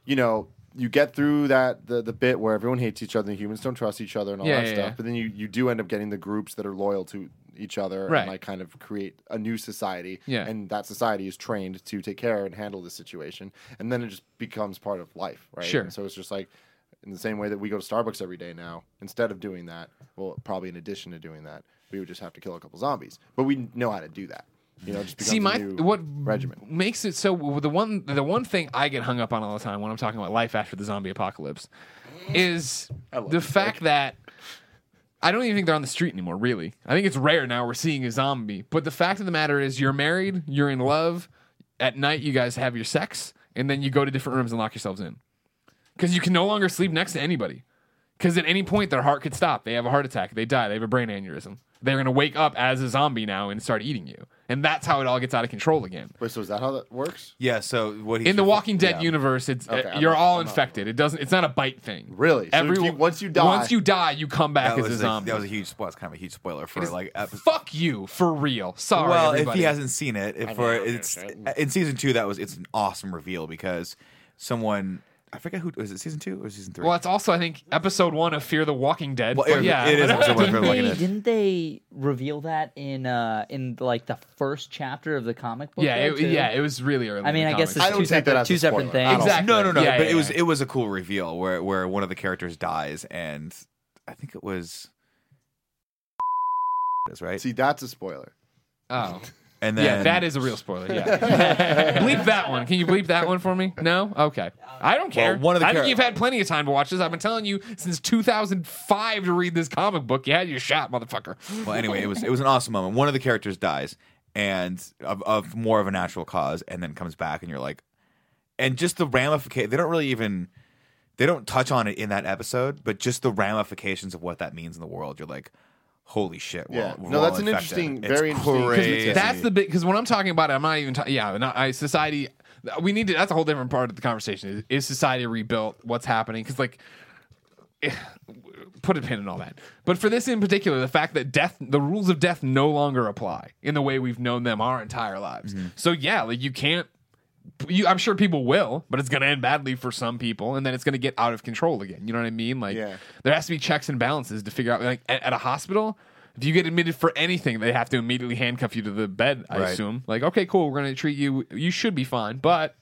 [SPEAKER 4] you know, you get through that the, the bit where everyone hates each other and humans don't trust each other and all
[SPEAKER 2] Yeah,
[SPEAKER 4] that
[SPEAKER 2] yeah,
[SPEAKER 4] stuff.
[SPEAKER 2] yeah.
[SPEAKER 4] But then you, you do end up getting the groups that are loyal to each other
[SPEAKER 2] Right.
[SPEAKER 4] and like kind of create a new society.
[SPEAKER 2] Yeah.
[SPEAKER 4] And that society is trained to take care and handle the situation. And then it just becomes part of life, right?
[SPEAKER 2] Sure.
[SPEAKER 4] And so it's just like in the same way that we go to Starbucks every day now, instead of doing that, well, probably in addition to doing that, we would just have to kill a couple zombies. But we know how to do that. You know, it just becomes
[SPEAKER 2] See,
[SPEAKER 4] a
[SPEAKER 2] my
[SPEAKER 4] new
[SPEAKER 2] what
[SPEAKER 4] regimen.
[SPEAKER 2] makes it so the one the one thing I get hung up on all the time when I'm talking about life after the zombie apocalypse is
[SPEAKER 4] love
[SPEAKER 2] the
[SPEAKER 4] this
[SPEAKER 2] fact that I don't even think they're on the street anymore. Really, I think it's rare now we're seeing a zombie. But the fact of the matter is, you're married, you're in love. At night, you guys have your sex, and then you go to different rooms and lock yourselves in because you can no longer sleep next to anybody. Because at any point, their heart could stop. They have a heart attack. They die. They have a brain aneurysm. They're going to wake up as a zombie now and start eating you. And that's how it all gets out of control again.
[SPEAKER 4] Wait, so is that how that works?
[SPEAKER 1] yeah. So what he's
[SPEAKER 2] In the
[SPEAKER 1] refer-
[SPEAKER 2] Walking Dead
[SPEAKER 1] yeah.
[SPEAKER 2] universe, it's
[SPEAKER 4] Okay,
[SPEAKER 2] uh,
[SPEAKER 4] I'm
[SPEAKER 2] you're
[SPEAKER 4] not-
[SPEAKER 2] all
[SPEAKER 4] I'm not-
[SPEAKER 2] infected. It doesn't. It's not a bite thing.
[SPEAKER 4] Really? So if
[SPEAKER 2] Everyone.
[SPEAKER 4] you- once you die-
[SPEAKER 2] Once you die, you come back
[SPEAKER 1] That
[SPEAKER 2] as a
[SPEAKER 1] was, a,
[SPEAKER 2] zombie.
[SPEAKER 1] that was a huge. Well, it's kind of a huge spoiler for
[SPEAKER 2] It is-
[SPEAKER 1] like. uh, epi-
[SPEAKER 2] Fuck you for real. Sorry,
[SPEAKER 1] well, if
[SPEAKER 2] everybody.
[SPEAKER 1] he hasn't seen it, if for
[SPEAKER 4] know,
[SPEAKER 1] it's
[SPEAKER 4] right.
[SPEAKER 1] in season two, that was it's an awesome reveal because someone I forget who was it season two or season three.
[SPEAKER 2] Well, it's also I think episode one of Fear the Walking Dead.
[SPEAKER 1] Well,
[SPEAKER 2] but
[SPEAKER 1] it-
[SPEAKER 2] yeah,
[SPEAKER 1] it is episode one of Fear the
[SPEAKER 3] Didn't
[SPEAKER 1] Walking
[SPEAKER 3] they,
[SPEAKER 1] Dead.
[SPEAKER 3] didn't they reveal that in uh in like the first chapter of the comic book?
[SPEAKER 2] yeah,
[SPEAKER 3] though,
[SPEAKER 2] it,
[SPEAKER 3] too?
[SPEAKER 2] yeah. It was really early.
[SPEAKER 3] I mean,
[SPEAKER 2] in the
[SPEAKER 3] I guess
[SPEAKER 2] comics.
[SPEAKER 3] it's
[SPEAKER 4] I don't
[SPEAKER 3] two
[SPEAKER 4] take that
[SPEAKER 3] separate,
[SPEAKER 4] as a
[SPEAKER 3] two separate
[SPEAKER 4] spoiler.
[SPEAKER 3] things.
[SPEAKER 4] I don't-
[SPEAKER 2] Exactly.
[SPEAKER 1] no, no, no.
[SPEAKER 2] Yeah,
[SPEAKER 1] but
[SPEAKER 2] yeah,
[SPEAKER 1] it was
[SPEAKER 2] yeah.
[SPEAKER 1] it was a cool reveal where where one of the characters dies and I think it was. That's right.
[SPEAKER 4] See, that's a spoiler.
[SPEAKER 2] Oh.
[SPEAKER 1] and then
[SPEAKER 2] yeah, that is a real spoiler. Yeah, bleep that one. Can you bleep that one for me? No, okay. I don't care.
[SPEAKER 1] one of the
[SPEAKER 2] I think
[SPEAKER 1] char-
[SPEAKER 2] you've had plenty of time to watch this. I've been telling you since 2005 to read this comic book. You had your shot, motherfucker.
[SPEAKER 1] Well, anyway, it was it was an awesome moment. One of the characters dies, and of, of more of a natural cause, and then comes back, and you're like, and just the ramification. They don't really even they don't touch on it in that episode, but just the ramifications of what that means in the world. You're like, holy shit! we're
[SPEAKER 4] Yeah.
[SPEAKER 1] all- we're
[SPEAKER 4] No,
[SPEAKER 1] all
[SPEAKER 4] that's an
[SPEAKER 1] infected.
[SPEAKER 4] interesting-
[SPEAKER 1] It's
[SPEAKER 4] very interesting
[SPEAKER 1] crazy.
[SPEAKER 4] detail.
[SPEAKER 2] That's the big because when I'm talking about it, I'm not even. Ta- yeah, not, I society. We need to. That's a whole different part of the conversation. Is, is society rebuilt? What's happening? Because like, eh, put a pin in all that. But for this in particular, the fact that death, the rules of death, no longer apply in the way we've known them our entire lives. So yeah, like you can't. You, I'm sure people will, but it's going to end badly for some people, and then it's going to get out of control again. You know what I mean? Like,
[SPEAKER 4] Yeah.
[SPEAKER 2] there has to be checks and balances to figure out. Like at, at a hospital, if you get admitted for anything, they have to immediately handcuff you to the bed. I
[SPEAKER 1] Right.
[SPEAKER 2] assume. Like, okay, cool, we're going to treat you. You should be fine, but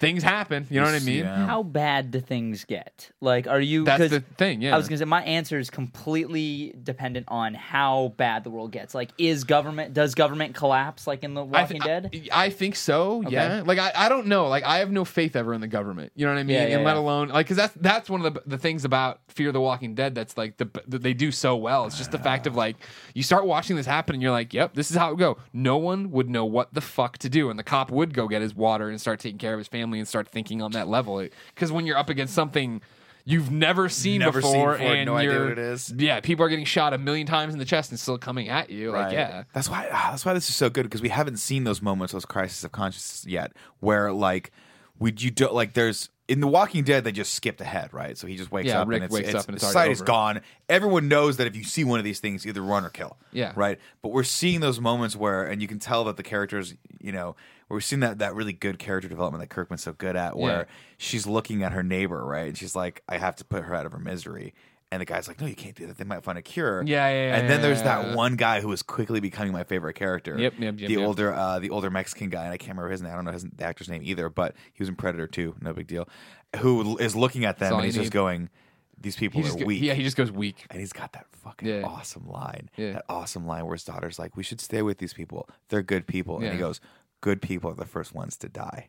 [SPEAKER 2] things happen. You know what I mean?
[SPEAKER 1] Yeah.
[SPEAKER 3] How bad do things get? Like, are you?
[SPEAKER 2] That's
[SPEAKER 3] 'cause
[SPEAKER 2] the thing, yeah.
[SPEAKER 3] I was gonna say my answer is completely dependent on how bad the world gets. Like, is government does government collapse like in the
[SPEAKER 2] I
[SPEAKER 3] Walking
[SPEAKER 2] th-
[SPEAKER 3] Dead?
[SPEAKER 2] I, I think so. Yeah. Like I, I don't know. Like I have no faith ever in the government. You know what I mean?
[SPEAKER 3] Yeah, yeah,
[SPEAKER 2] and let
[SPEAKER 3] yeah.
[SPEAKER 2] alone like because that's that's one of the the things about Fear the Walking Dead that's like the that they do so well. It's just the fact of like you start watching this happen and you're like, yep, this is how it would go. No one would know what the fuck to do, and the cop would go get his water and start taking care of his family and start thinking on that level. Because when you're up against something. You've never seen
[SPEAKER 1] Never seen
[SPEAKER 2] before,
[SPEAKER 1] before,
[SPEAKER 2] and
[SPEAKER 1] no idea
[SPEAKER 2] you're,
[SPEAKER 1] what it is.
[SPEAKER 2] Yeah, people are getting shot a million times in the chest and still coming at you. Like,
[SPEAKER 1] Right.
[SPEAKER 2] yeah,
[SPEAKER 1] That's why ah, that's why this is so good because we haven't seen those moments, those crises of consciousness yet, where like we you don't like there's in The Walking Dead, they just skipped ahead, right? So he just wakes
[SPEAKER 2] Yeah,
[SPEAKER 1] up,
[SPEAKER 2] Rick
[SPEAKER 1] and it's,
[SPEAKER 2] wakes
[SPEAKER 1] it's-
[SPEAKER 2] up and it's
[SPEAKER 1] the
[SPEAKER 2] already
[SPEAKER 1] site is
[SPEAKER 2] over.
[SPEAKER 1] gone. Everyone knows that if you see one of these things, either run or kill.
[SPEAKER 2] Yeah.
[SPEAKER 1] right. But we're seeing those moments where, and you can tell that the characters, you know, we're seeing that that really good character development that Kirkman's so good at, where
[SPEAKER 2] Yeah.
[SPEAKER 1] she's looking at her neighbor, right, and she's like, "I have to put her out of her misery." And the guy's like, "No, you can't do that. They might find a cure."
[SPEAKER 2] Yeah, yeah, yeah,
[SPEAKER 1] And then
[SPEAKER 2] yeah,
[SPEAKER 1] there's
[SPEAKER 2] yeah,
[SPEAKER 1] that
[SPEAKER 2] yeah.
[SPEAKER 1] one guy who is quickly becoming my favorite character.
[SPEAKER 2] Yep, yep, yep,
[SPEAKER 1] The
[SPEAKER 2] yep.
[SPEAKER 1] older, uh, the older Mexican guy, and I can't remember his name. I don't know his the actor's name either, but he was in Predator too. No big deal. Who l- is looking at them
[SPEAKER 2] all
[SPEAKER 1] and
[SPEAKER 2] you
[SPEAKER 1] he's
[SPEAKER 2] need.
[SPEAKER 1] just going, "These people
[SPEAKER 2] He just
[SPEAKER 1] are
[SPEAKER 2] go-
[SPEAKER 1] weak."
[SPEAKER 2] yeah, he just goes weak.
[SPEAKER 1] and he's got that fucking
[SPEAKER 2] Yeah.
[SPEAKER 1] awesome line.
[SPEAKER 2] Yeah.
[SPEAKER 1] That awesome line where his daughter's like, "We should stay with these people. They're good people." And
[SPEAKER 2] Yeah.
[SPEAKER 1] he goes, "Good people are the first ones to die."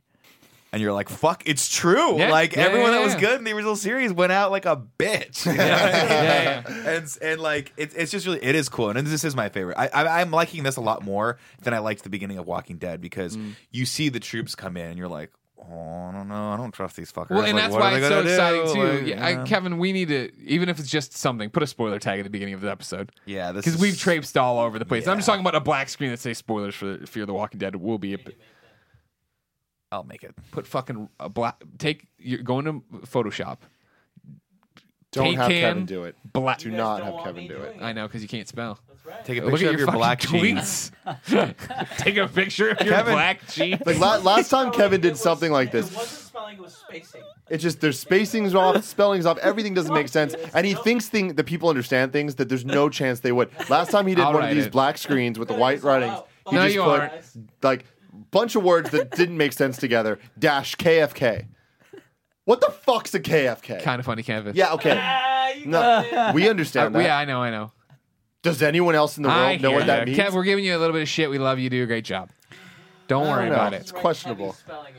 [SPEAKER 1] And you're like, "Fuck, it's true."
[SPEAKER 2] Yeah.
[SPEAKER 1] Like
[SPEAKER 2] Yeah,
[SPEAKER 1] everyone
[SPEAKER 2] yeah,
[SPEAKER 1] that was
[SPEAKER 2] yeah.
[SPEAKER 1] good in the original series went out like a bitch. You know what I mean?
[SPEAKER 2] Yeah,
[SPEAKER 1] and and like it, it's just really it is cool and this is my favorite I, I i'm liking this a lot more than i liked the beginning of walking dead because
[SPEAKER 2] Mm.
[SPEAKER 1] you see the troops come in and you're like oh i don't know i don't trust these fuckers
[SPEAKER 2] Well, and
[SPEAKER 1] Like,
[SPEAKER 2] that's
[SPEAKER 1] what are they
[SPEAKER 2] why it's so
[SPEAKER 1] gonna
[SPEAKER 2] exciting
[SPEAKER 1] do?
[SPEAKER 2] too.
[SPEAKER 1] Like,
[SPEAKER 2] yeah, I- Kevin, we need to even if it's just something, put a spoiler tag at the beginning of the episode.
[SPEAKER 1] Yeah, this
[SPEAKER 2] because
[SPEAKER 1] is-
[SPEAKER 2] we've traipsed all over the place. I'm just
[SPEAKER 1] Yeah.
[SPEAKER 2] talking about a black screen that says spoilers for Fear the Walking Dead. Will be a,
[SPEAKER 1] i'll make it
[SPEAKER 2] put fucking a black take. You're going to Photoshop.
[SPEAKER 4] Don't
[SPEAKER 2] Paint
[SPEAKER 4] have
[SPEAKER 2] can.
[SPEAKER 4] Kevin do it.
[SPEAKER 2] Black.
[SPEAKER 4] Do not
[SPEAKER 3] don't
[SPEAKER 4] have
[SPEAKER 3] want
[SPEAKER 4] Kevin
[SPEAKER 3] me
[SPEAKER 4] do
[SPEAKER 3] doing
[SPEAKER 4] it.
[SPEAKER 2] I know because you can't spell.
[SPEAKER 1] take a
[SPEAKER 2] Look
[SPEAKER 1] picture
[SPEAKER 2] at
[SPEAKER 1] of
[SPEAKER 2] your,
[SPEAKER 1] your
[SPEAKER 2] fucking
[SPEAKER 1] black jeans
[SPEAKER 2] tweets. take a picture of your
[SPEAKER 1] Kevin.
[SPEAKER 2] black jeans.
[SPEAKER 4] Like la- last time Kevin
[SPEAKER 6] Oh, It
[SPEAKER 4] did
[SPEAKER 6] was-
[SPEAKER 4] something like this.
[SPEAKER 6] It wasn't spelling, it was spacing.
[SPEAKER 4] It's just there's spacings off, spellings off, everything doesn't make sense. And he thinks thing that people understand things that there's no chance they would. Last time he did
[SPEAKER 2] I'll
[SPEAKER 4] one
[SPEAKER 2] write
[SPEAKER 4] of these
[SPEAKER 2] it.
[SPEAKER 4] black screens with the white writings, he
[SPEAKER 2] No,
[SPEAKER 4] just
[SPEAKER 2] you
[SPEAKER 4] put
[SPEAKER 2] aren't.
[SPEAKER 4] like bunch of words that didn't make sense together. Dash KFK. What the fuck's a KFK?
[SPEAKER 2] kind of funny, Kevin.
[SPEAKER 4] yeah, okay.
[SPEAKER 6] Ah, you got it.
[SPEAKER 4] No, we understand
[SPEAKER 2] Uh,
[SPEAKER 4] that.
[SPEAKER 2] yeah, I know, I know.
[SPEAKER 4] Does anyone else in the world
[SPEAKER 2] I
[SPEAKER 4] know what
[SPEAKER 2] hear
[SPEAKER 4] that
[SPEAKER 2] you.
[SPEAKER 4] means?
[SPEAKER 2] Kev, we're giving you a little bit of shit. We love you. Do a great job. Don't
[SPEAKER 4] I
[SPEAKER 2] worry
[SPEAKER 4] don't know.
[SPEAKER 2] about it.
[SPEAKER 4] It's
[SPEAKER 6] Just write heavy
[SPEAKER 4] questionable.
[SPEAKER 6] Spelling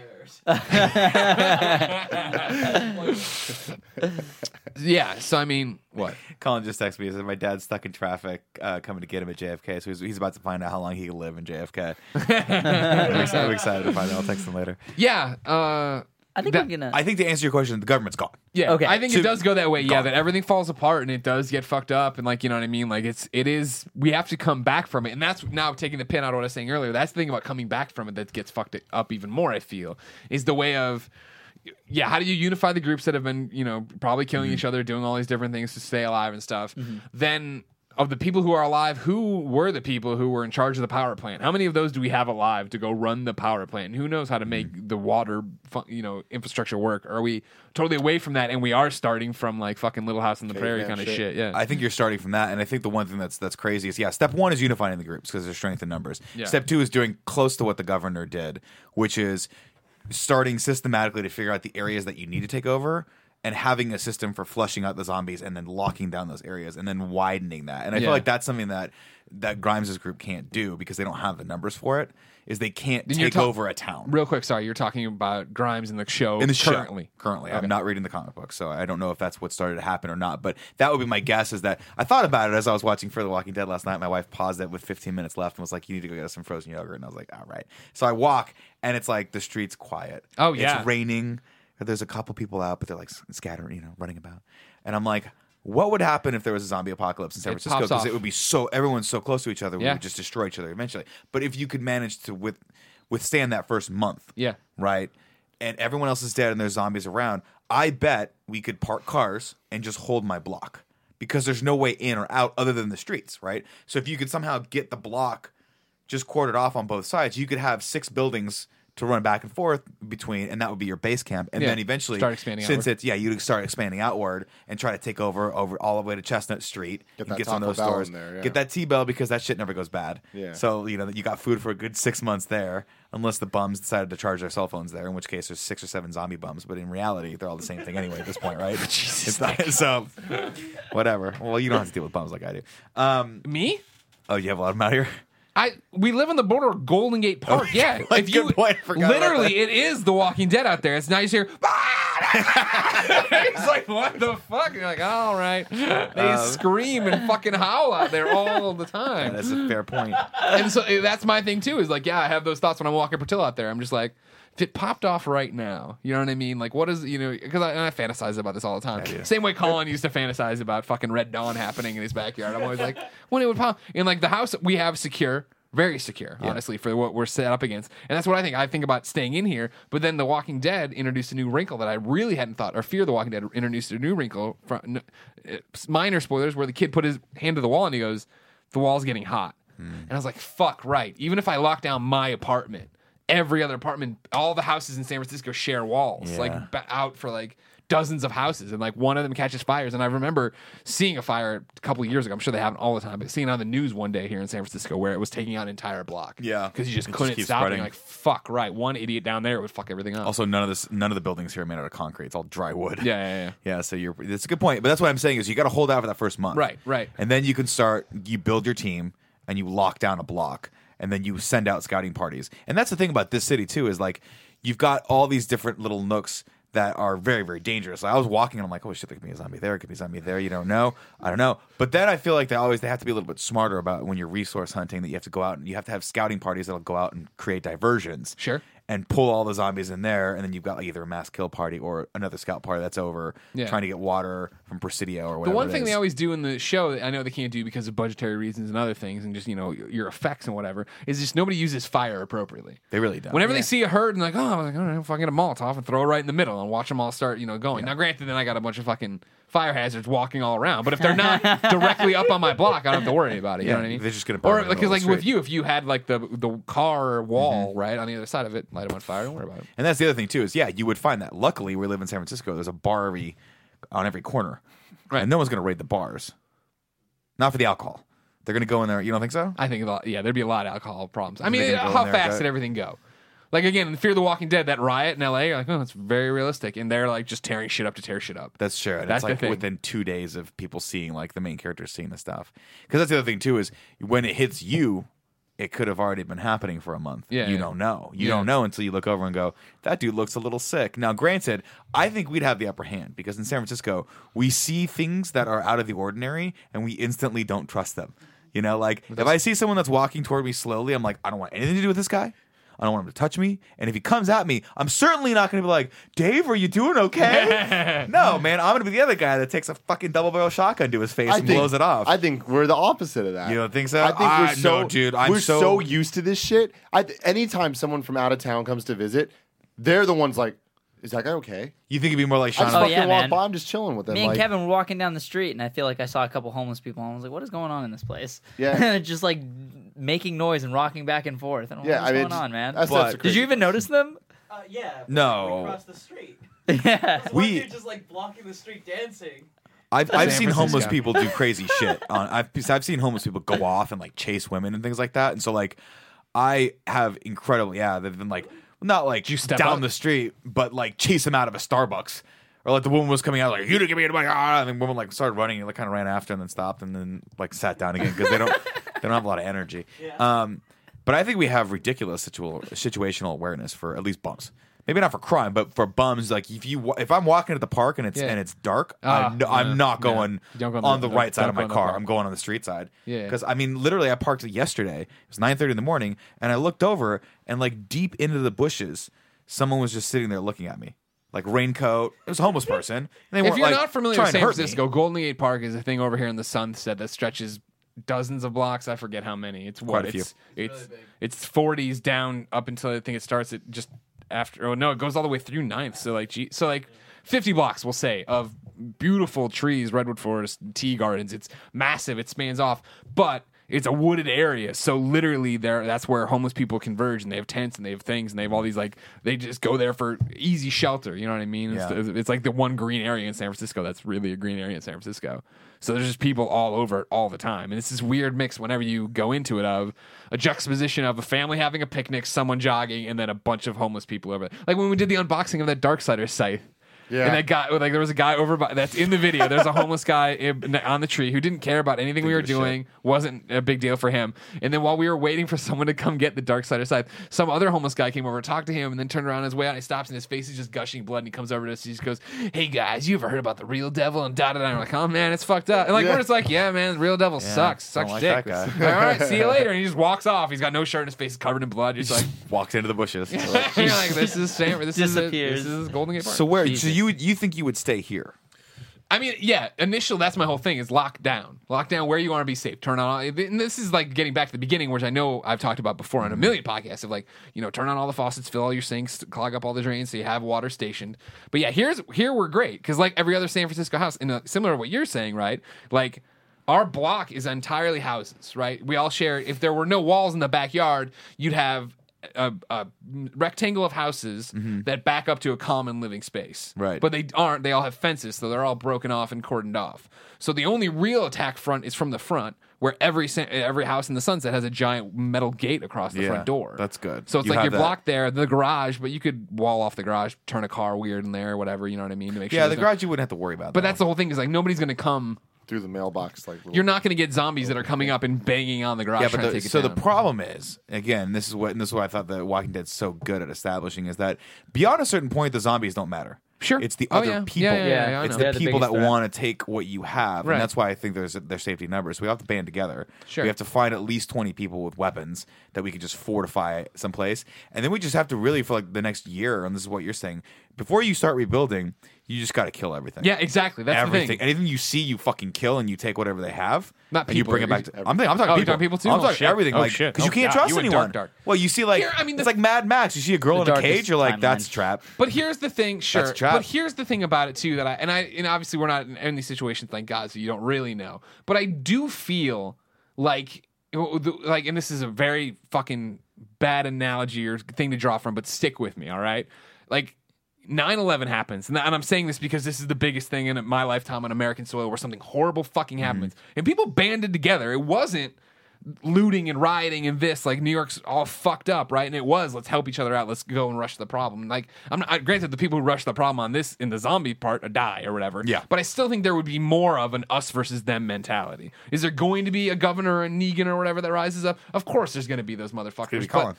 [SPEAKER 6] errors.
[SPEAKER 2] Yeah. So I mean, what?
[SPEAKER 1] colin just texted me he said my dad's stuck in traffic uh, coming to get him at jfk so he's, he's about to find out how long he can live in jfk I'm, ex- I'm excited to find out i'll text him later
[SPEAKER 2] Yeah. Uh,
[SPEAKER 3] I think
[SPEAKER 2] That-
[SPEAKER 3] I'm gonna.
[SPEAKER 1] i think to answer your question the government's gone
[SPEAKER 2] yeah.
[SPEAKER 3] Okay.
[SPEAKER 2] I think it
[SPEAKER 1] To-
[SPEAKER 2] does go that way. Yeah. That everything falls apart and it does get fucked up and like you know what I mean. Like it's it is we have to come back from it and that's now taking the pin out of what I was saying earlier. That's the thing about coming back from it that gets fucked up even more. I feel is the way of. Yeah, how do you unify the groups that have been, you know, probably killing each other, doing all these different things to stay alive and stuff? Then of the people who are alive, who were the people who were in charge of the power plant? How many of those do we have alive to go run the power plant? And who knows how to
[SPEAKER 1] Mm-hmm.
[SPEAKER 2] make the water, fu- you know, infrastructure work? Are we totally away from that and we are starting from like fucking Little House on the Prairie
[SPEAKER 4] man
[SPEAKER 2] kind of
[SPEAKER 4] shit.
[SPEAKER 2] shit? Yeah.
[SPEAKER 1] I think you're starting from that, and I think the one thing that's that's crazy is yeah. Step one is unifying the groups because there's strength in numbers.
[SPEAKER 2] Yeah.
[SPEAKER 1] Step two is doing close to what the governor did, which is starting systematically to figure out the areas that you need to take over and having a system for flushing out the zombies and then locking down those areas and then widening that. And I
[SPEAKER 2] Yeah.
[SPEAKER 1] feel like that's something that that Grimes's group can't do because they don't have the numbers for it. Is they can't
[SPEAKER 2] you're
[SPEAKER 1] take
[SPEAKER 2] ta-
[SPEAKER 1] over a town
[SPEAKER 2] Real quick, sorry, you're talking about Grimes in the show
[SPEAKER 1] in the show.
[SPEAKER 2] currently.
[SPEAKER 1] Currently,
[SPEAKER 2] Okay.
[SPEAKER 1] I'm not reading the comic book, so I don't know if that's what started to happen or not. But that would be my guess. Is that I thought about it as I was watching *For the Walking Dead* last night. My wife paused it with 15 minutes left and was like, "You need to go get us some frozen yogurt." And I was like, "All right." So I walk, and it's like the street's quiet.
[SPEAKER 2] Oh, yeah.
[SPEAKER 1] it's raining. There's a couple people out, but they're like scattering, you know, running about. And I'm like, what would happen if there was a zombie apocalypse in San
[SPEAKER 2] It
[SPEAKER 1] Francisco?
[SPEAKER 2] pops
[SPEAKER 1] Because
[SPEAKER 2] off.
[SPEAKER 1] it would be so everyone's so close to each other, we
[SPEAKER 2] Yeah.
[SPEAKER 1] would just destroy each other eventually. But if you could manage to with withstand that first month,
[SPEAKER 2] Yeah.
[SPEAKER 1] right? And everyone else is dead and there's zombies around. I bet we could park cars and just hold my block because there's no way in or out other than the streets, right? So if you could somehow get the block just quartered off on both sides, you could have six buildings to run back and forth between, and that would be your base camp. And
[SPEAKER 2] Yeah.
[SPEAKER 1] then eventually,
[SPEAKER 2] Start expanding
[SPEAKER 1] since
[SPEAKER 2] outward.
[SPEAKER 1] it's yeah, you'd start expanding outward and try to take over over all the way to Chestnut Street
[SPEAKER 4] Get
[SPEAKER 1] and
[SPEAKER 4] that
[SPEAKER 1] get some of
[SPEAKER 4] Taco
[SPEAKER 1] those
[SPEAKER 4] Bell
[SPEAKER 1] stores.
[SPEAKER 4] in there, yeah.
[SPEAKER 1] Get that T Bell because that shit never goes bad.
[SPEAKER 4] Yeah.
[SPEAKER 1] So you know that you got food for a good six months there, unless the bums decided to charge their cell phones there, in which case there's six or seven zombie bums. But in reality, they're all the same thing anyway at this point, right? It's not- so whatever. Well, you don't have to deal with bums like I do. Um,
[SPEAKER 2] Me?
[SPEAKER 1] oh, you have a lot of them out here.
[SPEAKER 2] I we live on the border of Golden Gate Park. Yeah,
[SPEAKER 1] Like,
[SPEAKER 2] if you
[SPEAKER 1] good point. I forgot about
[SPEAKER 2] literally, it is The Walking Dead out there. It's nice here. It's like, what the fuck? And You're like, all right. They
[SPEAKER 1] Um,
[SPEAKER 2] scream and fucking howl out there all the time.
[SPEAKER 1] That's a fair point.
[SPEAKER 2] And so eh, that's my thing too. Is like, yeah, I have those thoughts when I'm walking Patil out there. I'm just like, if it popped off right now, you know what I mean? Like, what is you know? Because I, and I fantasize about this all the time. Same way Colin used to fantasize about fucking Red Dawn happening in his backyard. I'm always like, when it would pop. And like the house we have secure. Very secure, honestly, for what we're set up against. And that's what I think. I think about staying in here, but then The Walking Dead introduced a new wrinkle that I really hadn't thought, or Fear the Walking Dead introduced a new wrinkle. From, n- uh, minor spoilers, where the kid put his hand to the wall and he goes, The wall's getting hot. And I was like, fuck, right. Even if I lock down my apartment, every other apartment, all the houses in San Francisco share walls, like ba- out for like dozens of houses, and like one of them catches fires. And I remember seeing a fire a couple of years ago. I'm sure they happen all the time, but seeing it on the news one day here in San Francisco where it was taking out an entire block.
[SPEAKER 1] Yeah.
[SPEAKER 2] because you just
[SPEAKER 1] It just
[SPEAKER 2] couldn't
[SPEAKER 1] keeps
[SPEAKER 2] stop. And
[SPEAKER 1] spreading.
[SPEAKER 2] you're like, fuck, right. One idiot down there would fuck everything up.
[SPEAKER 1] Also, none of this, none of the buildings here are made out of concrete. It's all dry wood.
[SPEAKER 2] Yeah, yeah, yeah.
[SPEAKER 1] Yeah, so you're that's a good point. But that's what I'm saying is you got to hold out for that first month.
[SPEAKER 2] Right, right.
[SPEAKER 1] And then you can start you build your team and you lock down a block and then you send out scouting parties. And that's the thing about this city too is like you've got all these different little nooks that are very very dangerous. Like I was walking and I'm like, "Oh shit, there could be a zombie there, there could be a zombie there." You don't know. I don't know. But then I feel like they always they have to be a little bit smarter about when you're resource hunting that you have to go out and you have to have scouting parties that'll go out and create diversions
[SPEAKER 2] Sure.
[SPEAKER 1] and pull all the zombies in there, and then you've got like either a mass kill party or another scout party that's over
[SPEAKER 2] Yeah.
[SPEAKER 1] trying to get water from Presidio or
[SPEAKER 2] The
[SPEAKER 1] whatever.
[SPEAKER 2] one
[SPEAKER 1] it
[SPEAKER 2] thing
[SPEAKER 1] is.
[SPEAKER 2] they always do in the show that I know they can't do because of budgetary reasons and other things, and just you know your effects and whatever, is just nobody uses fire appropriately.
[SPEAKER 1] they really don't.
[SPEAKER 2] Whenever they see a herd and like, oh, I was like, all right, if I get a Molotov and throw it right in the middle and watch them all start, you know, going. Now, granted, then I got a bunch of fucking fire hazards walking all around, but if they're not directly up on my block, I don't have to worry about it. You know
[SPEAKER 1] Yeah,
[SPEAKER 2] what I mean?
[SPEAKER 1] they're just gonna burn
[SPEAKER 2] or
[SPEAKER 1] it in the
[SPEAKER 2] like,
[SPEAKER 1] middle of
[SPEAKER 2] like
[SPEAKER 1] the
[SPEAKER 2] with
[SPEAKER 1] street. Mm-hmm.
[SPEAKER 2] you, if you had like the the car wall right on the other side of it, light them on fire, don't worry about it.
[SPEAKER 1] and that's the other thing too is yeah, you would find that. Luckily, we live in San Francisco. There's a bar every on every corner,
[SPEAKER 2] Right.
[SPEAKER 1] And no one's going to raid the bars, not for the alcohol. They're going to go in there. You don't think so?
[SPEAKER 2] I think a lot, yeah, there'd be a lot of alcohol problems. I mean,
[SPEAKER 1] they gonna go
[SPEAKER 2] how
[SPEAKER 1] in there,
[SPEAKER 2] fast
[SPEAKER 1] Jack?
[SPEAKER 2] did everything go? Like again, in Fear the Walking Dead, that riot in L.A. You're like, oh, it's very realistic, and they're like just tearing shit up to tear shit up.
[SPEAKER 1] That's sure. And
[SPEAKER 2] That's
[SPEAKER 1] it's
[SPEAKER 2] the
[SPEAKER 1] like
[SPEAKER 2] thing.
[SPEAKER 1] within two days of people seeing like the main characters seeing the stuff. Because that's the other thing too is when it hits you, it could have already been happening for a month.
[SPEAKER 2] Yeah,
[SPEAKER 1] you
[SPEAKER 2] yeah.
[SPEAKER 1] don't know. You
[SPEAKER 2] Yeah.
[SPEAKER 1] don't know until you look over and go, "That dude looks a little sick." Now, granted, I think we'd have the upper hand because in San Francisco we see things that are out of the ordinary and we instantly don't trust them. You know, like if I see someone that's walking toward me slowly, I'm like, I don't want anything to do with this guy. I don't want him to touch me. And if he comes at me, I'm certainly not going to be like, Dave, are you doing okay? no, man, I'm going to be the other guy that takes a fucking double barrel shotgun to his face and blows it off.
[SPEAKER 4] I think we're the opposite of that.
[SPEAKER 1] You don't think so?
[SPEAKER 4] I think
[SPEAKER 1] Ah,
[SPEAKER 4] we're so,
[SPEAKER 1] no, dude, I'm
[SPEAKER 4] we're so,
[SPEAKER 1] so-
[SPEAKER 4] used to this shit. I th- anytime someone from out of town comes to visit, they're the ones like, "Is that guy okay?"
[SPEAKER 1] you think it'd be more like
[SPEAKER 4] I
[SPEAKER 1] Sean?
[SPEAKER 4] just
[SPEAKER 3] Oh,
[SPEAKER 4] fucking
[SPEAKER 3] yeah,
[SPEAKER 4] walk
[SPEAKER 3] man.
[SPEAKER 4] by. I'm just chilling with them.
[SPEAKER 3] Me and
[SPEAKER 4] like,
[SPEAKER 3] Kevin were walking down the street, and I feel like I saw a couple homeless people. And I was like, "What is going on in this place?"
[SPEAKER 4] Yeah.
[SPEAKER 3] just like making noise and rocking back and forth. And I'm like,
[SPEAKER 4] Yeah,
[SPEAKER 3] what's
[SPEAKER 4] I mean,
[SPEAKER 3] going on, man?
[SPEAKER 4] that's-
[SPEAKER 1] that's
[SPEAKER 3] Did
[SPEAKER 4] crazy.
[SPEAKER 3] you even notice them?
[SPEAKER 6] Uh, yeah. but
[SPEAKER 1] No.
[SPEAKER 6] We crossed the street.
[SPEAKER 3] yeah.
[SPEAKER 6] We
[SPEAKER 1] We-
[SPEAKER 6] dude just like blocking the street dancing.
[SPEAKER 1] I've, I've
[SPEAKER 2] San
[SPEAKER 1] seen homeless
[SPEAKER 2] Francisco.
[SPEAKER 1] people do crazy shit. On, I've I've seen homeless people go off and like chase women and things like that. And so like, I have incredible yeah. They've been like not like
[SPEAKER 2] you step
[SPEAKER 1] down
[SPEAKER 2] up?
[SPEAKER 1] the street, but like chase them out of a Starbucks. Or like the woman was coming out like you didn't give me any money, ah, and the woman like started running and like kind of ran after and then stopped and then like sat down again because they don't they don't have a lot of energy.
[SPEAKER 6] Yeah.
[SPEAKER 1] Um, but I think we have ridiculous situ- situational awareness for at least bums. Maybe not for crime, but for bums. Like if you wa- if I'm walking at the park and it's
[SPEAKER 2] Yeah.
[SPEAKER 1] and it's dark,
[SPEAKER 2] Ah,
[SPEAKER 1] I'm, no,
[SPEAKER 2] yeah,
[SPEAKER 1] I'm not
[SPEAKER 2] yeah.
[SPEAKER 1] going
[SPEAKER 2] Don't go on
[SPEAKER 1] on,
[SPEAKER 2] the-
[SPEAKER 1] the
[SPEAKER 2] don't-
[SPEAKER 1] right side
[SPEAKER 2] don't
[SPEAKER 1] of
[SPEAKER 2] go
[SPEAKER 1] my
[SPEAKER 2] on the
[SPEAKER 1] car.
[SPEAKER 2] park.
[SPEAKER 1] I'm going on the street side.
[SPEAKER 2] Yeah.
[SPEAKER 1] Because I mean, literally, I parked yesterday. It was 9:30 in the morning, and I looked over, and like deep into the bushes, someone was just sitting there looking at me, like raincoat. It was a homeless person. And they
[SPEAKER 2] if
[SPEAKER 1] weren't,
[SPEAKER 2] you're
[SPEAKER 1] like,
[SPEAKER 2] not familiar
[SPEAKER 1] trying
[SPEAKER 2] with
[SPEAKER 1] to
[SPEAKER 2] San
[SPEAKER 1] hurt me.
[SPEAKER 2] Francisco, Golden Gate Park is a thing over here in the sunset that stretches dozens of blocks. I forget how many. It's what
[SPEAKER 1] Quite a few.
[SPEAKER 2] it's it's it's forties down up until I think it starts at just after. Oh no, it goes all the way through 9th. So like gee, so like fifty blocks, we'll say, of beautiful trees, redwood forest, tea gardens. It's massive. It spans off, but. It's a wooded area, so literally there. That's where homeless people converge, and they have tents, and they have things, and they have all these like they just go there for easy shelter. You know what I mean? It's-
[SPEAKER 1] Yeah.
[SPEAKER 2] it's- it's like the one green area in San Francisco that's really a green area in San Francisco. So there's just people all over it all the time. And it's this weird mix whenever you go into it of a juxtaposition of a family having a picnic, someone jogging, and then a bunch of homeless people over there. Like when we did the unboxing of that Darksider scythe.
[SPEAKER 4] Yeah.
[SPEAKER 2] And that guy, like, there was a guy over by that's in the video. There's a homeless guy in- on the tree who didn't care about anything we were
[SPEAKER 1] give a
[SPEAKER 2] doing, wasn't a big deal for him. And then while we were waiting for someone to come get the dark side of scythe, some other homeless guy came over, talked to him, and then turned around on his way out. And he stops, and his face is just gushing blood. And he comes over to us. He just goes, "Hey guys, you ever heard about the real devil?" And da da da. And we're like, "Oh man, it's fucked up." And like we're
[SPEAKER 4] Yeah.
[SPEAKER 2] just like, "Yeah man, the real devil sucks,
[SPEAKER 1] don't
[SPEAKER 2] sucks
[SPEAKER 1] like
[SPEAKER 2] dick."
[SPEAKER 1] that guy.
[SPEAKER 2] Like, All right, see you later. And he just walks off. He's got no shirt, and his face is covered in blood. He's like.
[SPEAKER 1] walked into the bushes.
[SPEAKER 2] You're like this is San. This is a,
[SPEAKER 3] Disappears.
[SPEAKER 2] this is Golden Gate Park.
[SPEAKER 1] so where?
[SPEAKER 3] Jesus.
[SPEAKER 1] So you would- you think you would stay here?
[SPEAKER 2] I mean, yeah, initial, that's my whole thing is lock down. Lock down where you want to be safe. Turn on all, and this is like getting back to the beginning, which I know I've talked about before on a million podcasts of like, you know, turn on all the faucets, fill all your sinks, clog up all the drains so you have water stationed. But yeah, here's, here we're great because like every other San Francisco house, in a, similar to what you're saying, right? Like, our block is entirely houses, right? We all share, if there were no walls in the backyard, you'd have a, a rectangle of houses that back up to a common living space.
[SPEAKER 1] Right.
[SPEAKER 2] But they aren't. They all have fences, so they're all broken off and cordoned off. So the only real attack front is from the front, where every sa- every house in the sunset has a giant metal gate across the
[SPEAKER 1] Yeah,
[SPEAKER 2] front door.
[SPEAKER 1] that's good.
[SPEAKER 2] So it's
[SPEAKER 1] You
[SPEAKER 2] like
[SPEAKER 1] have
[SPEAKER 2] you're
[SPEAKER 1] that-
[SPEAKER 2] blocked there, the garage, but you could wall off the garage, turn a car weird in there, whatever. You know what I mean? To make sure.
[SPEAKER 1] Yeah, the
[SPEAKER 2] there's no-
[SPEAKER 1] garage you wouldn't have to worry about.
[SPEAKER 2] But
[SPEAKER 1] though.
[SPEAKER 2] that's the whole thing. Is like nobody's going to come.
[SPEAKER 4] through the mailbox like little
[SPEAKER 2] You're not going to get zombies that are coming up and banging on the garage
[SPEAKER 1] yeah,
[SPEAKER 2] trying
[SPEAKER 1] but
[SPEAKER 2] to
[SPEAKER 1] the,
[SPEAKER 2] take it
[SPEAKER 1] so the
[SPEAKER 2] down.
[SPEAKER 1] problem is again, this is what and this is what I thought the Walking Dead's so good at establishing is that beyond a certain point, the zombies don't matter.
[SPEAKER 2] Sure.
[SPEAKER 1] it's the
[SPEAKER 2] Oh,
[SPEAKER 1] other
[SPEAKER 2] yeah. Yeah,
[SPEAKER 1] people.
[SPEAKER 2] yeah, yeah, yeah, I
[SPEAKER 1] it's
[SPEAKER 2] know.
[SPEAKER 1] the
[SPEAKER 3] They're the
[SPEAKER 1] people that
[SPEAKER 3] biggest threat.
[SPEAKER 1] want to take what you have,
[SPEAKER 2] Right.
[SPEAKER 1] and that's why I think there's their safety numbers. We have to band together.
[SPEAKER 2] Sure.
[SPEAKER 1] we have to find at least twenty people with weapons that we can just fortify someplace, and then we just have to really for like the next year. And this is what you're saying: before you start rebuilding, you just got to kill everything.
[SPEAKER 2] Yeah, exactly. That's
[SPEAKER 1] Everything,
[SPEAKER 2] the thing.
[SPEAKER 1] anything you see, you fucking kill, and you take whatever they have.
[SPEAKER 2] Not
[SPEAKER 1] and you
[SPEAKER 2] people,
[SPEAKER 1] bring it
[SPEAKER 2] you're
[SPEAKER 1] back. To,
[SPEAKER 2] just-
[SPEAKER 1] I'm, thinking, I'm talking
[SPEAKER 2] Oh,
[SPEAKER 1] people.
[SPEAKER 2] you're talking people too?
[SPEAKER 1] I'm
[SPEAKER 2] Oh,
[SPEAKER 1] talking
[SPEAKER 2] shit.
[SPEAKER 1] everything.
[SPEAKER 2] Oh,
[SPEAKER 1] like,
[SPEAKER 2] shit.
[SPEAKER 1] because you
[SPEAKER 2] Oh,
[SPEAKER 1] can't
[SPEAKER 2] God.
[SPEAKER 1] trust
[SPEAKER 2] You went
[SPEAKER 1] anyone.
[SPEAKER 2] dark, dark.
[SPEAKER 1] Well, you see, like,
[SPEAKER 2] Here, I mean,
[SPEAKER 1] it's
[SPEAKER 2] the-
[SPEAKER 1] like Mad Max. You see a girl in a
[SPEAKER 3] darkest
[SPEAKER 1] cage, you're like,
[SPEAKER 3] timeline.
[SPEAKER 1] that's a trap.
[SPEAKER 2] But here's the thing, sure.
[SPEAKER 1] a trap.
[SPEAKER 2] But here's the thing about it too that I and I and obviously we're not in any situation, thank God, so you don't really know. But I do feel like like and this is a very fucking bad analogy or thing to draw from, but stick with me, all right? Like 9-11 happens and, and i'm saying this because this is the biggest thing in my lifetime on american soil where something horrible fucking happens and people banded together it wasn't looting and rioting and this like New York's all fucked up, right? And it was let's help each other out, let's go and rush the problem. Like I'm not, I, granted the people who rush the problem on this in the zombie part uh, die or whatever.
[SPEAKER 1] Yeah.
[SPEAKER 2] but I still think there would be more of an us versus them mentality. Is there going to be a governor or a Negan or whatever that rises up? Of course, there's going to be those motherfuckers.
[SPEAKER 1] Here's
[SPEAKER 2] but-
[SPEAKER 1] Colin.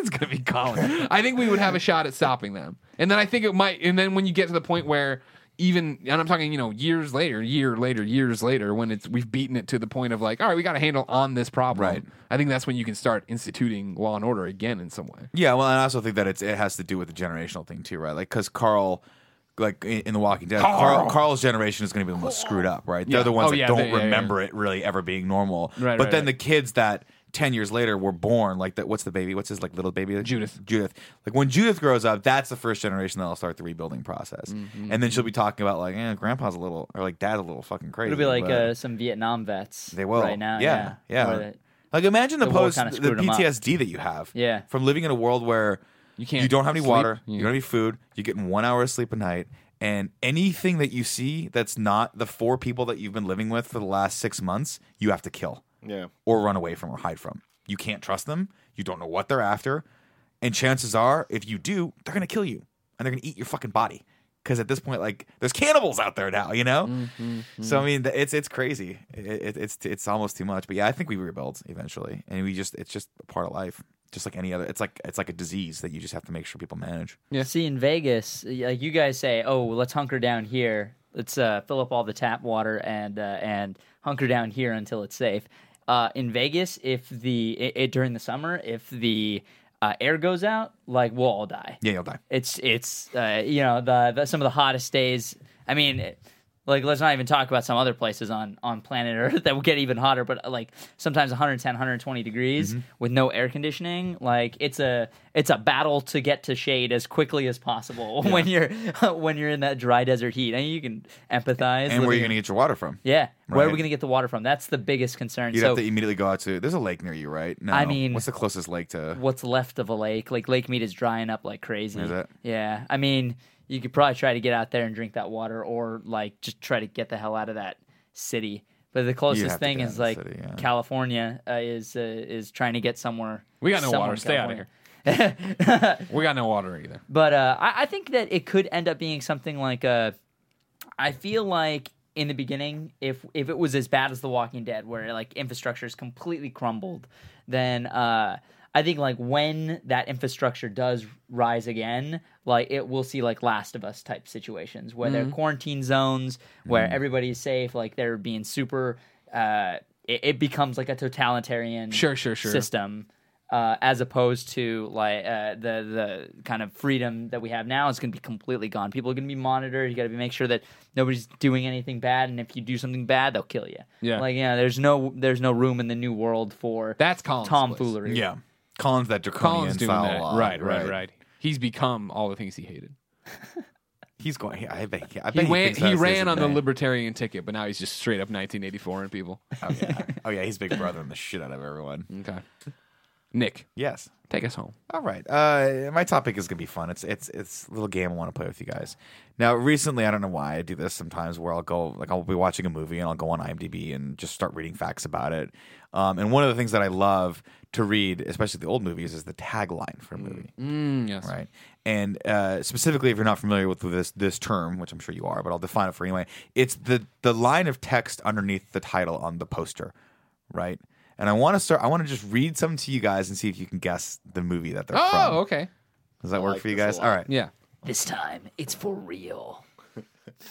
[SPEAKER 2] it's gonna be Colin. I think we would have a shot at stopping them. And then I think it might. And then when you get to the point where even, and I'm talking, you know, years later, year later, years later, when it's we've beaten it to the point of like, all right, we got a handle on this problem.
[SPEAKER 1] Right.
[SPEAKER 2] I think that's when you can start instituting law and order again in some way.
[SPEAKER 1] Yeah, well, and I also think that it's it has to do with the generational thing too, right? Like, because Carl, like in, in The Walking Dead, Carl. Carl's generation is going to be the most screwed up, right? They're
[SPEAKER 2] Yeah.
[SPEAKER 1] the ones
[SPEAKER 2] Oh,
[SPEAKER 1] that
[SPEAKER 2] yeah,
[SPEAKER 1] don't
[SPEAKER 2] they- yeah, yeah.
[SPEAKER 1] remember it really ever being normal.
[SPEAKER 2] Right,
[SPEAKER 1] but
[SPEAKER 2] right,
[SPEAKER 1] then
[SPEAKER 2] right.
[SPEAKER 1] the kids that ten years later were born, like that. What's the baby? What's his like little baby?
[SPEAKER 2] Judith.
[SPEAKER 1] Judith. Like when Judith grows up, that's the first generation that'll start the rebuilding process,
[SPEAKER 2] Mm-hmm.
[SPEAKER 1] and then she'll be talking about like, eh, grandpa's a little or like dad's a little fucking crazy.
[SPEAKER 3] It'll be like
[SPEAKER 1] but-
[SPEAKER 3] uh, some Vietnam vets.
[SPEAKER 1] they will
[SPEAKER 3] right now.
[SPEAKER 1] Yeah, yeah.
[SPEAKER 3] Or that-
[SPEAKER 1] like imagine the,
[SPEAKER 3] the war
[SPEAKER 1] post
[SPEAKER 3] kinda
[SPEAKER 1] the
[SPEAKER 3] screwed 'em up.
[SPEAKER 1] PTSD that you have.
[SPEAKER 3] Yeah.
[SPEAKER 1] From living in a world where you
[SPEAKER 2] can't
[SPEAKER 1] you don't have any
[SPEAKER 2] sleep.
[SPEAKER 1] water,
[SPEAKER 2] Yeah.
[SPEAKER 1] you don't have any food, you're getting one hour of sleep a night, and anything that you see that's not the four people that you've been living with for the last six months, you have to kill
[SPEAKER 4] yeah
[SPEAKER 1] or run away from or hide from. You can't trust them. You don't know what they're after. And chances are, if you do, they're going to kill you and they're going to eat your fucking body. Because at this point, like, there's cannibals out there now, you know?
[SPEAKER 3] Mm-hmm,
[SPEAKER 1] So, I mean, th- it's it's crazy. It, it, it's it's almost too much. But yeah, I think we rebuild eventually. And we just, it's just a part of life. Just like any other, it's like it's like a disease that you just have to make sure people manage.
[SPEAKER 2] Yeah.
[SPEAKER 3] See in Vegas, y- like you guys say, oh, well, let's hunker down here. Let's uh, fill up all the tap water and uh, and hunker down here until it's safe. Uh, in Vegas, if the i i during the summer, if the uh, air goes out, like we'll all die.
[SPEAKER 1] Yeah, you'll die.
[SPEAKER 3] It's it's uh, you know the, the some of the hottest days. I mean, it- like let's not even talk about some other places on on planet Earth that will get even hotter. But uh, like sometimes 110, 120 degrees
[SPEAKER 1] Mm-hmm.
[SPEAKER 3] with no air conditioning. Like it's a it's a battle to get to shade as quickly as possible when you're when you're in that dry desert heat. I mean, you can empathize.
[SPEAKER 1] And where are you
[SPEAKER 3] living-
[SPEAKER 1] going to get your water from?
[SPEAKER 3] Yeah, where are
[SPEAKER 1] Right.
[SPEAKER 3] we going to get the water from? That's the biggest concern.
[SPEAKER 1] You'd
[SPEAKER 3] so
[SPEAKER 1] have to immediately go out to, there's a lake near you, right? No.
[SPEAKER 3] I mean-
[SPEAKER 1] what's the closest lake to?
[SPEAKER 3] what's left of a lake. Like Lake Mead is drying up like crazy.
[SPEAKER 1] Is it?
[SPEAKER 3] Yeah. I mean, you could probably try to get out there and drink that water or like just try to get the hell out of that city. But the
[SPEAKER 1] have
[SPEAKER 3] closest
[SPEAKER 1] to
[SPEAKER 3] thing
[SPEAKER 1] get out
[SPEAKER 3] is
[SPEAKER 1] of the
[SPEAKER 3] like
[SPEAKER 1] city, yeah.
[SPEAKER 3] California uh, is uh, is trying to get somewhere.
[SPEAKER 2] We got no
[SPEAKER 3] somewhere
[SPEAKER 2] water.
[SPEAKER 3] in
[SPEAKER 2] Stay outta
[SPEAKER 3] California.
[SPEAKER 2] We got no water either.
[SPEAKER 3] But uh, I, I think that it could end up being something like a. I feel like in the beginning, if if it was as bad as The Walking Dead, where like infrastructure is completely crumbled, then uh, I think like when that infrastructure does rise again, like it will see like Last of Us type situations where
[SPEAKER 2] Mm-hmm.
[SPEAKER 3] there are quarantine zones where everybody's safe, like they're being super. Uh, it, it becomes like a totalitarian
[SPEAKER 2] Sure, sure, sure.
[SPEAKER 3] system. uh, as opposed to like uh, the the kind of freedom that we have now is going to be completely gone. People are going to be monitored. You got to make sure that nobody's doing anything bad, and if you do something bad, they'll kill you.
[SPEAKER 2] Yeah.
[SPEAKER 3] like yeah, there's no there's no room in the new world for
[SPEAKER 2] That's Colin's
[SPEAKER 3] tomfoolery.
[SPEAKER 1] Yeah. Collins that draconian
[SPEAKER 2] Colin's doing
[SPEAKER 1] style
[SPEAKER 2] that.
[SPEAKER 1] law.
[SPEAKER 2] right, right, right, He's become all the things he hated.
[SPEAKER 1] He's going. I bet. I bet
[SPEAKER 2] He,
[SPEAKER 1] he,
[SPEAKER 2] ran,
[SPEAKER 1] thinks
[SPEAKER 2] he
[SPEAKER 1] that's
[SPEAKER 2] ran
[SPEAKER 1] his-
[SPEAKER 2] on the libertarian ticket, but now he's just straight up 1984 in people.
[SPEAKER 1] Oh yeah. oh yeah. He's big brother and the shit out of everyone.
[SPEAKER 2] Okay. Nick,
[SPEAKER 1] Yes.
[SPEAKER 2] take us home.
[SPEAKER 1] All right. Uh, my topic is gonna be fun. It's it's it's a little game I want to play with you guys. Now, recently, I don't know why I do this sometimes, where I'll go like I'll be watching a movie and I'll go on IMDb and just start reading facts about it. Um, and one of the things that I love to read, especially the old movies, is the tagline for a movie.
[SPEAKER 2] Mm, yes.
[SPEAKER 1] Right. And uh, specifically, if you're not familiar with this this term, which I'm sure you are, but I'll define it for you anyway. It's the the line of text underneath the title on the poster, right? And I want to start. I want to just read some to you guys and see if you can guess the movie that they're from.
[SPEAKER 2] Oh, okay.
[SPEAKER 1] Does that work
[SPEAKER 4] like
[SPEAKER 1] for you
[SPEAKER 4] this a
[SPEAKER 1] guys?
[SPEAKER 4] lot.
[SPEAKER 1] All right.
[SPEAKER 2] Yeah.
[SPEAKER 3] This time, it's for real.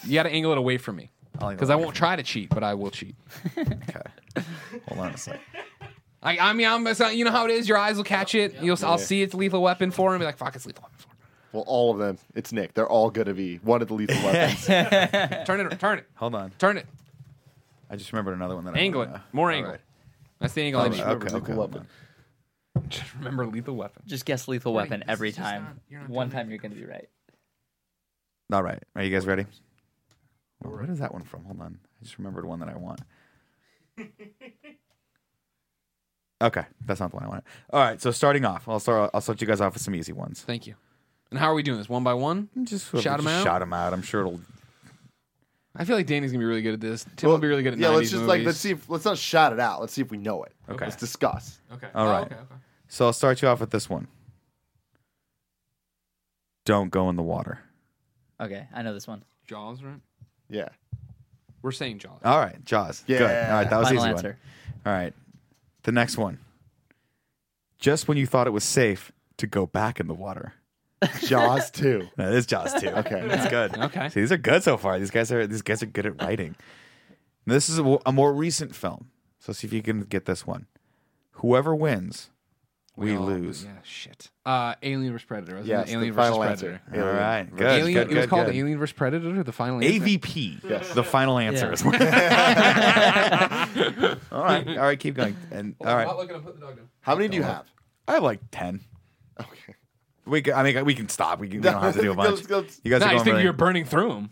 [SPEAKER 2] You got to angle it away from me.
[SPEAKER 1] I'll angle
[SPEAKER 2] Because
[SPEAKER 1] it
[SPEAKER 2] I
[SPEAKER 1] away
[SPEAKER 2] won't try to cheat, but I will cheat.
[SPEAKER 1] Okay. Hold on a sec.
[SPEAKER 2] I, I mean, I'm, it's not- you know how it is. Your eyes will catch it. You'll, I'll see it's lethal weapon for him. Be like, fuck, it's lethal weapon for
[SPEAKER 4] Well, all of them. It's Nick. They're all going to be one of the lethal weapons.
[SPEAKER 2] him. Turn it, turn it,
[SPEAKER 1] Hold on.
[SPEAKER 2] turn it.
[SPEAKER 1] I just remembered another one that
[SPEAKER 2] Angle it.
[SPEAKER 1] I
[SPEAKER 2] More angle.
[SPEAKER 1] right.
[SPEAKER 2] That's the angle I
[SPEAKER 4] I
[SPEAKER 2] need.
[SPEAKER 4] just remembered
[SPEAKER 1] okay,
[SPEAKER 4] lethal
[SPEAKER 1] okay,
[SPEAKER 4] weapon.
[SPEAKER 1] hold
[SPEAKER 2] Just remember lethal weapon.
[SPEAKER 3] Just guess Lethal
[SPEAKER 2] Right,
[SPEAKER 3] Weapon
[SPEAKER 2] this
[SPEAKER 3] every
[SPEAKER 2] is just
[SPEAKER 3] time.
[SPEAKER 2] not- you're not
[SPEAKER 3] One
[SPEAKER 2] doing
[SPEAKER 3] time you're going to be right.
[SPEAKER 1] All right. Are you guys ready? Where is that one from? Hold on. I just remembered one that I want. Okay, that's not the one I wanted. All right, so starting off, I'll start. I'll start you guys off with some easy ones.
[SPEAKER 2] Thank you. And how are we doing this? One by one?
[SPEAKER 1] Just
[SPEAKER 2] Shout 'em
[SPEAKER 1] just
[SPEAKER 2] out?
[SPEAKER 1] Shout them out. I'm sure it'll.
[SPEAKER 2] I feel like Danny's going to be really good at this. Tim will be really good at
[SPEAKER 4] yeah,
[SPEAKER 2] 90s
[SPEAKER 4] let's just like let's
[SPEAKER 2] movies.
[SPEAKER 4] see. If, let's not shout it out. Let's see if we know it.
[SPEAKER 1] Okay.
[SPEAKER 4] Let's discuss.
[SPEAKER 2] Okay.
[SPEAKER 1] All
[SPEAKER 2] Oh,
[SPEAKER 1] right.
[SPEAKER 2] okay, okay.
[SPEAKER 1] So I'll start you off with this one. Don't go in the water.
[SPEAKER 3] Okay, I know this one.
[SPEAKER 2] Jaws, right?
[SPEAKER 4] Yeah.
[SPEAKER 2] We're saying Jaws.
[SPEAKER 1] All right, Jaws. Good. All
[SPEAKER 4] Yeah.
[SPEAKER 1] right, that was
[SPEAKER 3] Final
[SPEAKER 1] easy
[SPEAKER 3] answer.
[SPEAKER 1] one. All right, the next one. Just when you thought it was safe to go back in the water.
[SPEAKER 4] Jaws two.
[SPEAKER 1] That is Jaws too.
[SPEAKER 4] Okay.
[SPEAKER 1] that's good.
[SPEAKER 2] Okay.
[SPEAKER 1] See, these are good so far. These guys are these guys are good at writing. This is a, a more recent film, so see if you can get this one. Whoever wins, we,
[SPEAKER 2] all-
[SPEAKER 1] lose.
[SPEAKER 2] Yeah, shit. Uh, Alien vs Predator. wasn't it?
[SPEAKER 4] Yes.
[SPEAKER 2] Alien
[SPEAKER 4] the
[SPEAKER 2] vs
[SPEAKER 4] final
[SPEAKER 2] Predator.
[SPEAKER 4] answer.
[SPEAKER 1] All
[SPEAKER 4] Alien.
[SPEAKER 1] right, good.
[SPEAKER 2] Alien.
[SPEAKER 1] good,
[SPEAKER 2] it was
[SPEAKER 1] good,
[SPEAKER 2] called
[SPEAKER 1] good.
[SPEAKER 2] Alien vs Predator. or The final answer?
[SPEAKER 1] AVP. The final answer
[SPEAKER 3] Yeah.
[SPEAKER 1] is. all right, all right, keep going. And all right,
[SPEAKER 2] looking. I'm putting the dog down.
[SPEAKER 4] How many do you have?
[SPEAKER 1] I have like ten.
[SPEAKER 4] Okay.
[SPEAKER 1] We can, I mean we can stop. We, can, we don't have to do a
[SPEAKER 4] Let's
[SPEAKER 1] bunch.
[SPEAKER 4] go, let's go.
[SPEAKER 1] You guys
[SPEAKER 2] Nah,
[SPEAKER 1] are
[SPEAKER 2] you
[SPEAKER 1] going
[SPEAKER 2] think
[SPEAKER 1] really-
[SPEAKER 2] you're burning through them?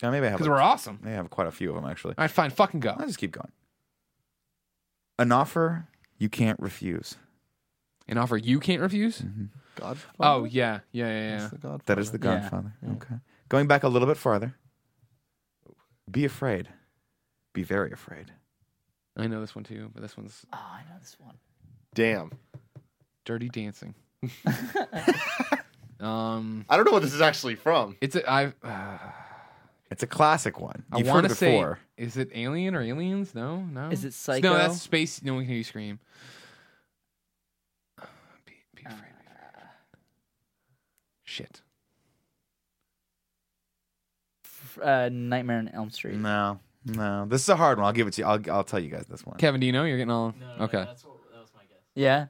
[SPEAKER 1] Yeah, maybe I have.
[SPEAKER 2] Because
[SPEAKER 1] Like,
[SPEAKER 2] we're awesome.
[SPEAKER 1] maybe I have quite a few of them actually.
[SPEAKER 2] All right, fine. Fucking go.
[SPEAKER 1] I'll just keep going. An offer you can't refuse.
[SPEAKER 2] An offer you can't refuse?
[SPEAKER 4] Godfather.
[SPEAKER 2] Oh, yeah. Yeah, yeah, yeah.
[SPEAKER 4] It's the Godfather.
[SPEAKER 1] That is Mm-hmm. the
[SPEAKER 3] Yeah.
[SPEAKER 1] Godfather. Okay. Going back a little bit farther. Be afraid. Be very afraid.
[SPEAKER 2] I know this one too, but this one's
[SPEAKER 3] Oh, I know this one.
[SPEAKER 4] Damn.
[SPEAKER 2] Dirty Dancing. um,
[SPEAKER 4] I don't know what this is actually from.
[SPEAKER 2] it's a, I. Uh,
[SPEAKER 1] It's a classic one.
[SPEAKER 2] I
[SPEAKER 1] You've
[SPEAKER 2] want
[SPEAKER 1] heard
[SPEAKER 2] to
[SPEAKER 1] it
[SPEAKER 2] say,
[SPEAKER 1] before.
[SPEAKER 2] is it Alien or Aliens? No, no.
[SPEAKER 3] Is it
[SPEAKER 2] No,
[SPEAKER 3] Psycho?
[SPEAKER 2] that's space. No one can hear you scream. Be, be afraid. Be afraid. Shit.
[SPEAKER 3] F- Uh, Nightmare on Elm Street.
[SPEAKER 2] Mm.
[SPEAKER 1] No, no. This is a hard one. I'll give it to you. I'll, I'll tell you guys this one.
[SPEAKER 2] Kevin, do you know? You're getting all.
[SPEAKER 6] No, no,
[SPEAKER 2] okay.
[SPEAKER 6] That's what, that was my guess.
[SPEAKER 3] Yeah.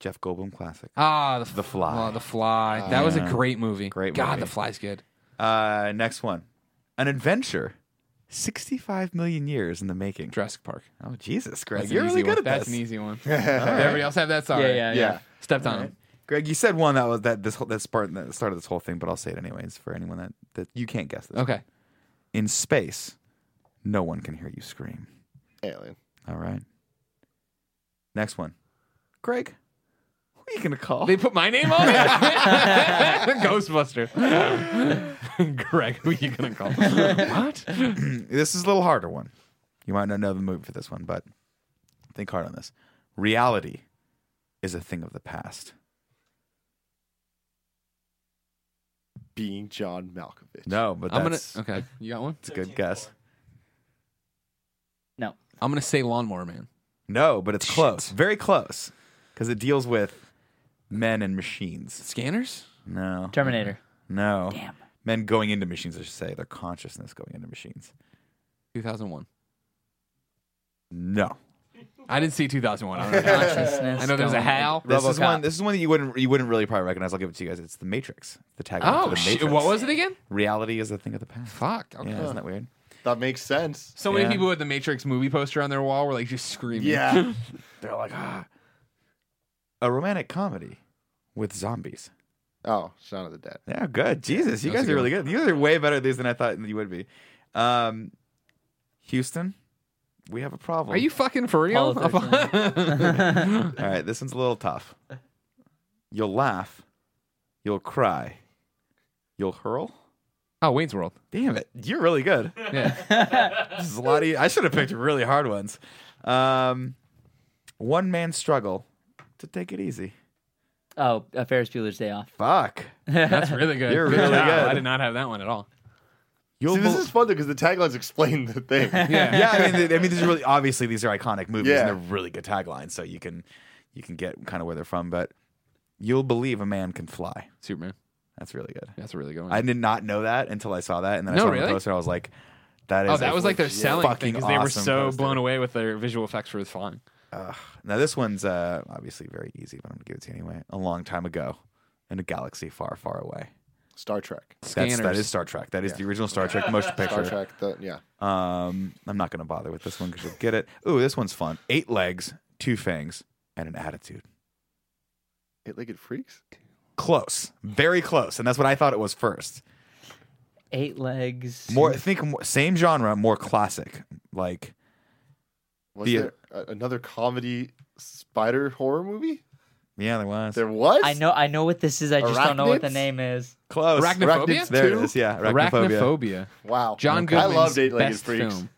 [SPEAKER 1] Jeff Goldblum classic.
[SPEAKER 2] Ah, the,
[SPEAKER 1] The Fly.
[SPEAKER 2] Oh, the Fly. that was a
[SPEAKER 1] Ah, Yeah.
[SPEAKER 2] great movie.
[SPEAKER 1] Great
[SPEAKER 2] God,
[SPEAKER 1] movie.
[SPEAKER 2] the Fly's good.
[SPEAKER 1] Uh, next one. An adventure. 65 million years in the making.
[SPEAKER 2] Jurassic Park.
[SPEAKER 1] Oh, Jesus, Greg.
[SPEAKER 2] That's an
[SPEAKER 1] You're
[SPEAKER 2] easy
[SPEAKER 1] really good
[SPEAKER 2] one.
[SPEAKER 1] at
[SPEAKER 2] That's
[SPEAKER 1] this.
[SPEAKER 2] an easy one.
[SPEAKER 4] yeah.
[SPEAKER 2] Everybody else have that? Sorry.
[SPEAKER 3] Yeah, yeah, yeah.
[SPEAKER 2] Stepped on him.
[SPEAKER 1] Greg, you said one that was that this whole that part that started this whole thing, but I'll say it anyways for anyone that, that you can't guess this.
[SPEAKER 2] Okay.
[SPEAKER 1] In space, no one can hear you scream.
[SPEAKER 4] Alien.
[SPEAKER 1] All right. Next one. Greg, who are you going to call?
[SPEAKER 2] They put my name on it? Ghostbuster. Greg, who you going to call? what?
[SPEAKER 1] Hmm, this is a little harder one. You might not know the movie for this one, but think hard on this. Reality is a thing of the past.
[SPEAKER 4] Being John Malkovich.
[SPEAKER 1] No, but
[SPEAKER 2] I'm going
[SPEAKER 1] that's,
[SPEAKER 2] to. Okay. You got one?
[SPEAKER 1] that's a good guess.
[SPEAKER 3] No.
[SPEAKER 2] I'm going to say Lawnmower Man.
[SPEAKER 1] No, but it's close. Very close. Because it deals with men and machines.
[SPEAKER 2] Scanners?
[SPEAKER 1] No.
[SPEAKER 3] Terminator.
[SPEAKER 1] No.
[SPEAKER 3] Damn.
[SPEAKER 1] Men going into machines, I should say. Their consciousness going into machines.
[SPEAKER 2] 2001.
[SPEAKER 1] No.
[SPEAKER 2] I didn't see 2001. I, don't know. I know there's a Hal.
[SPEAKER 1] This is
[SPEAKER 3] RoboCop.
[SPEAKER 1] one. This is one that you wouldn't you wouldn't really probably recognize. I'll give it to you guys. It's The Matrix. The tagline for
[SPEAKER 2] Oh,
[SPEAKER 1] The
[SPEAKER 2] shit.
[SPEAKER 1] Matrix.
[SPEAKER 2] what was it again?
[SPEAKER 1] Reality is a thing of the past.
[SPEAKER 2] Fuck. Okay.
[SPEAKER 1] Yeah, isn't that weird?
[SPEAKER 4] That makes sense.
[SPEAKER 2] So many
[SPEAKER 1] Yeah.
[SPEAKER 2] people with the Matrix movie poster on their wall were like just screaming.
[SPEAKER 4] Yeah.
[SPEAKER 1] They're like, ah, a romantic comedy with zombies.
[SPEAKER 4] oh, Shaun of the Dead.
[SPEAKER 1] Yeah, good. Jesus, you
[SPEAKER 2] That's
[SPEAKER 1] guys
[SPEAKER 2] a
[SPEAKER 1] are
[SPEAKER 2] good
[SPEAKER 1] really good. You guys are way better at these than I thought you would be. Um, Houston, we have a problem.
[SPEAKER 2] Are you fucking for real?
[SPEAKER 1] All right, this one's a little tough. You'll laugh, you'll cry, you'll hurl.
[SPEAKER 2] oh, Wayne's World.
[SPEAKER 1] Damn it, you're really good.
[SPEAKER 2] Yeah.
[SPEAKER 1] This is a lot of. I should have picked really hard ones. Um, one man struggle to take it easy.
[SPEAKER 3] Oh, a Ferris Bueller's Day Off.
[SPEAKER 1] Fuck.
[SPEAKER 2] That's really good.
[SPEAKER 1] You're
[SPEAKER 2] Good
[SPEAKER 1] really
[SPEAKER 2] job.
[SPEAKER 1] good.
[SPEAKER 2] I did not have that one at all.
[SPEAKER 1] You'll
[SPEAKER 4] See, this
[SPEAKER 1] bel-
[SPEAKER 4] is fun though because the taglines explain the thing.
[SPEAKER 2] Yeah.
[SPEAKER 1] yeah, I mean, th- I mean, these are really obviously these are iconic movies,
[SPEAKER 4] Yeah.
[SPEAKER 1] and they're really good taglines, so you can you can get kind of where they're from. But you'll believe a man can fly.
[SPEAKER 2] Superman.
[SPEAKER 1] That's really good.
[SPEAKER 2] That's a really good one.
[SPEAKER 1] I did not know that until I saw that, and then I
[SPEAKER 2] No,
[SPEAKER 1] saw it on
[SPEAKER 2] really?
[SPEAKER 1] the poster. and I was like, "That is."
[SPEAKER 2] oh,
[SPEAKER 1] a
[SPEAKER 2] that was like their
[SPEAKER 1] legit
[SPEAKER 2] selling thing
[SPEAKER 1] fucking
[SPEAKER 2] because they were
[SPEAKER 1] awesome
[SPEAKER 2] so
[SPEAKER 1] poster.
[SPEAKER 2] blown away with their visual effects for the flying.
[SPEAKER 1] Now this one's uh, obviously very easy, but I'm gonna give it to you anyway. A long time ago, in a galaxy far, far away.
[SPEAKER 4] Star Trek.
[SPEAKER 1] That's, that
[SPEAKER 2] Scanners.
[SPEAKER 1] is Star Trek. That is the original Star Trek motion
[SPEAKER 4] Star
[SPEAKER 1] picture.
[SPEAKER 4] Trek. The, yeah.
[SPEAKER 1] Um, I'm not gonna bother with this one because you'll get it. Ooh, this one's fun. Eight legs, two fangs, and an attitude.
[SPEAKER 4] Eight-legged freaks.
[SPEAKER 1] Close, very close, and that's what I thought it was first.
[SPEAKER 3] Eight legs.
[SPEAKER 1] More, think more, same genre, more classic. Like
[SPEAKER 4] Was
[SPEAKER 1] The-
[SPEAKER 4] there a- another comedy spider horror movie?
[SPEAKER 1] yeah, there was
[SPEAKER 4] There was.
[SPEAKER 3] I know. I know what this is. I just don't know what the
[SPEAKER 4] Arachnids?
[SPEAKER 3] name is.
[SPEAKER 1] close.
[SPEAKER 2] Arachnophobia?
[SPEAKER 1] there it
[SPEAKER 4] Two?
[SPEAKER 1] is. Yeah, arachnophobia.
[SPEAKER 2] Arachnophobia.
[SPEAKER 4] Wow.
[SPEAKER 2] John
[SPEAKER 4] I
[SPEAKER 2] Goodman's
[SPEAKER 4] loved Eight-legged
[SPEAKER 2] best
[SPEAKER 4] Freaks.
[SPEAKER 2] film.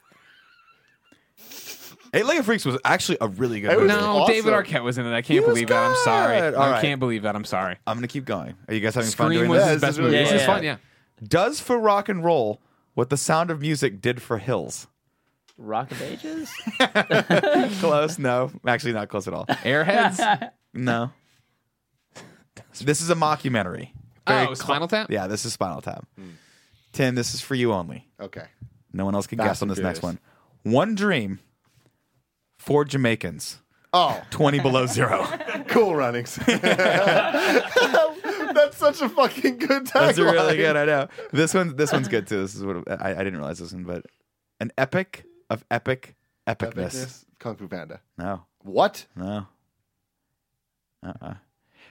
[SPEAKER 1] Eight Legged Freaks was actually a really good.
[SPEAKER 4] It was
[SPEAKER 1] movie.
[SPEAKER 2] No,
[SPEAKER 4] awesome.
[SPEAKER 2] David Arquette was in it. I can't
[SPEAKER 1] He was
[SPEAKER 2] believe that. I'm sorry.
[SPEAKER 1] good. All
[SPEAKER 2] I
[SPEAKER 1] right.
[SPEAKER 2] can't believe that. I'm sorry.
[SPEAKER 1] I'm gonna keep going. Are you guys having fun
[SPEAKER 2] Scream
[SPEAKER 1] doing
[SPEAKER 2] was
[SPEAKER 1] this?
[SPEAKER 2] his
[SPEAKER 4] this
[SPEAKER 2] best
[SPEAKER 4] is
[SPEAKER 2] movie.
[SPEAKER 4] really
[SPEAKER 2] this is
[SPEAKER 3] good.
[SPEAKER 2] fun. Yeah.
[SPEAKER 1] Does for rock and roll what the Sound of Music did for Hills?
[SPEAKER 3] Rock of Ages.
[SPEAKER 1] Close? No, actually not close at all.
[SPEAKER 2] Airheads.
[SPEAKER 1] No. This is a mockumentary. Very
[SPEAKER 2] oh, Spinal Tap.
[SPEAKER 1] Yeah, this is Spinal Tap. Tim, this is for you only.
[SPEAKER 4] Okay.
[SPEAKER 1] No one else can
[SPEAKER 4] Fast
[SPEAKER 1] guess on
[SPEAKER 4] and
[SPEAKER 1] this next one.
[SPEAKER 4] Furious.
[SPEAKER 1] One dream, four Jamaicans,
[SPEAKER 4] Oh,
[SPEAKER 1] 20 below zero.
[SPEAKER 4] cool runnings. That's such a fucking good tagline.
[SPEAKER 1] That's really good. I know this one. This one's good too. This is what I, I didn't realize this one, but an epic of epic epicness.
[SPEAKER 4] Epicness. Kung Fu Panda.
[SPEAKER 1] No,
[SPEAKER 4] What?
[SPEAKER 1] no. Uh-uh.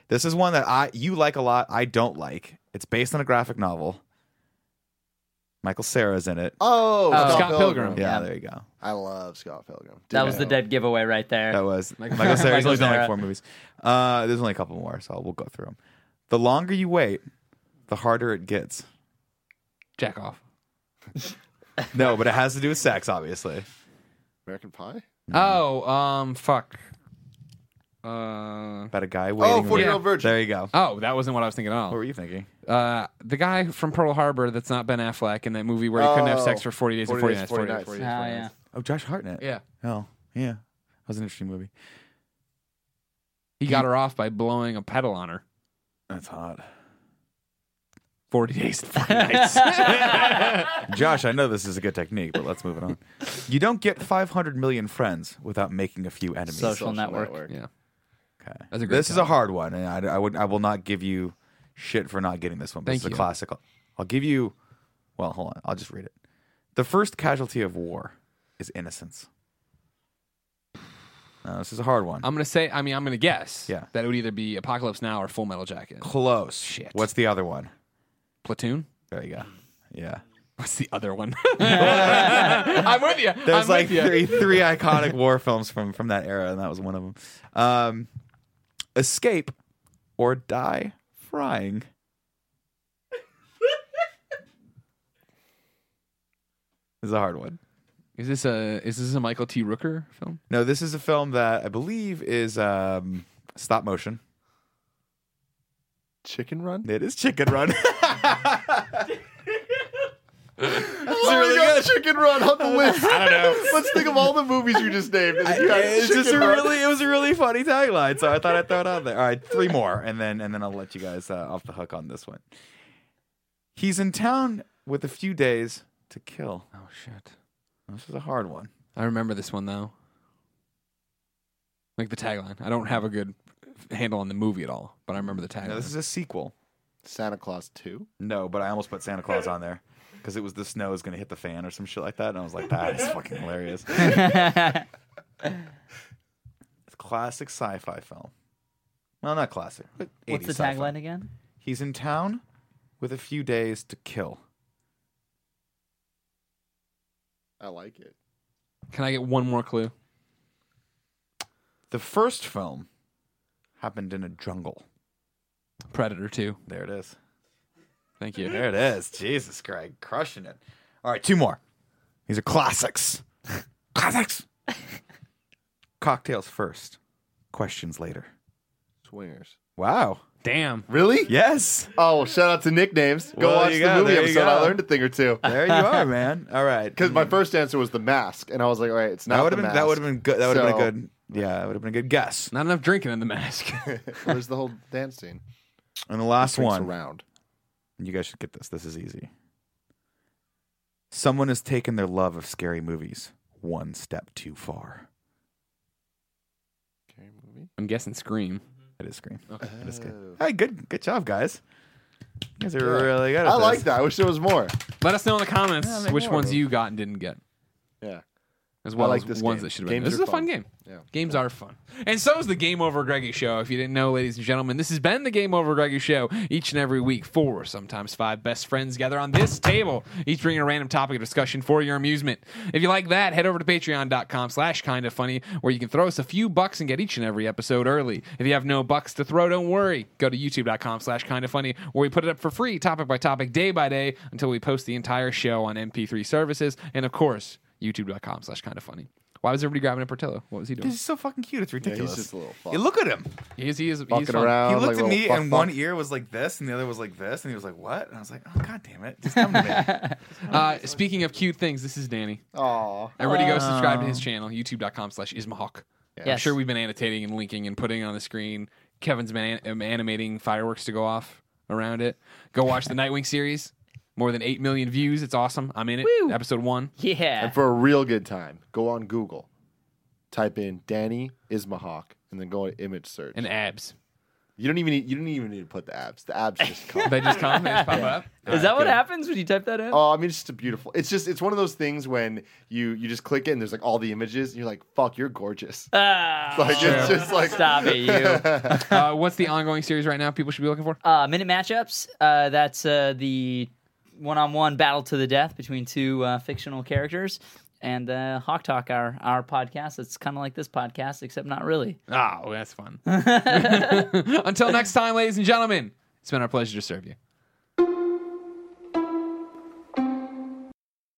[SPEAKER 1] This is one that I you like a lot. I don't like. It's based on a graphic novel. Michael Sarah's in it.
[SPEAKER 4] Oh,
[SPEAKER 3] Scott
[SPEAKER 2] Pilgrim.
[SPEAKER 1] yeah,
[SPEAKER 3] yeah.
[SPEAKER 1] there you go.
[SPEAKER 4] I love Scott Pilgrim.
[SPEAKER 3] That was the
[SPEAKER 4] dead.
[SPEAKER 3] dead giveaway right there.
[SPEAKER 1] That was Michael,
[SPEAKER 3] Michael
[SPEAKER 1] Sarah's only done
[SPEAKER 3] Cera.
[SPEAKER 1] like four movies. Uh, there's only a couple more, so we'll go through them. The longer you wait, the harder it gets.
[SPEAKER 2] Jack off.
[SPEAKER 1] No, but it has to do with sex, obviously.
[SPEAKER 4] American Pie?
[SPEAKER 1] Mm-hmm.
[SPEAKER 2] Oh, um, fuck. Uh,
[SPEAKER 1] About a guy waiting.
[SPEAKER 4] Oh,
[SPEAKER 1] in
[SPEAKER 4] 40 year
[SPEAKER 1] wait-
[SPEAKER 4] old virgin.
[SPEAKER 1] There you go.
[SPEAKER 2] oh, that wasn't what I was thinking at
[SPEAKER 1] What
[SPEAKER 2] all.
[SPEAKER 1] were you thinking?
[SPEAKER 2] Uh, the guy from Pearl Harbor that's not Ben Affleck in that movie where he couldn't have
[SPEAKER 4] Oh.
[SPEAKER 2] sex for 40 days and 40 nights. 40 days, 40
[SPEAKER 3] oh
[SPEAKER 2] days, 40
[SPEAKER 3] yeah.
[SPEAKER 2] nights.
[SPEAKER 1] Oh, Josh Hartnett.
[SPEAKER 2] Yeah.
[SPEAKER 1] Oh, yeah. That was an interesting movie.
[SPEAKER 2] He got her off by blowing a pedal on her.
[SPEAKER 1] That's hot.
[SPEAKER 2] 40 days and 40 nights.
[SPEAKER 1] Josh, I know this is a good technique, but let's move it on. You don't get 500 million friends without making a few enemies.
[SPEAKER 3] Social, network.
[SPEAKER 2] yeah.
[SPEAKER 1] Okay.
[SPEAKER 2] That's a great
[SPEAKER 1] this is
[SPEAKER 2] title.
[SPEAKER 1] a hard one, and I, I would I will not give you shit for not getting this one. But
[SPEAKER 2] Thank
[SPEAKER 1] it's a
[SPEAKER 2] you.
[SPEAKER 1] classic. I'll, I'll give you. Well, hold on. I'll just read it. The first casualty of war is innocence. Uh, this is a hard one.
[SPEAKER 2] I'm going to say, I mean, I'm going to guess
[SPEAKER 1] Yeah.
[SPEAKER 2] that it would either be Apocalypse Now or Full Metal Jacket.
[SPEAKER 1] close.
[SPEAKER 2] Shit.
[SPEAKER 1] What's the other one?
[SPEAKER 2] Platoon?
[SPEAKER 1] There you go. Yeah.
[SPEAKER 2] What's the other one? I'm with you.
[SPEAKER 1] There's
[SPEAKER 2] I'm
[SPEAKER 1] like
[SPEAKER 2] with you.
[SPEAKER 1] three three iconic war films from from that era, and that was one of them. Um, Escape or die frying. this is a hard one.
[SPEAKER 2] Is this a is this a Michael T. Rooker film?
[SPEAKER 1] No, this is a film that I believe is um, stop motion.
[SPEAKER 4] Chicken Run?
[SPEAKER 1] It is Chicken Run.
[SPEAKER 4] Oh, we got Chicken Run on the list. I don't know. Let's think of all the movies you just named. and you got
[SPEAKER 1] it's just a
[SPEAKER 4] Chicken Run.
[SPEAKER 1] really, it was a really funny tagline, so I thought I'd throw it out there. All right, three more, and then and then I'll let you guys uh, off the hook on this one. He's in town with a few days to kill.
[SPEAKER 2] Oh shit.
[SPEAKER 1] This is a hard one.
[SPEAKER 2] I remember this one though. Like the tagline. I don't have a good handle on the movie at all, but I remember the tagline.
[SPEAKER 1] No, this is a sequel.
[SPEAKER 4] Santa Claus 2?
[SPEAKER 1] No, but I almost put Santa Claus on there because it was the snow is going to hit the fan or some shit like that. And I was like, that is fucking hilarious. classic sci fi film. Well, not classic. But
[SPEAKER 3] What's
[SPEAKER 1] 80s
[SPEAKER 3] the
[SPEAKER 1] sci-fi.
[SPEAKER 3] tagline again?
[SPEAKER 1] He's in town with a few days to kill.
[SPEAKER 4] I like it.
[SPEAKER 2] Can I get one more clue?
[SPEAKER 1] The first film happened in a jungle.
[SPEAKER 2] Predator 2.
[SPEAKER 1] There it is.
[SPEAKER 2] Thank you.
[SPEAKER 1] There it is. Jesus Christ, crushing it. All right, two more. These are classics. classics. Cocktails first, questions later.
[SPEAKER 4] Swingers.
[SPEAKER 1] Wow.
[SPEAKER 2] Damn.
[SPEAKER 4] Really?
[SPEAKER 1] Yes.
[SPEAKER 4] Oh, well, shout out to nicknames. Go
[SPEAKER 1] Well,
[SPEAKER 4] watch
[SPEAKER 1] you
[SPEAKER 4] the
[SPEAKER 1] go,
[SPEAKER 4] movie
[SPEAKER 1] there you
[SPEAKER 4] episode.
[SPEAKER 1] go.
[SPEAKER 4] I learned a thing or two.
[SPEAKER 1] There you are, man. All right.
[SPEAKER 4] Because my first answer was the mask, and I was like, all right, it's not
[SPEAKER 1] that would
[SPEAKER 4] the
[SPEAKER 1] have been
[SPEAKER 4] mask.
[SPEAKER 1] that would have been good. That would have
[SPEAKER 4] So-
[SPEAKER 1] been a good. Yeah, that would have been a good guess.
[SPEAKER 2] Not enough drinking in the mask.
[SPEAKER 4] Where's the whole dance scene?
[SPEAKER 1] And the last
[SPEAKER 4] Drinks
[SPEAKER 1] one.
[SPEAKER 4] around.
[SPEAKER 1] You guys should get this. This is easy. Someone has taken their love of scary movies one step too far.
[SPEAKER 4] Okay, movie.
[SPEAKER 2] I'm guessing Scream.
[SPEAKER 1] It is Scream.
[SPEAKER 2] Okay.
[SPEAKER 1] It is good.
[SPEAKER 4] Oh.
[SPEAKER 1] Hey, good, good job, guys. You guys are really good. At
[SPEAKER 4] I
[SPEAKER 1] this.
[SPEAKER 4] like that. I wish there was more.
[SPEAKER 2] Let us know in the comments
[SPEAKER 1] Yeah, make
[SPEAKER 2] which
[SPEAKER 1] more.
[SPEAKER 2] ones you got and didn't get,
[SPEAKER 4] Yeah.
[SPEAKER 2] as well
[SPEAKER 4] like
[SPEAKER 2] as
[SPEAKER 4] this
[SPEAKER 2] ones
[SPEAKER 4] game.
[SPEAKER 2] that should have been.
[SPEAKER 4] Games
[SPEAKER 2] This is
[SPEAKER 4] are
[SPEAKER 2] a fun
[SPEAKER 4] fun.
[SPEAKER 2] game.
[SPEAKER 4] Yeah.
[SPEAKER 2] Games are fun. And so is the Game Over Greggy Show. If you didn't know, ladies and gentlemen, this has been the Game Over Greggy Show. Each and every week, four, sometimes five best friends gather on this table, each bringing a random topic of discussion for your amusement. If you like that, head over to patreon.com slash kind of funny, where you can throw us a few bucks and get each and every episode early. If you have no bucks to throw, don't worry. Go to youtube.com slash kind of funny, where we put it up for free, topic by topic, day by day, until we post the entire show on MP3 services. And of course, youtube.com slash kind of funny. Why was everybody grabbing a Portillo? What was he doing?
[SPEAKER 1] He's so fucking cute. It's
[SPEAKER 4] he's
[SPEAKER 1] ridiculous.
[SPEAKER 4] just a little fuck.
[SPEAKER 1] You look at him.
[SPEAKER 2] He is. He is. He's
[SPEAKER 4] Fucking
[SPEAKER 2] fun.
[SPEAKER 4] around.
[SPEAKER 1] He
[SPEAKER 4] like
[SPEAKER 1] looked
[SPEAKER 4] a
[SPEAKER 1] at
[SPEAKER 4] little
[SPEAKER 1] me,
[SPEAKER 4] fuck
[SPEAKER 1] and
[SPEAKER 4] fuck.
[SPEAKER 1] one e- ear was like this, and the other was like this, and he was like, "What?" And I was like, "Oh god damn it, just come to me."
[SPEAKER 2] Uh, speaking of cute things, this is Danny.
[SPEAKER 4] Aw.
[SPEAKER 2] Everybody go subscribe to his channel, youtube.com slash ismahawk. I'm
[SPEAKER 3] Yes.
[SPEAKER 2] sure we've been annotating and linking and putting on the screen. Kevin's been an- um, animating fireworks to go off around it. Go watch the Nightwing series. More than 8 million views. It's awesome. I'm in it.
[SPEAKER 3] Woo.
[SPEAKER 2] Episode 1.
[SPEAKER 3] Yeah.
[SPEAKER 4] And for a real good time, go on Google, type in Danny Ismahawk, and then go to image search.
[SPEAKER 2] And abs.
[SPEAKER 4] you don't even need, you don't even need to put the abs. The abs just come.
[SPEAKER 2] They just come. They just pop up.
[SPEAKER 3] Is that what happens when you type that in?
[SPEAKER 4] Oh, I mean, it's just a beautiful. It's just it's one of those things when you you just click it and there's like all the images and you're like, fuck, you're gorgeous.
[SPEAKER 3] Ah.
[SPEAKER 4] Like it's just like
[SPEAKER 3] Stop it, you.
[SPEAKER 2] Uh, what's the ongoing series right now people should be looking for?
[SPEAKER 3] Uh, minute matchups. Uh, that's uh, the one-on-one battle to the death between two uh, fictional characters. And uh, Hawk Talk, our our podcast. It's kind of like this podcast, except not really.
[SPEAKER 2] Oh, that's fun. Until next time, ladies and gentlemen, it's been our pleasure to serve you.